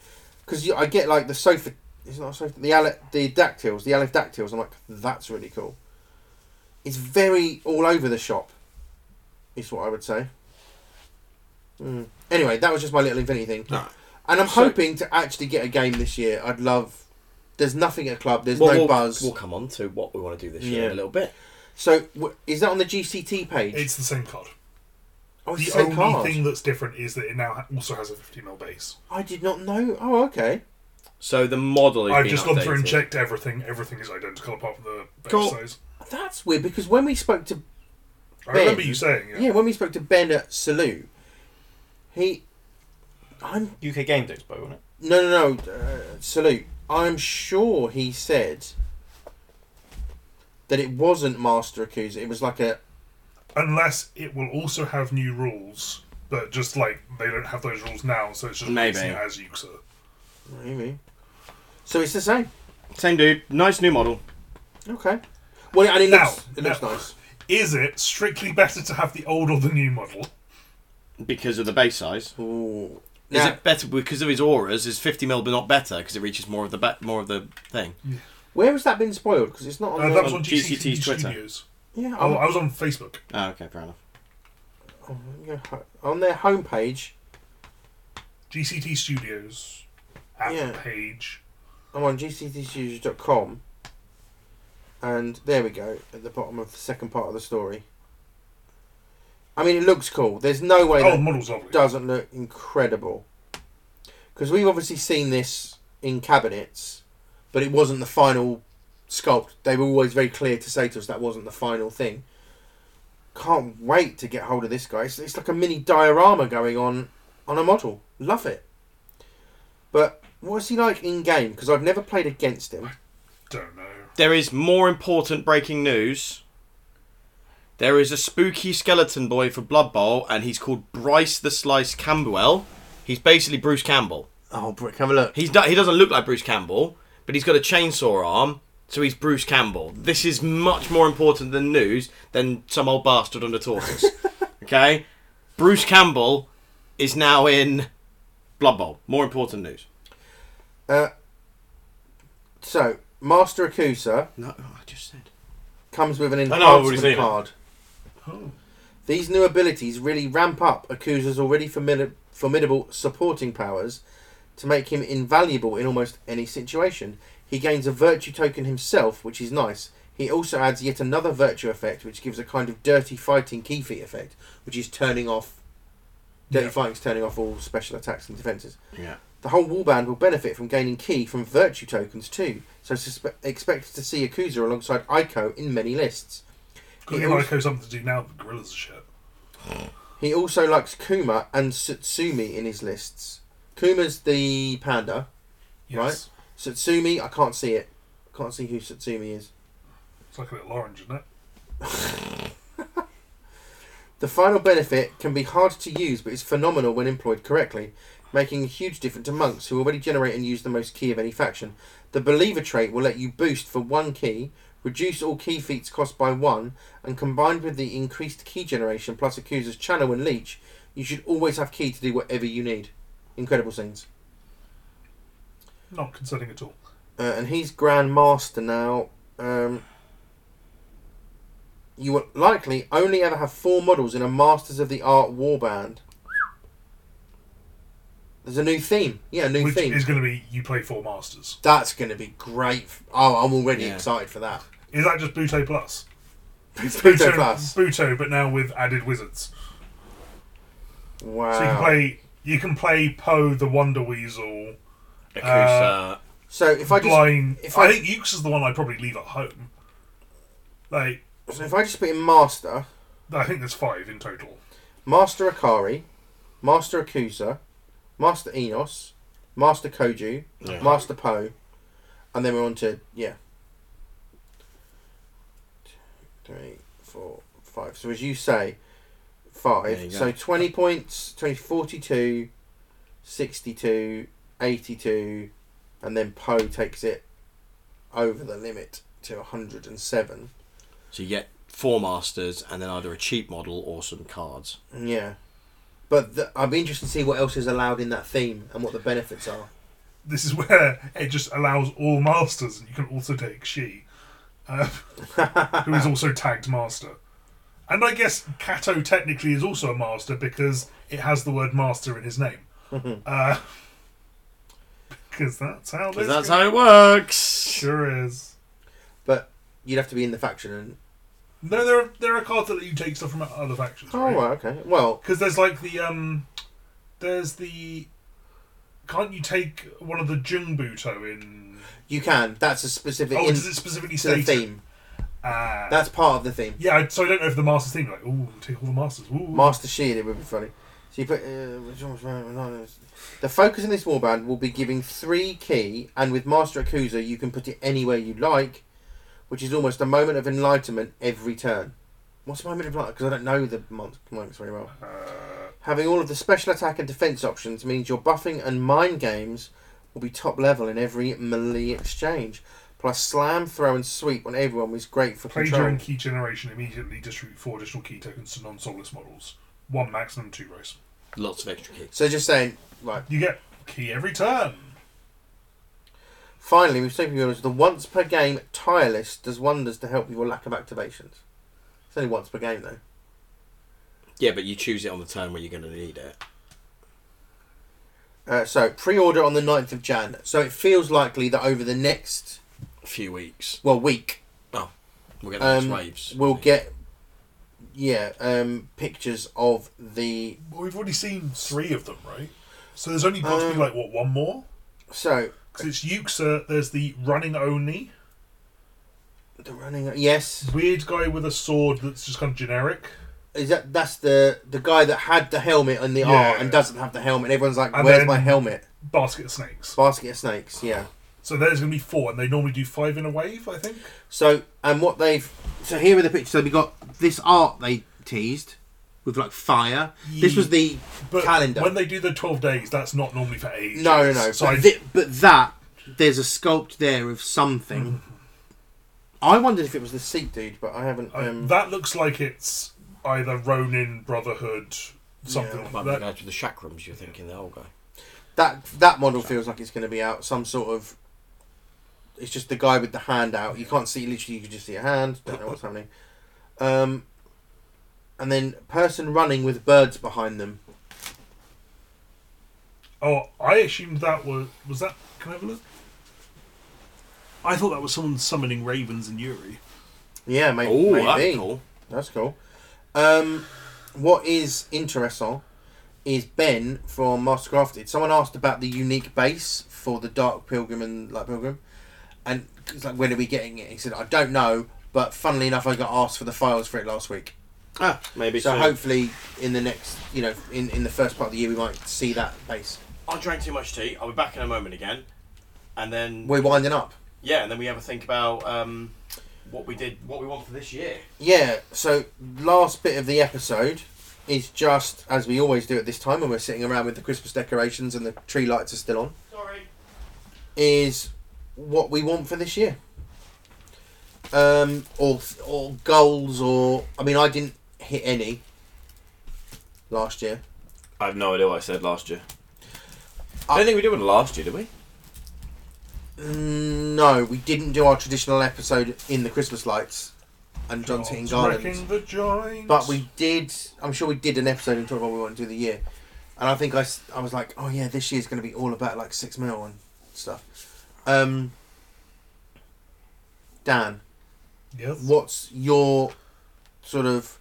C: because I get like the sofa. It's not a sofa. The ale, the dactyls, the aleph dactyls. I'm like, that's really cool. It's very all over the shop. Is what I would say. Mm. Anyway, that was just my little infinity thing.
B: Alright.
C: And I'm
B: So-
C: hoping to actually get a game this year. I'd love. There's nothing at club. There's
B: Well,
C: no
B: we'll,
C: buzz.
B: We'll come on to what we want to do this year
C: Yeah.
B: in a little bit.
C: so w- is that on the GCT page?
E: It's the same card.
C: oh, it's
E: The
C: the same
E: only
C: card.
E: thing that's different is that it now ha- also has a 50 mil base.
C: I did not know. Oh, okay.
B: So the model. Has
E: I've
B: been
E: just gone through and
B: updated.
E: checked everything. Everything is identical apart from the base
B: Cool.
E: size.
C: That's weird because when we spoke to
E: I
C: Ben.
E: remember you saying
C: Yeah.
E: it. Yeah.
C: when we spoke to Ben at Salou, he, I'm
D: UK Game Dex bow on it.
C: no no no uh, Salou. I'm sure he said that it wasn't Master Accuser. It was like a
E: Unless it will also have new rules, but just like they don't have those rules now, so it's just
B: Maybe.
E: releasing it as Yuxa.
C: maybe. So it's the same.
B: Same dude. Nice new model.
C: Okay. Well, and it
E: Now-
C: looks it looks
E: now-
C: nice.
E: Is it strictly better to have the old or the new model?
B: because of the base size.
C: Ooh.
B: Is
C: Now,
B: it better because of his auras? Is fifty mil but not better because it reaches more of the ba- more of the thing?
C: where has that been spoiled? Because it's not on.
E: Uh,
C: the,
E: that was
B: Oh, on
E: on
B: GCT
E: GCT 's
B: Twitter.
E: Studios.
C: yeah,
E: Oh,
C: on,
E: I was on Facebook.
B: Oh, okay, fair enough.
C: on their homepage.
E: GCT Studios app
C: Yeah.
E: page.
C: I'm on gctstudios.com and there we go at the bottom of the second part of the story. I mean, it looks cool. There's no way
E: Oh, the
C: that
E: model's lovely.
C: doesn't look incredible because we've obviously seen this in cabinets, but it wasn't the final sculpt. They were always very clear to say to us that wasn't the final thing. Can't wait to get hold of this guy. It's, it's like a mini diorama going on on a model. Love it. But what's he like in game? Because I've never played against him.
E: Don't know.
B: There is more important breaking news. There is a spooky skeleton boy for Blood Bowl, and he's called Bryce the Slice Camberwell. He's basically Bruce Campbell.
C: Oh, Brick, have a look.
B: He's do- he doesn't look like Bruce Campbell, but he's got a chainsaw arm, so he's Bruce Campbell. This is much more important than news than some old bastard on the tortoise. okay, Bruce Campbell is now in Blood Bowl. More important news.
C: So, Master Akusa
B: No, I just said.
C: comes with an
D: I know, I've already
C: enhancement
D: seen it.
C: card.
E: Oh.
C: These new abilities really ramp up Akuza's already formid- formidable supporting powers to make him invaluable in almost any situation. He gains a virtue token himself, which is nice. He also adds yet another virtue effect, which gives a kind of dirty fighting key feat effect, which is turning off. Dirty
E: Yeah.
C: fighting's turning off all special attacks and defences.
B: Yeah.
C: The whole warband will benefit from gaining key from virtue tokens too, so suspe- expect to see Akuza alongside Ico in many lists.
E: Got
C: It
E: to
C: also-
E: like something to do now. The gorillas are shit.
C: He also likes Kuma and Satsumi in his lists. Kuma's the panda.
E: Yes.
C: Satsumi, I can't see it. Can't see who Satsumi is.
E: It's like a little orange, isn't it?
C: The final benefit can be hard to use, but is phenomenal when employed correctly, making a huge difference to monks who already generate and use the most key of any faction. The believer trait will let you boost for one key, reduce all key feats cost by one, and combined with the increased key generation plus accuser's channel and leech, you should always have key to do whatever you need. Incredible things.
E: Not concerning at all.
C: uh, and he's Grand Master now. Um, you will likely only ever have four models in a Masters of the Art warband. There's a new theme. Yeah, a new
E: Which
C: theme.
E: is going to be you play four masters.
C: That's going to be great. Oh, I'm already
B: Yeah.
C: excited for that.
E: Is that just Buto Plus?
C: Pluto Plus.
E: Buto, but now with added wizards.
C: Wow.
E: So you can play. You can play Poe the Wonder Weasel.
B: Akusa.
C: So if I just
E: Blind.
C: if
E: I,
C: I-
E: think Ukes is the one I would probably leave at home. Like
C: so if I just put in Master,
E: I think there's five in total.
C: Master Akari, Master Akusa, Master Enos, Master Koju,
B: Yeah.
C: Master Poe, and then we're on to yeah. Two, three, four, five. So as you say, five.
B: There you go.
C: so twenty points, 20, 42, 62, 82, and then Poe takes it over the limit to hundred and seven.
B: so you get four masters and then either a cheap model or some cards.
C: Yeah. But the, I'd be interested to see what else is allowed in that theme and what the benefits are.
E: This is where it just allows all masters, and you can also take she, uh, who is also tagged master. And I guess Kato technically is also a master because it has the word master in his name. uh, because that's how this
B: Because that's
E: go-
B: how it works.
E: sure is.
C: But you'd have to be in the faction and
E: No, there are there are cards that let you take stuff from other factions.
C: Oh right, okay. Well
E: Because there's like the um, there's the, can't you take one of the Jungbuto in?
C: you can. That's a specific
E: Oh,
C: in-
E: does it specifically
C: to the
E: state it?
C: theme.
E: Ah.
C: That's part of the theme.
E: yeah. I- So I don't know if the masters thing like, ooh, take all the masters. Ooh.
C: Master Shield, it would be funny. So you put. Uh, which one's right? No, no, it's- the focus in this warband will be giving three key, and with Master Akusa, you can put it anywhere you like, which is almost a moment of enlightenment every turn. What's a moment of enlightenment? Because I don't know the mon- moments very well.
E: Uh,
C: Having all of the special attack and defense options means your buffing and mind games will be top level in every melee exchange. Plus, slam, throw, and sweep on everyone was great for
E: Play
C: control.
E: during key generation immediately distribute four additional key tokens to non-soulless models. One maximum, two race.
B: Lots of extra keys.
C: So just saying, like.
E: You get key every turn.
C: Finally, we've seen from viewers the once per game tire list does wonders to help with your lack of activations. It's only once per game though.
B: Yeah, but you choose it on the turn where you're going to need it.
C: Uh, so pre-order on the 9th of Jan. So it feels likely that over the next
B: A few weeks.
C: well week
B: We're going to have
C: um,
B: waves.
C: we'll get yeah um, pictures of the
E: Well, we've already seen three of them, right? So there's only possibly
C: Um,
E: like what one more
C: so
E: because it's Yuxa. There's the running only
C: the running yes
E: weird guy with a sword that's just kind of generic.
C: is that that's the the guy that had the helmet and the
E: Yeah.
C: R and doesn't have the helmet. Everyone's like,
E: And
C: where's
E: then-
C: my helmet?
E: Basket of snakes.
C: Basket of snakes. Yeah.
E: So there's going to be four, and they normally do five in a wave, I think.
C: So, and what they've. So, here are the pictures. So, we got this art they teased with like fire. This was the
E: But
C: calendar.
E: when they do the 12 days, that's not normally for ages.
C: no, no, no.
E: So I,
C: but, thi- but that, there's a sculpt there of something.
E: Mm-hmm.
C: I wondered if it was the Sikh dude, but I haven't.
E: I-
C: Um,
E: that looks like it's either Ronin, Brotherhood, something
B: Might
E: like
B: be
E: that.
B: going to the chakrams, you're thinking, the old guy.
C: that that model feels like it's going to be out some sort of. It's just the guy with the hand out. You can't see literally. You can just see a hand. Don't know what's happening. Um, and then person running with birds behind them.
E: Oh, I assumed that was. Was that. Can I have a look?
H: I thought that was someone summoning ravens and Yuri.
C: Yeah, may-
B: Oh,
C: Uh, maybe.
B: that's cool.
C: That's cool. Um, what is interesting is Ben from Master Crafted. Someone asked about the unique base for the Dark Pilgrim and Light Pilgrim, and it's like, when are we getting it? He said, I don't know, but funnily enough, I got asked for the files for it last week.
B: Ah, maybe
C: so
B: soon.
C: hopefully, in the next, you know, in in the first part of the year, we might see that base.
B: I drank too much tea. I'll be back in a moment again. And then,
C: We're winding up.
B: yeah, and then we have a think about um, what we did, what we want for this year.
C: Yeah, so last bit of the episode is just as we always do at this time when we're sitting around with the Christmas decorations and the tree lights are still on.
B: Sorry.
C: Is what we want for this year. Um, or or goals or I mean I didn't hit any last year.
D: I have no idea what I said last year.
C: I-
D: I don't think we did one last year, did we?
C: Mm, No, we didn't do our traditional episode in the Christmas lights and
E: Oh,
C: John's hitting
E: John's
C: gardens.
E: Wrecking the joint.
C: But we did. I'm sure we did an episode and talked about what we want to do the year. and I think I, s- I was like, oh yeah, this year's going to be all about like six mil and stuff. Um, Dan,
E: Yes.
C: what's your sort of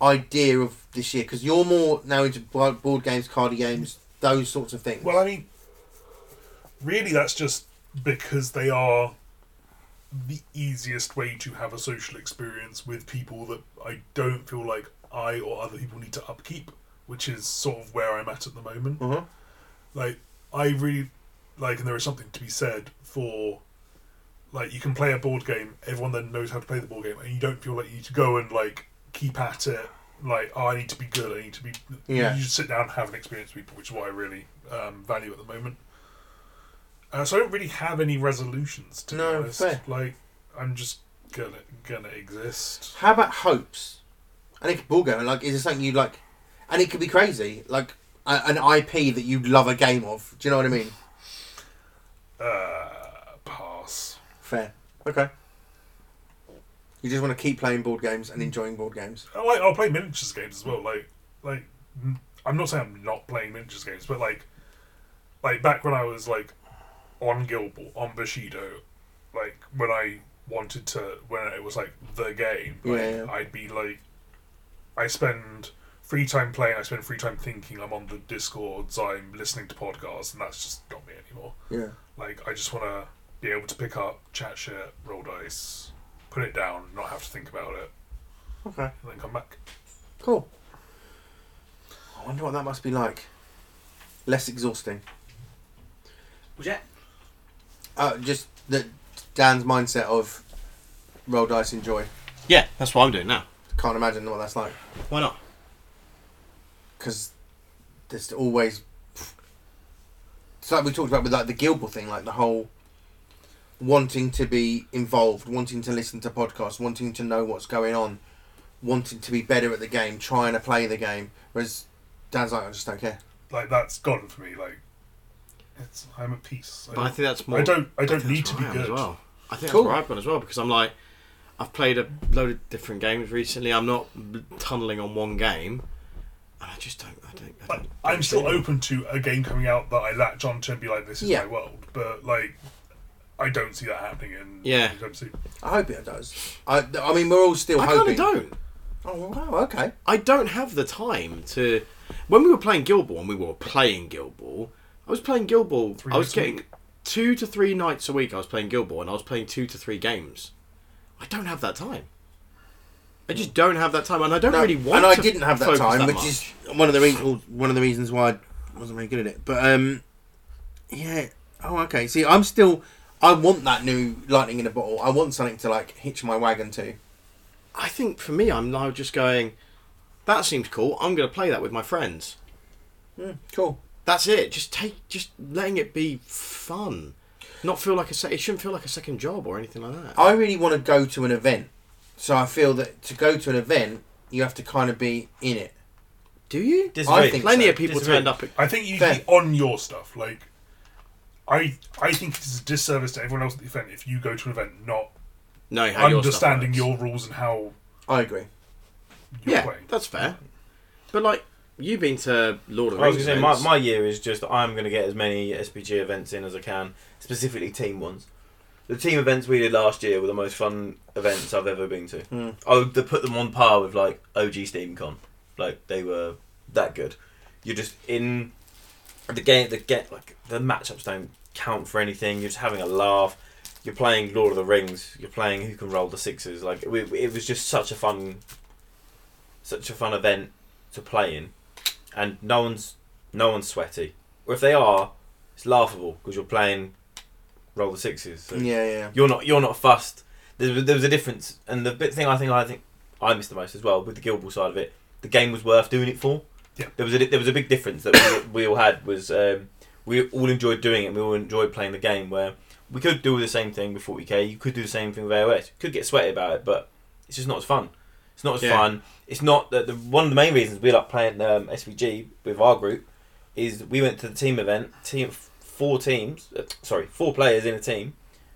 C: idea of this year? Because you're more now into bo- board games, card games, those sorts of things.
E: Well, I mean, really, that's just because they are the easiest way to have a social experience with people that I don't feel like I or other people need to upkeep, which is sort of where I'm at at the moment.
C: Mhm.
E: Like, I really like, and there is something to be said for. Like you can play a board game, everyone then knows how to play the board game, and you don't feel like you need to go and like keep at it. Like, oh, I need to be good. I need to be.
C: Yeah.
E: You just sit down and have an experience with people, which is what I really um, value at the moment. Uh, so I don't really have any resolutions to
C: No,
E: be honest.
C: fair.
E: Like I'm just gonna gonna exist.
C: How about hopes? And it could ball game. Like, is it something you like? And it could be crazy, like a, an IP that you love a game of. Do you know what I mean?
E: Uh, pass.
C: Fair. Okay. You just want to keep playing board games and enjoying board games.
E: I Oh, like I'll play miniatures games as well. Like like mm, I'm not saying I'm not playing miniatures games, but like like back when I was like on Guild Ball, on Bushido, like when I wanted to when it was like the game, like,
C: Yeah, yeah.
E: I'd be like I spend free time playing, I spend free time thinking, I'm on the discords, I'm listening to podcasts, and that's just not me anymore.
C: Yeah.
E: Like I just wanna be able to pick up, chat shit, roll dice, put it down, not have to think about it,
C: Okay.
E: and then come back.
C: Cool. I wonder what that must be like. Less exhausting.
B: Was that?
C: Uh, just the Dan's mindset of roll dice, enjoy.
B: Yeah, that's what I'm doing now.
C: Can't imagine what that's like
B: Why not?
C: because there's always. It's like we talked about with like the Gilbert thing, like the whole wanting to be involved, wanting to listen to podcasts, wanting to know what's going on, wanting to be better at the game, trying to play the game. Whereas Dan's like, I just don't care.
E: like that's gone for me. Like it's I'm at peace.
B: But I think that's more.
E: I don't I don't
B: think
E: need
B: that's
E: to
B: where
E: be
B: I am
E: good.
B: As well. I think
C: Cool.
B: that's where I've gone as well because I'm like, I've played a load of different games recently. I'm not tunneling on one game, and I just don't. I don't. I
E: Like,
B: don't
E: I'm still
B: don't-
E: open to a game coming out that I latch onto and be like, this is
C: Yeah.
E: my world. But like, I don't see that happening in
B: Yeah.
E: anytime soon.
C: I hope it does. I, I mean, we're all still
B: I kind
C: hoping.
B: of don't.
C: Oh wow, okay.
B: I don't have the time to. When we were playing Guild Ball, and we were playing Guild Ball, I was playing Guild Ball.
E: Three
B: I was
E: nights a
B: getting two to three nights a week. I was playing Guild Ball, and I was playing two to three games. I don't have that time. I just don't have that time, and I don't really want.
C: and I
B: to
C: didn't have that
B: focus
C: time, which
B: much.
C: is one of the reasons. One of the reasons why I wasn't very good at it. But um, yeah. Oh, okay. See, I'm still. I want that new lightning in a bottle. I want something to like hitch my wagon to.
B: I think for me, I'm now just going. That seems cool. I'm going to play that with my friends. Hmm,
C: Cool.
B: That's it. Just take, just letting it be fun. Not feel like a se- it shouldn't feel like a second job or anything like that.
C: I really want to go to an event, so I feel that to go to an event, you have to kind of be in it.
B: Do you?
D: Disagree.
C: think
B: Plenty
C: so.
B: of people
D: Disagree.
B: turned up. At,
E: I think you
C: Fair.
E: need to be on your stuff. Like, I I think it's a disservice to everyone else at the event if you go to an event not
B: no, how your stuff
E: understanding
B: works.
E: your, rules and how
C: I agree.
E: you're
B: yeah,
E: playing.
B: that's fair. But like, you've been to Lord of the
D: I was
B: Rings.
D: going to say, my,
B: events.
D: my year is just I'm going to get as many SPG events in as I can, specifically team ones. The team events we did last year were the most fun events I've ever been to.
C: Mm.
D: I would put them on par with like OG SteamCon. Like they were that good. You're just in the game. The get like the matchups don't count for anything. You're just having a laugh. You're playing Lord of the Rings. You're playing who can roll the sixes. Like we, it was just such a fun, such a fun event to play in, and no one's no one's sweaty. Or if they are, it's laughable because you're playing roll the sixes. So
C: Yeah, yeah.
D: you're not you're not fussed. There was, there was a difference, and the bit thing I think I think I missed the most as well with the Guild Ball side of it. The game was worth doing it for.
E: Yeah.
D: There was a there was a big difference that we, we all had was um, we all enjoyed doing it. We all enjoyed playing the game. Where we could do the same thing with 40k. You could do the same thing with AOS. You could get sweaty about it, but it's just not as fun. It's not as
B: Yeah.
D: fun. It's not the, the one of the main reasons we like playing um, SVG with our group is we went to the team event. Team four teams. Uh, sorry, four players in a team.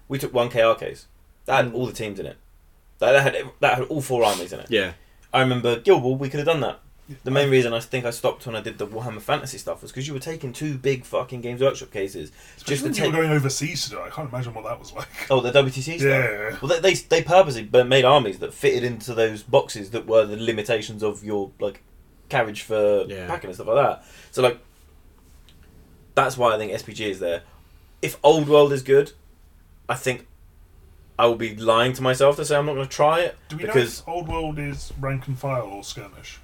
D: We took one KR case. That had
C: Mm.
D: all the teams in it. That, that had that had all four armies in it.
B: yeah,
D: I remember Guild Ball. We could have done that. The main reason I think I stopped when I did the Warhammer Fantasy stuff was because you were taking two big fucking Games Workshop cases. to
E: Just when you were
D: take-
E: going overseas to do it, I can't imagine what that was like.
D: Oh, the WTC stuff.
E: Yeah.
D: Well, they, they they purposely b- made armies that fitted into those boxes that were the limitations of your like carriage for
B: Yeah.
D: packing and stuff like that. So like, that's why I think SPG is there. If Old World is good, I think I will be lying to myself to say I'm not going to try it
E: Do we
D: because
E: know if Old World is rank and file or skirmish?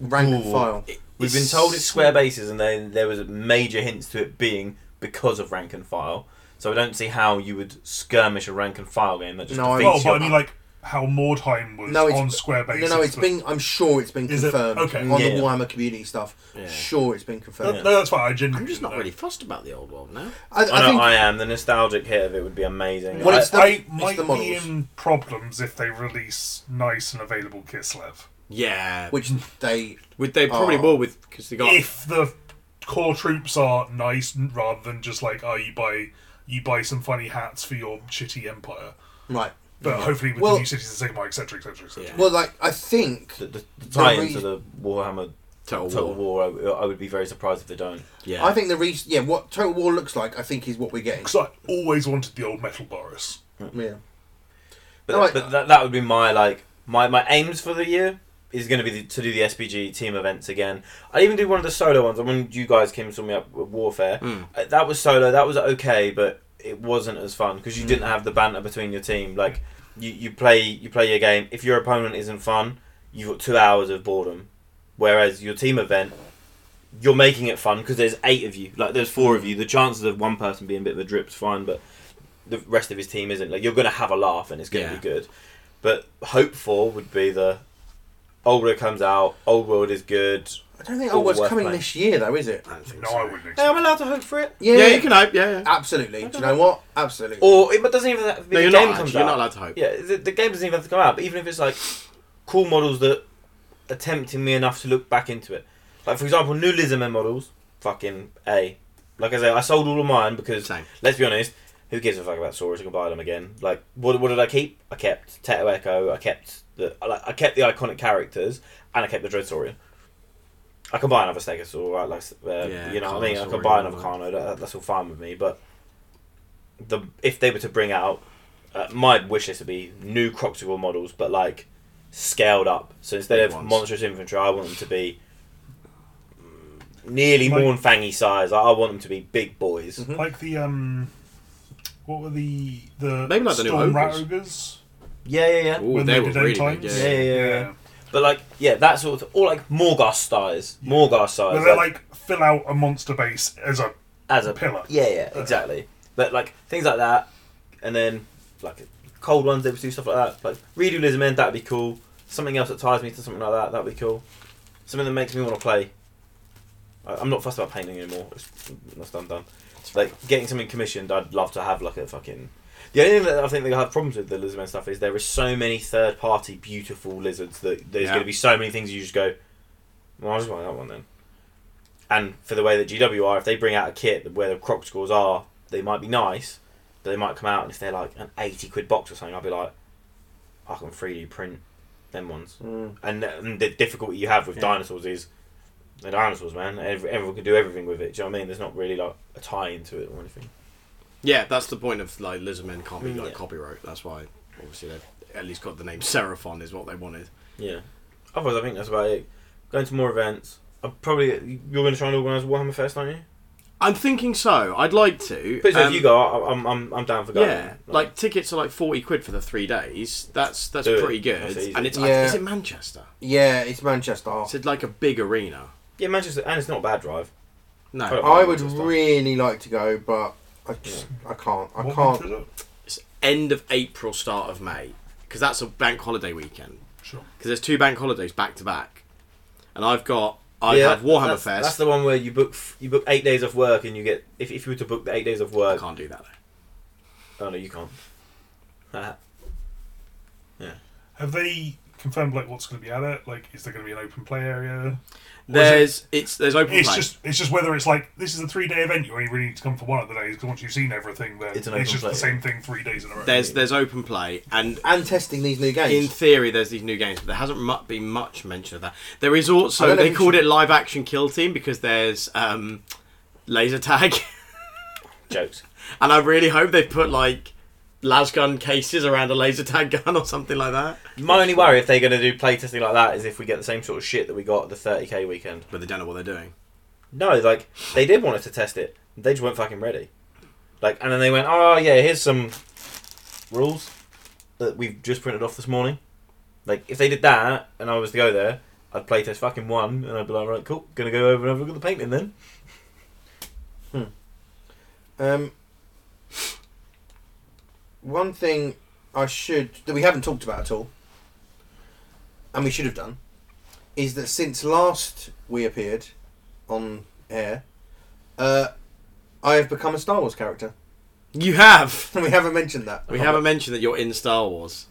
C: Rank and
D: Ooh.
C: file.
D: we've been told it's square bases, and then there was major hints to it being because of rank and file. So I don't see how you would skirmish a rank and file game that just
C: No, I-
D: defeats
E: Well,
D: your
E: but I mean, like how Mordheim was
C: No, it's-
E: on square
C: No,
E: basis.
C: no, it's
E: but-
C: been. I'm sure it's been
E: Is it-
C: confirmed
E: okay.
C: on
D: Yeah.
C: the Warhammer community stuff.
B: Yeah.
C: Sure, it's been confirmed.
E: No, that's why I genuinely.
B: I'm just not
E: didn't know.
B: really fussed about the old world now.
C: I,
D: I,
C: I
D: know
C: think
D: I am. The nostalgic hit of it would be amazing.
C: Well,
D: I-
C: it's the-
E: I
C: it's
E: might
C: the
E: be
C: models.
E: in problems if they release nice and available Kislev.
B: Yeah,
C: which they
B: Would they probably
C: Oh.
B: will with because they got
E: If the core troops are nice n- rather than just like, oh, you buy you buy some funny hats for your shitty empire.
C: right.
E: But hopefully with
C: Well-
E: the new cities of Sigmar, etc., etc., etc.
B: Yeah.
C: Well, like I think
D: the, the, the tie
C: The
D: into
C: re-
D: the Warhammer
B: Total War.
D: Total War, I, I would be very surprised if they don't.
B: Yeah,
C: I think the reason, yeah, what Total War looks like, I think is what we're getting.
E: Because I always wanted the old Metal Boris.
C: Yeah,
D: But,
C: No, I-
D: but that, that would be my like my, my aims for the year is going to be the, to do the SPG team events again. I even did one of the solo ones. I mean, you guys came and saw me up with Warfare.
C: Hmm.
D: Uh, That was solo. That was okay, but it wasn't as fun because
C: Hmm.
D: you didn't have the banter between your team. Like you, you play you play your game. If your opponent isn't fun, you've got two hours of boredom. Whereas your team event, you're making it fun because there's eight of you. Like there's four of you. The chances of one person being a bit of a drip's fine, but the rest of his team isn't. Like you're going to have a laugh and it's going to
B: Yeah.
D: be good. But hope for would be the old world comes out. Old world is good.
C: I don't think
D: All
C: oh, it's
D: worth
C: coming
D: playing.
C: this year though, is it?
B: I don't think
E: No,
B: so.
E: I wouldn't
D: Hey, I'm
E: expect
D: allowed to hope for it.
C: Yeah,
B: Yeah, you can hope. Yeah, yeah.
C: absolutely. Do you know what? Absolutely.
D: Or it but doesn't even have to be
B: No,
D: the
B: you're
D: game
B: not.
D: comes
B: Comes you're
D: out.
B: not allowed to hope.
D: Yeah, the, the game doesn't even have to come out. But even if it's like cool models that are tempting me enough to look back into it, like for example, new Lizardman models, fucking a. Like I say, I sold all of mine because
B: Same.
D: let's be honest, who gives a fuck about Saurus? I can buy them again. Like, what, what did I keep? I kept Teto Echo. I kept the I, like, I kept the iconic characters, and I kept the Dreadsaurian. I can buy another Stegosaur, right? Like, uh,
B: Yeah,
D: you know what I mean? I
B: Carnosaurian,
D: could buy another
B: right.
D: Carno. That, that's all fine with me. But the if they were to bring out, uh, my wish list would be new Croxical models, but like scaled up. So instead
B: Big
D: of
B: ones.
D: monstrous infantry, I want them to be mm, nearly
E: Like-
D: Mornfangy size. I, I want them to be big boys.
E: it. Like the um, what were the the
B: Maybe like the new
E: Storm Rat
B: ogres.
E: ogres
D: Yeah, yeah, yeah.
B: Ooh,
E: when
B: they
E: they
B: were
E: did
B: really
E: times?
B: big. Yeah.
D: Yeah, yeah, yeah, yeah. But like, yeah, that sort of, or like Morgas size, Morgas size,
E: Where they like fill out a monster base as a
D: as a
E: pillar.
D: Yeah, yeah, exactly. But like things like that, and then like cold ones, they would do stuff like that. Like redo Lizardmen, that'd be cool. Something else that ties me to something like that, that'd be cool. Something that makes me want to play. I, I'm not fussed about painting anymore. It's, that's done, done. Like getting something commissioned, I'd love to have like a fucking. The only thing that I think they have problems with the Lizardmen stuff is there is so many third-party beautiful lizards that there's
B: Yeah.
D: going to be so many things you just go. Well, I just want that one then. And for the way that GW are, if they bring out a kit where the crop scores are, they might be nice, but they might come out and if they're like an eighty quid box or something, I'll be like, I can 3D print them ones.
C: Mm.
D: And, uh, and the difficulty you have with
B: Yeah.
D: dinosaurs is the dinosaurs, man. Every, everyone can do everything with it. Do you know what I mean? There's not really like a tie into it or anything.
B: Yeah, that's the point of like Lizardmen can't be
D: Mm,
B: like
D: yeah.
B: copyright. That's why obviously they've at least got the name Seraphon is what they wanted.
D: Yeah. Otherwise, I think that's about it. Going to more events. I probably you're going to try and organise Warhammer Fest, aren't you?
B: I'm thinking so. I'd like to.
D: But so
B: um,
D: if you go, I- I'm I'm I'm down for going.
B: yeah, like, tickets are like forty quid for the three days. That's that's
D: Do it.
B: pretty good.
D: That's easy.
B: and it's
C: Yeah.
B: is it Manchester?
C: yeah, it's Manchester.
B: It's like a big arena.
D: yeah, Manchester, and it's not a bad drive.
B: No,
D: Oh.
C: I would
D: Manchester.
C: really like to go, but I just I can't. I
E: What month
C: can't.
E: is it?
B: it's end of April, start of May, because that's a bank holiday weekend.
E: Sure.
B: Because there's two bank holidays back to back, and I've got I
D: yeah,
B: have Warhammer
D: that's,
B: Fest.
D: That's the one where you book f- you book eight days of work and you get if, if you were to book the eight days of
B: I
D: work.
B: can't do that. Though.
D: Oh no, you can't. Ah,
E: Have they confirmed like what's going to be at it? Like, is there going to be an open play area?
B: There's it's there's open
E: It's
B: play.
E: just it's just whether it's like this is a three day event. You only really need to come for one of the days because once you've seen everything, then
D: It's
E: it's,
D: an open
E: just
D: play.
E: the same thing three days in a row.
B: there's there's open play and
C: and testing these new
B: in
C: games.
B: theory there's these new games but there hasn't mu- been much mention of that there is
C: I
B: also
C: don't know
B: they
C: who
B: called it live action kill team because there's um, laser tag
D: Jokes.
B: and i really hope they put like lasgun cases around a laser tag gun or something like that
D: My only worry if they're going to do playtesting like that is if we get the same sort of shit that we got at the 30k weekend.
B: but they don't know what they're doing
D: No, like they did want us to test it. They just weren't fucking ready. Like, and then they went, "Oh yeah, here's some rules that we've just printed off this morning." Like, if they did that, and I was to go there, I'd play test fucking one, and I'd be like, "Right, cool, gonna go over and have a look at the painting then."
C: Um, one thing I should that we haven't talked about at all, and we should have done, is that since last we appeared on air, uh, I have become a Star Wars character,
B: you have
C: and we haven't mentioned that.
B: we haven't mentioned that you're in star wars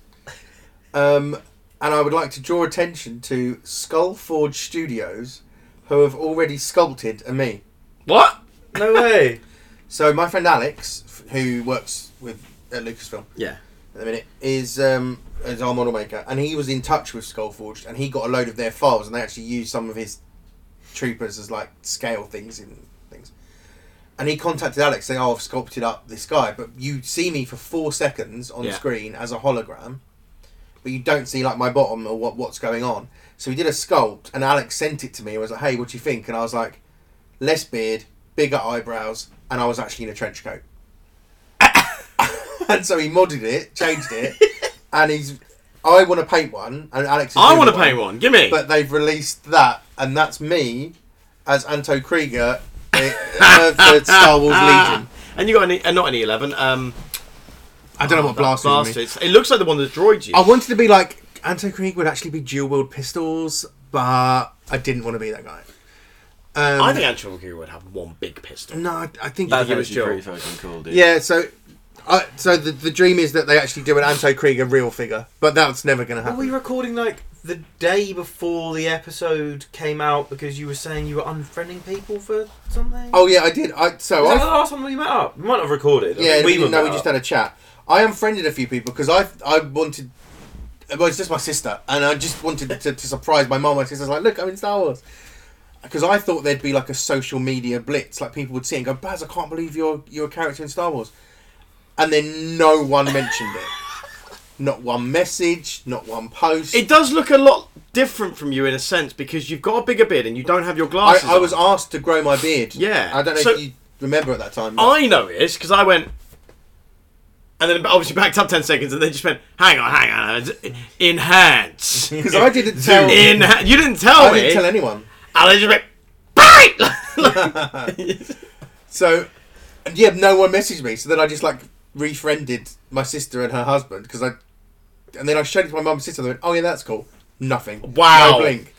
C: Um, and I would like to draw attention to Skullforge Studios, who have already sculpted a me.
B: what
D: No way.
C: So my friend Alex, f- who works with at Lucasfilm,
B: yeah
C: at the minute is um, is our model maker, and he was in touch with Skullforged, and he got a load of their files, and they actually used some of his troopers as like scale things in things. And he contacted Alex saying, "Oh, I've sculpted up this guy, but you see me for four seconds on
B: Yeah.
C: screen as a hologram, but you don't see like my bottom or what what's going on." So he did a sculpt, and Alex sent it to me and was like, "Hey, what do you think?" And I was like, "Less beard, bigger eyebrows, and I was actually in a trench coat." and so he modded it, changed it, and he's. I want to paint one, and Alex. is
B: i
C: doing
B: want to paint one give me
C: But they've released that, and that's me as Anto Krieger, eh, uh, the Star Wars Legion.
B: Ah. and you got an e- uh, not an e11 um
C: I don't know what blast is.
B: blasters it looks like the one that droids you
C: I wanted to be like Anto Krieg would actually be dual wield pistols, but I didn't want to be that guy. Um,
B: I think Antoine Gear would have one big pistol.
C: no, I, I think
B: That was Joel.
G: fucking cool, dude.
C: yeah. So, I so the, the dream is that they actually do an Anto Krieger real figure, but that's never going to
D: Were
C: happen.
D: we recording like the day before the episode came out because you were saying you were unfriending people for something?
C: Oh yeah, I did. I so
D: was
C: I
D: that the last time we met up? We might have recorded. I
C: Yeah,
D: think
C: we didn't
D: were
C: know.
D: met
C: We just
D: up.
C: had a chat. I unfriended a few people because I I wanted. Well, it's just my sister, and I just wanted to, to surprise my mum. My sister's like, "Look, I'm in Star Wars," because I thought there'd be like a social media blitz, like people would see and go, "Baz, I can't believe you're you're a character in Star Wars," and then no one mentioned it. Not one message, not one post.
B: It does look a lot different from you in a sense because you've got a bigger beard and you don't have your
C: I,
B: glasses.
C: I was
B: on.
C: asked to grow my beard.
B: Yeah.
C: I don't know
B: So-
C: if you remember at that time. but-
B: I noticed because I went, and then obviously backed up ten seconds and then just went, "Hang on, hang on, enhance,
C: 'Cause I didn't tell.
B: enhance." You didn't tell
C: I
B: me.
C: didn't tell anyone.
B: and I just went, "Bite."
C: So, and yeah, no one messaged me. So then I just like refriended my sister and her husband because I, and then I showed it to my mum and sister. They went, "Oh yeah, that's cool." Nothing.
B: Wow.
C: No blink.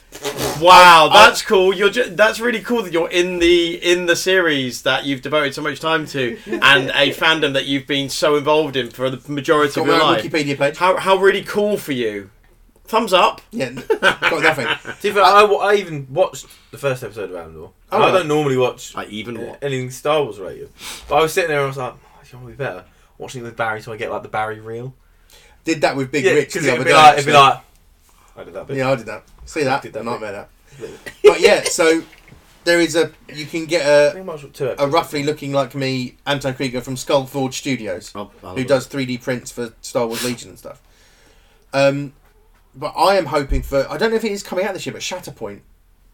B: wow, that's cool. You're ju- that's really cool that you're in the in the series that you've devoted so much time to and a fandom that you've been so involved in for the majority
C: Got
B: of
C: my
B: your
C: own
B: life.
C: Wikipedia page.
B: How, how really cool for you. Thumbs up.
C: Yeah, n- got nothing.
D: To be fair, I, I even watched the first episode of Andor. And
C: Oh,
D: I don't normally watch
B: I even
D: anything Star Wars related. But I was sitting there and I was like, oh, you want to be better? Watching it with Barry so I get like the Barry reel.
C: Did that with Big
D: Yeah,
C: Rich
D: 'cause
C: the
D: it'd
C: other
D: be
C: day.
D: like, it'd be
C: actually.
D: like, I did that bit.
C: yeah, I did that. See that?
D: Did that
C: Nightmare that. but yeah, so there is a you can get
D: I
C: a
D: think I watched two
C: a
D: episodes.
C: roughly looking like me Anton Krieger from Skullforge Studios. who does 3D prints for Star Wars Legion and stuff. Um, but I am hoping for I don't know if it is coming out this year, but Shatterpoint,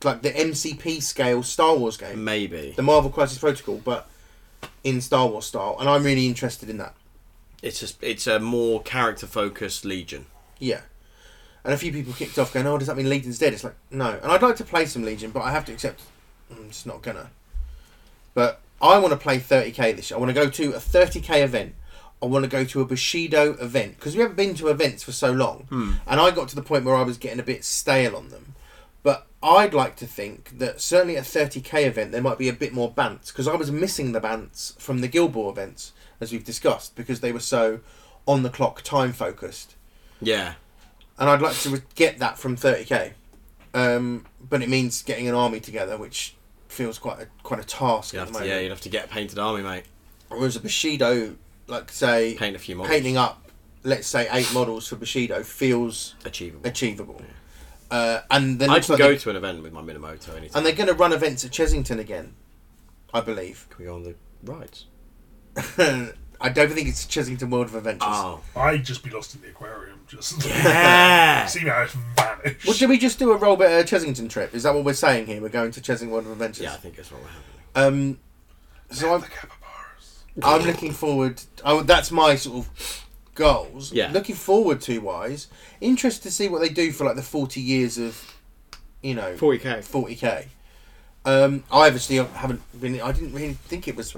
C: like the MCP scale Star Wars game,
B: Maybe
C: the Marvel Crisis Protocol, but in Star Wars style, and I'm really interested in that.
B: it's just it's a more character focused Legion.
C: Yeah. And a few people kicked off going, "Oh, does that mean Legion's dead?" It's like, no. And I'd like to play some Legion, but I have to accept I'm just not gonna. But I want to play 30k this year. I want to go to a 30k event. I want to go to a Bushido event because we haven't been to events for so long, and I got to the point where I was getting a bit stale on them. But I'd like to think that certainly at 30k event there might be a bit more bants because I was missing the bants from the Gilboa events as we've discussed because they were so on the clock time focused.
B: Yeah,
C: and I'd like to re- get that from 30k. Um, but it means getting an army together, which feels quite a, quite a task
B: You'd
C: at
B: have
C: the
B: to,
C: moment.
B: yeah, you'd have to get a painted army, mate.
C: Whereas a Bushido, like say,
B: Paint a few models.
C: painting up, let's say eight models for Bushido feels
B: Achievable.
C: achievable. Uh, and then
B: I
C: looks
B: can
C: like
B: go
C: they-
B: to an event with my Minamoto anytime.
C: and they're going to run events at Chesington again, I believe.
B: Can we go on the rides?
C: I don't think it's Chesington World of Adventures.
B: Oh,
E: I'd just be lost in the aquarium. Just
B: Yeah.
E: see me how it's vanished.
C: Well, should we just do a roll bit of Chesington trip? Is that what we're saying here? We're going to Chesington World of Adventures.
B: yeah, I think that's what we're happening.
C: Um, so I'm,
E: the capybaras.
C: I'm looking forward. Oh, that's my sort of goals.
B: Yeah.
C: Looking forward to wise. Interested to see what they do for like the 40 years of, you know,
B: 40k.
C: 40k. Um, I obviously haven't been. I didn't really think it was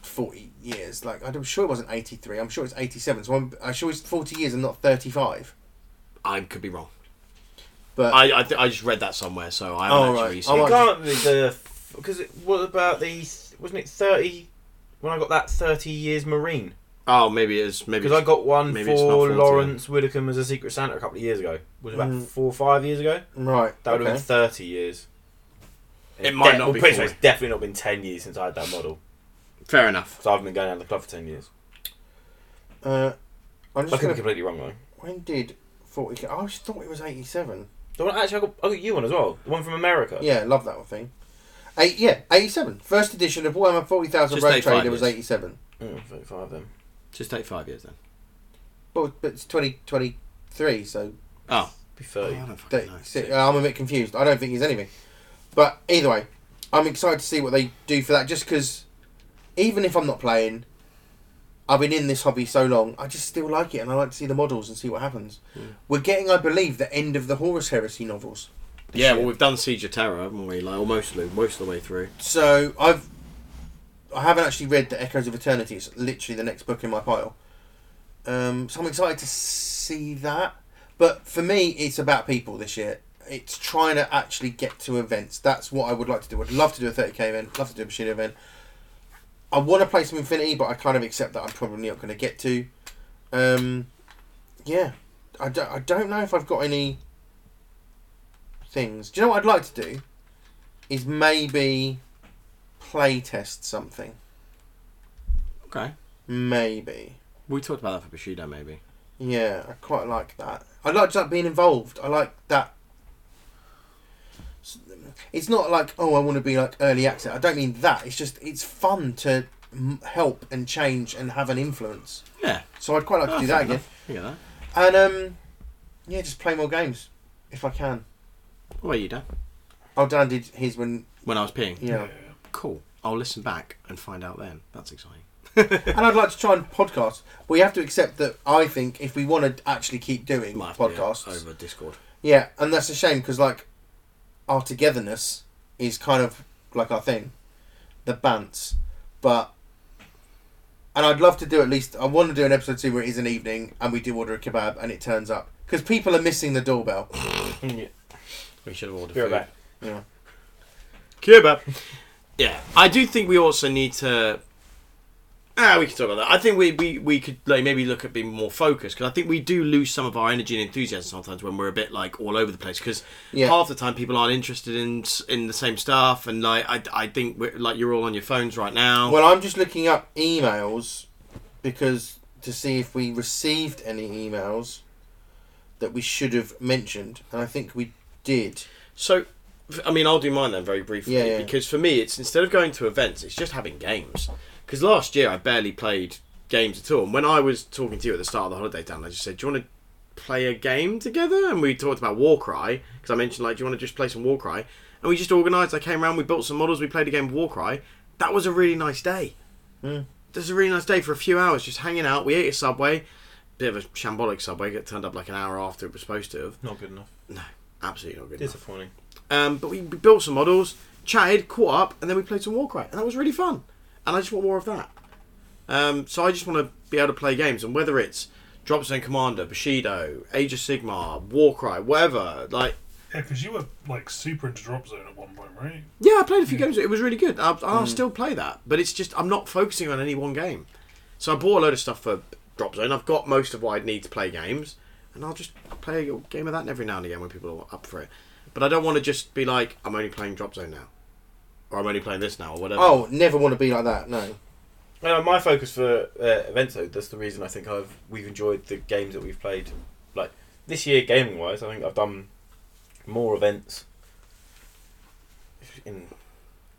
C: 40 years. Like I'm sure it wasn't 83. I'm sure it's 87. So I'm, I'm sure it's 40 years and not 35.
B: I could be wrong.
C: But
B: I I, th- I just read that somewhere, so I haven't
C: Oh,
B: actually
C: right.
B: really
C: I
B: seen
C: might-
B: it.
D: Can't be the because it what about the wasn't it thirty when I got that thirty years marine
B: Oh, maybe it is. Maybe
D: because I
B: it's-
D: got one
B: maybe it's not
D: for
B: 40.
D: Lawrence Widdicombe as a Secret Santa a couple of years ago was it about
C: Mm.
D: four or five years ago
C: right.
D: that would have
C: okay.
D: been thirty years.
B: It might not
D: well,
B: be
D: pretty sure
B: 40.
D: It's definitely not been ten years since I had that model
B: fair enough.
D: because I haven't been going out of the club for ten years.
C: Uh, I'm
D: I
C: just
D: could be
C: gonna,
D: completely wrong though.
C: when did 40k? I always thought it was 87.
D: The one actually I got, I got you one as well. The one from America.
C: Yeah, love that one thing. Eight, yeah, 87. First edition of Warhammer 40,000
B: Just
C: Road
B: 85
C: Trader was
B: years.
C: 87.
D: Mm, 35 then.
B: Just take five years then.
C: Well, but it's 2023, so
B: Oh,
D: Be 30.
B: I don't fucking know.
C: 36. I'm a bit confused. I don't think he's anything. But either way, I'm excited to see what they do for that just because even if I'm not playing, I've been in this hobby so long, I just still like it and I like to see the models and see what happens. We're getting, I believe, the end of the Horus Heresy novels.
B: Yeah,
C: Shit.
B: well, we've done Siege of Terror, haven't we? Like, or mostly, most of the way through.
C: So I've I haven't actually read the Echoes of Eternity. It's literally the next book in my pile. Um, so I'm excited to see that. But for me, it's about people this year. It's trying to actually get to events. That's what I would like to do. I'd love to do a 30k event. Love to do a machine event. I want to play some Infinity, but I kind of accept that I'm probably not going to get to. Um, yeah, I don't. I don't know if I've got any things. Do you know what I'd like to do? Is maybe playtest something.
B: Okay.
C: Maybe.
B: We talked about that for Bushido, maybe.
C: Yeah, I quite like that. I like that being involved. I like that. It's not like oh, I want to be like early access. I don't mean that. It's just it's fun to m- help and change and have an influence.
B: Yeah.
C: So I'd quite like to
B: Oh,
C: do that
B: fair
C: again.
B: enough. You get that?
C: And um, yeah, just play more games if I can.
B: What about you, Dan?
C: Oh, Dan did his when
B: When I was peeing.
C: yeah.
B: Cool. I'll listen back and find out then. That's exciting.
C: and I'd like to try and podcast. We have to accept that I think if we want to actually keep doing
B: Might have to be
C: podcasts,
B: over Discord.
C: Yeah, and that's a shame because like our togetherness is kind of like our thing, the bants, but and I'd love to do at least I want to do an episode two where it is an evening and we do order a kebab and it turns up because people are missing the doorbell.
B: We should have ordered
D: Be right
B: food.
D: back.
C: Yeah,
B: Kebab. yeah, I do think we also need to. Ah, we can talk about that. I think we, we, we could like maybe look at being more focused because I think we do lose some of our energy and enthusiasm sometimes when we're a bit like all over the place because
C: yeah,
B: half the time people aren't interested in s- in the same stuff and like I, I think we're, like you're all on your phones right now.
C: Oh, Well, I'm just looking up emails because to see if we received any emails that we should have mentioned, and I think we did.
B: So, f- I mean, I'll do mine then very briefly
C: Yeah, yeah.
B: because for me, it's instead of going to events, it's just having games. Because last year I barely played games at all. And when I was talking to you at the start of the holiday, Dan, I just said, "Do you want to play a game together?" And we talked about Warcry because I mentioned like, "Do you want to just play some Warcry?" And we just organised. I came around, we built some models, we played a game of Warcry. That was a really nice day.
C: Hmm.
B: That was a really nice day for a few hours, just hanging out. We ate a subway, bit of a shambolic subway. It turned up like an hour after it was supposed to have.
D: Not good enough.
B: Absolutely not good. enough.
D: Disappointing.
B: Um, but we, we built some models, chatted, caught up, and then we played some Warcry, and that was really fun. And I just want more of that. Um, so I just want to be able to play games, and whether it's Drop Zone Commander, Bushido, Age of Sigmar, Warcry, whatever, like
E: Yeah, because you were like super into Drop Zone at one point, right?
B: yeah, I played a few games. It was really good. I'll, I'll
C: Mm.
B: still play that, but it's just I'm not focusing on any one game. So I bought a load of stuff for Drop Zone. I've got most of what I'd need to play games. and I'll just play a game of that every now and again when people are up for it. But I don't want to just be like, I'm only playing Drop Zone now, or I'm only playing this now, or whatever.
C: Oh, never want to be like that. No.
D: Uh, my focus for uh, events, though, that's the reason I think I've we've enjoyed the games that we've played. Like this year, gaming wise, I think I've done more events. In,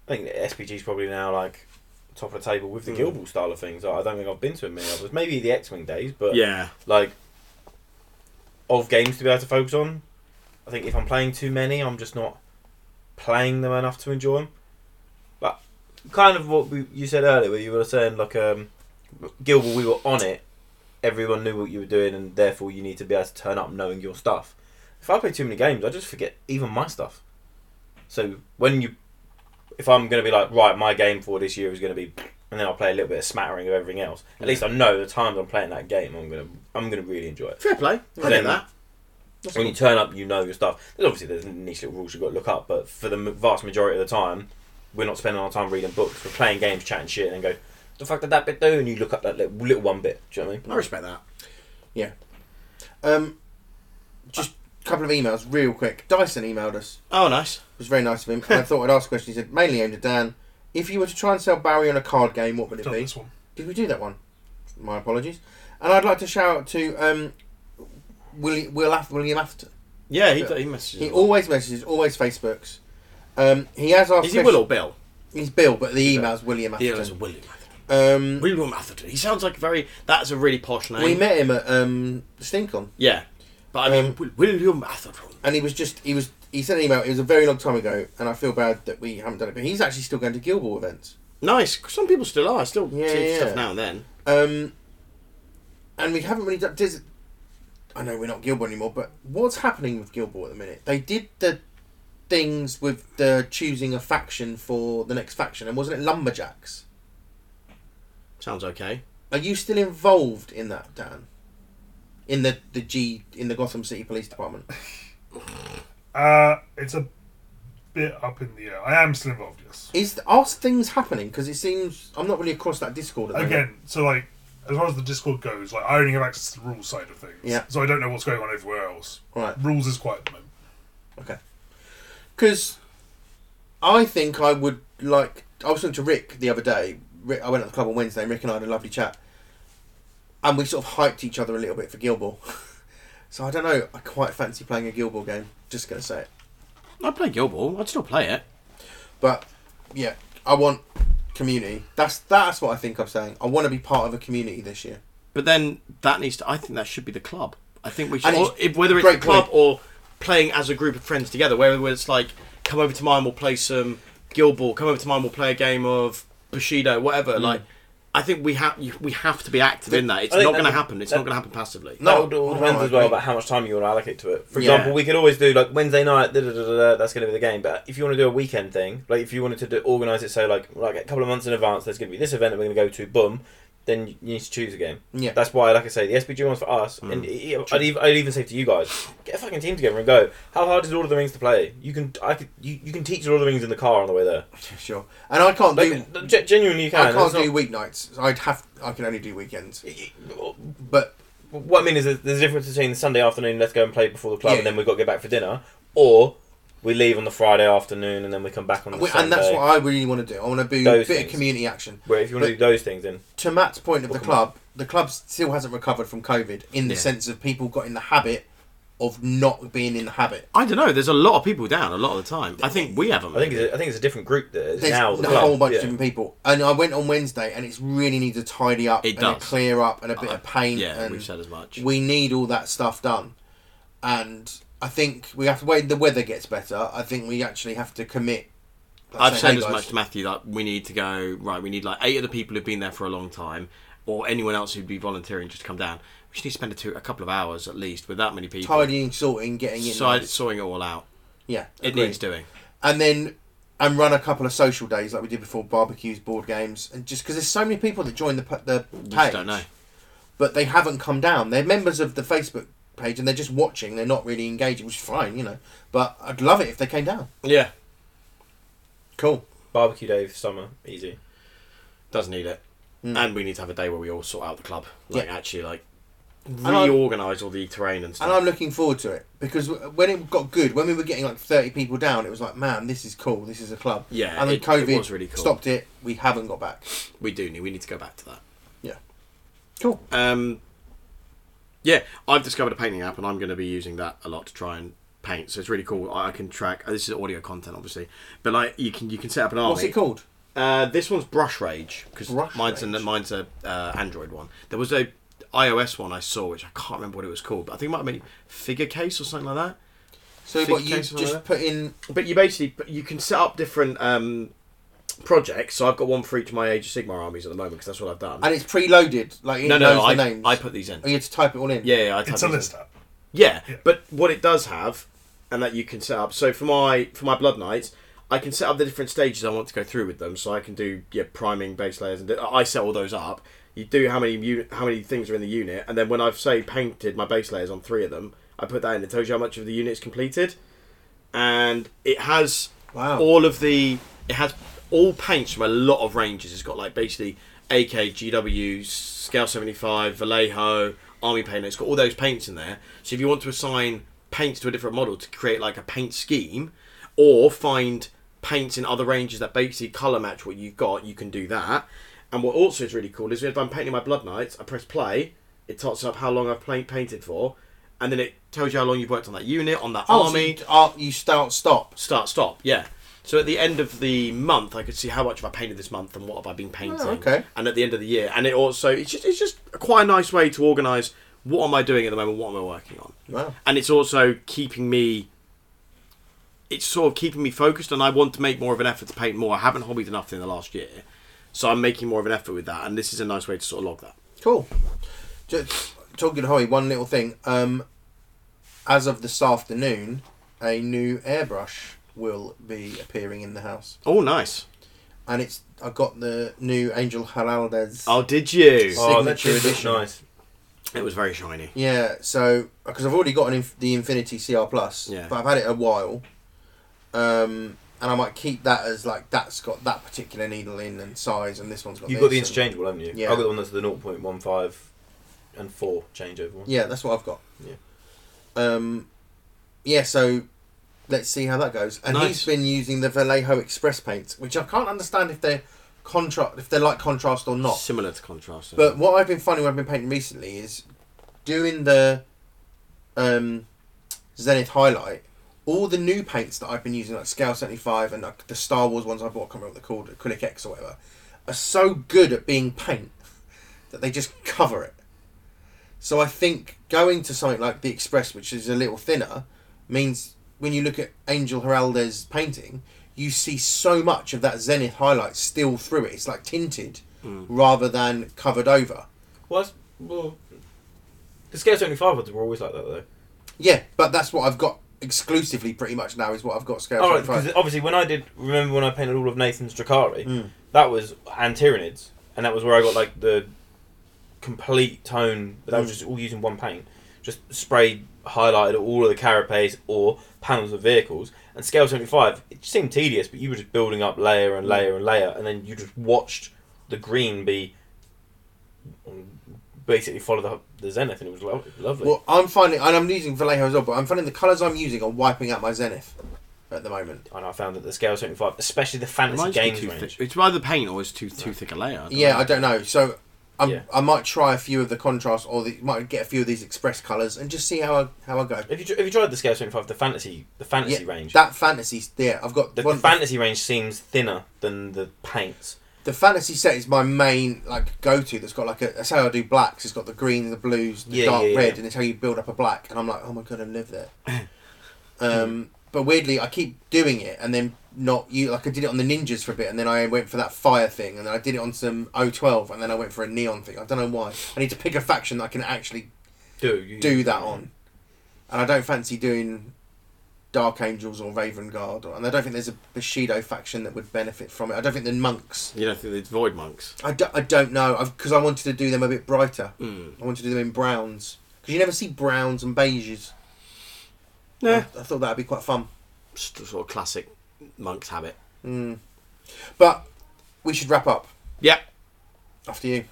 D: I think SPG's probably now like top of the table with the
B: Mm.
D: Guild Ball style of things. I I don't think I've been to many others. Maybe the X Wing days, but
B: yeah,
D: like of games to be able to focus on. I think if I'm playing too many, I'm just not playing them enough to enjoy them. But kind of what we, you said earlier, where you were saying like um, Gilbert, we were on it. Everyone knew what you were doing, and therefore you need to be able to turn up knowing your stuff. If I play too many games, I just forget even my stuff. So when you, if I'm going to be like right, my game for this year is going to be, and then I'll play a little bit of smattering of everything else. At least I know the times I'm playing that game, I'm gonna I'm gonna really enjoy it.
B: fair play. I get
D: Then-
B: that.
D: when you turn up, you know your stuff. There's obviously there's niche little rules you've got to look up, but for the m- vast majority of the time, we're not spending our time reading books. We're playing games, chatting shit, and go, "The fuck did that bit do?" And you look up that little, little one bit. Do you know what I mean?
B: I respect that.
C: Um, just a couple of emails, real quick. Dyson emailed us.
B: Oh, nice.
C: It was very nice of him. And I thought I'd ask a question. He said, mainly aimed at Dan. If you were to try and sell Barry on a card game, what would it
E: Done
C: be?
E: this one.
C: Did we do that one? My apologies. And I'd like to shout out to um, William, Will Aft- William Afton.
B: Yeah, he,
C: Yeah.
B: he messages.
C: He
B: a lot.
C: always messages, always Facebooks. Um, he has asked.
B: Is he Will or Bill?
C: He's Bill, but the email's William
B: Yeah, it's
C: Atherton.
B: William.
C: Um,
B: William Atherton. He sounds like a very. That's a really posh name.
C: we met him at um, Stinkon.
B: Yeah, but I mean
C: Um,
B: Wil- William Atherton.
C: and he was just he was he sent an email. It was a very long time ago, and I feel bad that we haven't done it. But he's actually still going to Gilball events,
B: Nice. Some people still are. I still
C: Yeah,
B: see
C: yeah.
B: stuff now and then.
C: um, and we haven't really done. Does, I know we're not Gilball anymore, but what's happening with Gilball at the minute? They did the things with the choosing a faction for the next faction, and wasn't it Lumberjacks?
B: Sounds okay.
C: Are you still involved in that, Dan? In the the G in the Gotham City Police Department?
E: Uh, it's a bit up in the air. I am still involved, yes.
C: Is are things happening? Because it seems I'm not really across that Discord at the moment.
E: Again, so like as far as the Discord goes, like I only have access to the rules side of things.
C: Yeah.
E: So I don't know what's going on everywhere else.
C: Right.
E: Rules is quiet at the moment.
C: because I think I would like. I was talking to Rick the other day. Rick, I went to the club on Wednesday, and Rick and I had a lovely chat, and we sort of hyped each other a little bit for Gilball. so I don't know. I quite fancy playing a Gilball game. Just gonna say it,
B: I'd play Gilball. I'd still play it.
C: but yeah, I want community. That's that's what I think I'm saying. I want to be part of a community this year.
B: But then that needs to. I think that should be the club. I think we should.
C: And
B: Or,
C: it's-
B: if, whether it's the
C: great
B: club
C: point.
B: or playing as a group of friends together, whether it's like come over to mine, we'll play some Gilball. Come over to mine, we'll play a game of Bushido, whatever.
C: Mm.
B: Like, I think we have we have to be active in that. It's
D: I think
B: not
D: that-
B: going to happen. It's
D: that-
B: not going to happen passively.
D: No, that
C: No,
D: would all
C: no,
D: depends
C: I
D: as well
C: agree.
D: about how much time you want to allocate to it. For
B: Yeah.
D: example, we could always do like Wednesday night, da, da, da, da, da, that's going to be the game. But if you want to do a weekend thing, like if you wanted to do, organize it, so like like a couple of months in advance, there's going to be this event that we're going to go to, boom, then you need to choose a game.
C: Yeah. Mm.
D: That's why, like I say, the SPG one's for us, and i- i- I'd even, I'd even say to you guys, get a fucking team together and go. How hard is Lord of the Rings to play? You can I could you, you can teach Lord of the Rings in the car on the way there.
C: sure. And I can't do.
D: Like, ge- genuinely, you can.
C: I can't
D: It's not-
C: do weeknights. I'd have. I can only do weekends.
D: y-
C: But
D: What I mean is, that there's a difference between the Sunday afternoon, let's go and play before the club,
C: Yeah.
D: and then we've got to get back for dinner, or we leave on the Friday afternoon and then we come back on the
C: we-
D: Sunday.
C: and that's what I really want to do. I want to do a bit
D: Those
C: of
D: things.
C: community action.
D: Where if you want to do those things, then
C: to Matt's point of the
D: Welcome
C: club, the club still hasn't recovered from COVID in the
B: Yeah.
C: sense of people got in the habit of not being in the habit.
B: I don't know. There's a lot of people down a lot of the time. I think we haven't.
D: I think it's a, I think it's a different group that is
C: There's
D: now.
C: a
D: The club.
C: whole bunch
D: yeah.
C: of different people, and I went on Wednesday, and it's really needs to tidy up
B: It
C: and a
B: does.
C: clear up and a bit of paint.
B: yeah,
C: and
B: we've said as much.
C: we need all that stuff done, and I think we have to wait. The weather gets better. I think we actually have to commit. like
B: I've
C: saying,
B: said as
C: "Hey,
B: much
C: guys,
B: to Matthew that we need to go right. We need like eight of the people who've been there for a long time, or anyone else who'd be volunteering just to come down. We just need to spend a, two, a couple of hours at least with that many people,
C: tidying, sorting, getting in.
B: side, sorting it all out.
C: yeah,
B: It
C: agreed.
B: needs doing.
C: and then and run a couple of social days like we did before barbecues board games and just because there's so many people that join the p- the
B: We
C: page
B: just don't know.
C: but they haven't come down they're members of the facebook page and they're just watching they're not really engaging which is fine you know but i'd love it if they came down
B: Yeah,
C: cool
D: Barbecue day for summer, easy.
B: does need it,
C: Mm.
B: and we need to have a day where we all sort out the club. Like actually, like
C: I-
B: reorganise all the terrain and
C: And
B: stuff.
C: I'm looking forward to it because w- when it got good, when we were getting like 30 people down, it was like, man, this is cool. This is a club.
B: yeah,
C: and then
B: it,
C: COVID
B: it was really cool.
C: stopped it. We haven't got back.
B: We do need. We need to go back to that.
C: Yeah. Cool.
B: Um, yeah, I've discovered a painting app, and I'm going to be using that a lot to try and paint. So it's really cool. I I can track. uh, This is audio content, obviously, but like you can you can set up an army.
C: What's it called?
B: Uh, this one's Brush Rage because
C: Brush
B: mine's an
C: Rage.
B: mine's a uh, Android one. There was a iOS one I saw, which I can't remember what it was called, but I think it might have been Figure Case or something like that.
C: So
B: Figure
C: what you
B: case or
C: just
B: whatever.
C: put in?
B: But you basically but you can set up different um, projects. So I've got one for each of my Age of Sigma armies at the moment because that's what I've done.
C: And it's preloaded. Like it
B: no,
C: knows
B: no,
C: the
B: I,
C: names.
B: I put these in.
C: Oh, you had to type it all in.
B: Yeah, yeah, I type
E: It's a
B: these in.
E: list app.
B: Yeah,
E: Yeah.
B: but what it does have, and that you can set up. So for my for my blood knights, I can set up the different stages I want to go through with them. So I can do yeah priming base layers, and do, I set all those up. You do how many uni- how many things are in the unit, and then when I've say painted my base layers on three of them, I put that in. It tells you how much of the unit's completed, and it has
C: Wow.
B: all of the it has all paints from a lot of ranges. It's got like basically AK, GW, Scale 75, Vallejo, Army Painter. It's got all those paints in there. So if you want to assign paints to a different model to create like a paint scheme, or find paints in other ranges that basically colour match what you've got, you can do that. And what also is really cool is if I'm painting my Blood Knights, I press play, it tots up how long I've pla- painted for, and then it tells you how long you've worked on that unit, on that
C: Oh, so
B: army
C: you, oh, you start stop.
B: start stop yeah so at the end of the month i could see how much have i painted this month and what have i been painting
C: Oh, okay.
B: and at the end of the year and it also it's just it's just quite a nice way to organize what am i doing at the moment what am i working on
C: Wow.
B: and it's also keeping me it's sort of keeping me focused and i want to make more of an effort to paint more i haven't hobbied enough in the last year so i'm making more of an effort with that and this is a nice way to sort of log that
C: Cool. Just talking to Holly, one little thing. Um, as of this afternoon, a new airbrush will be appearing in the house,
B: oh nice
C: and it's I got the new Angel Heraldez.
B: oh did you
D: Oh, that
C: Signature
D: did look
C: edition.
D: nice.
B: it was very shiny
C: Yeah, so because I've already got an inf- the Infinity CR Plus,
B: Yeah.
C: but I've had it a while, um, and I might keep that as like that's got that particular needle in and size, and this one's got.
D: You've got the
C: this and-
D: interchangeable, haven't you?
C: Yeah.
D: I've got the one that's the 0.15 and 4 changeover one.
C: Yeah, that's what I've got.
D: Yeah.
C: Um, yeah. So let's see how that goes. And he's
B: Nice.
C: been using the Vallejo Express paints, which I can't understand if they're contrast, if they're like contrast or not.
B: similar to contrast I
C: Oh. But
B: think.
C: what I've been finding when I've been painting recently is doing the um, Zenith highlight. All the new paints that I've been using, like Scale 75 and like the Star Wars ones I bought, I can't remember what they're called, Acrylic X or whatever, are so good at being paint that they just cover it. So I think going to something like the Express, which is a little thinner, means when you look at Angel Heralde's painting, you see so much of that Zenith highlight still through it. It's like tinted
D: Hmm.
C: rather than covered over.
D: Well, that's, well, the scale 75 ones were always like that, though.
C: Yeah, but that's what I've got exclusively pretty much now is what I've got scale
D: All Oh, right,
C: 25.
D: because obviously when I did remember when I painted all of Nathan's Drakari, that was and Tyranids, and that was where I got like the complete tone. But that was just all using one paint, just sprayed highlighted all of the carapace or panels of vehicles. And scale seventy five, it just seemed tedious, but you were just building up layer and layer and layer, and then you just watched the green be basically follow the, the zenith, and it was lo- lovely.
C: Well, I'm finding, and I'm using Vallejo as well, but I'm finding the colours I'm using are wiping out my Zenith at the moment.
D: And I found that the scale seventy five, especially the
B: It
D: fantasy
B: might just be
D: games
B: too
D: range.
B: thick. It's either paint or it's too too thick a layer. I don't
C: Yeah,
B: know.
C: I don't know. So I'm,
D: Yeah.
C: I might try a few of the contrast or the, might get a few of these express colours and just see how I, how I go.
D: Have you, tr- have you tried the Scale 75, the fantasy the fantasy
C: Yeah,
D: range?
C: That fantasy, yeah, I've got
D: the,
C: one,
D: the fantasy range seems thinner than the paints.
C: the fantasy set is my main like go to. That's got like a that's how I do blacks. It's got the green, the blues, the
D: Yeah,
C: dark
D: yeah, yeah.
C: red, and it's how you build up a black. And I'm like, oh my god, I live there. um, but weirdly, I keep doing it and then not you. Like I did it on the ninjas for a bit, and then I went for that fire thing, and then I did it on some O12, and then I went for a neon thing. I don't know why. I need to pick a faction that I can actually
D: Do you,
C: do that on, and I don't fancy doing. Dark Angels or Raven Guard, or, and I don't think there's a Bushido faction that would benefit from it. I don't think the monks
B: You don't think it's void monks?
C: I don't, I don't know because I wanted to do them a bit brighter.
B: Mm.
C: I wanted to do them in browns because you never see browns and beiges.
B: Yeah.
C: I, I thought that'd be quite fun.
B: Just a sort of classic monk's habit.
C: Mm. But we should wrap up.
B: Yeah.
C: After you.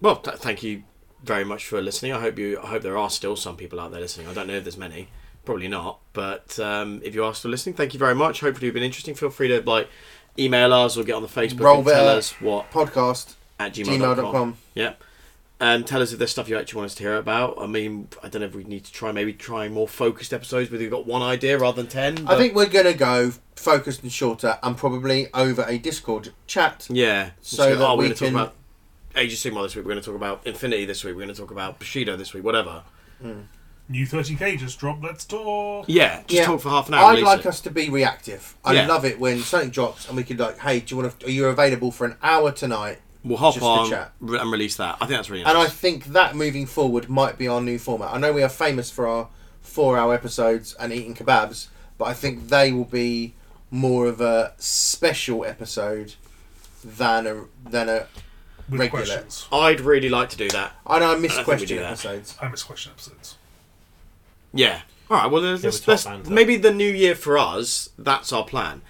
B: Well, th- thank you very much for listening. I hope you. I hope there are still some people out there listening. I don't know if there's many. Probably not. But um, if you are still listening, thank you very much. Hopefully, you've been interesting. Feel free to like email us or get on the Facebook and
C: Robert
B: tell us what
C: Podcast
B: at gmail.com.
C: gmail.com.
B: Yep. And tell us if there's stuff you actually want us to hear about. I mean, I don't know if we need to try maybe try more focused episodes where you've got one idea rather than ten.
C: I
B: but-
C: think we're going to go focused and shorter and probably over a Discord chat.
B: Yeah.
C: So that
B: oh, we're
C: we
B: going to talk
C: can-
B: about Age of Sigmar this week. We're going to talk about Infinity this week. We're going to talk about Bushido this week. Whatever.
E: New 30k just dropped. Let's talk.
B: Yeah. Just
C: Yeah.
B: talk for half an hour.
C: I'd
B: release
C: like
B: it.
C: us to be reactive. I
B: Yeah.
C: love it when something drops and we could like, hey, do you want to? Are you available for an hour tonight?
B: We'll hop
C: just to
B: on
C: chat.
B: re- and release that. I think that's really nice.
C: And I think that moving forward might be our new format. I know we are famous for our four-hour episodes and eating kebabs, but I think they will be more of a special episode than a than a.
E: With
C: Regular.
E: questions.
B: I'd really like to do that.
C: I know I
B: I
C: miss
B: think we
C: question
B: do that.
C: episodes.
E: I miss question episodes.
B: Yeah. All right. Well, let's,
D: Yeah,
B: let's,
D: we're
B: let's
D: top band, though.
B: maybe the new year for us. That's our plan.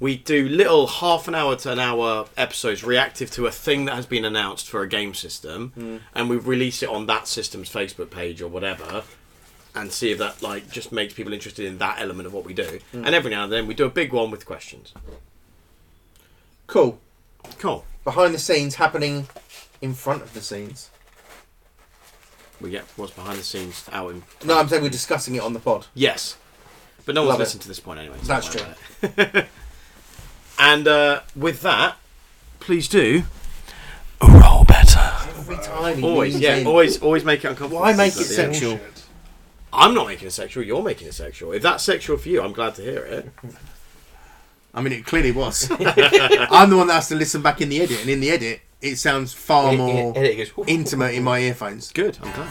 B: We do little half an hour to an hour episodes reactive to a thing that has been announced for a game system, and we release it on that system's Facebook page or whatever, and see if that like just makes people interested in that element of what we do. And every now and then we do a big one with questions.
C: Cool.
B: Cool.
C: Behind the scenes happening in front of the scenes.
B: We get what's behind the scenes out in.
C: No, I'm saying we're discussing it on the pod.
B: Yes. But no one's
C: Love it.
B: listened to this point anyway. so
C: That's
B: don't worry about it. and uh, with that, please do roll better.
C: Every time he
B: Always,
C: leans
B: yeah,
C: in.
B: always, always make it uncomfortable.
C: Why make
B: But
C: it
B: yeah.
C: sexual?
E: Bullshit.
B: I'm not making it sexual. You're making it sexual. If that's sexual for you, I'm glad to hear it.
F: I mean, it clearly was. I'm the one that has to listen back in the edit, and in the edit, it sounds far more
D: and it goes, "Whoop."
F: intimate in my earphones.
B: Good. I'm glad.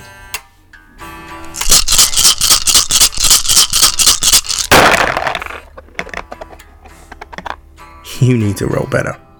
F: You need to roll better.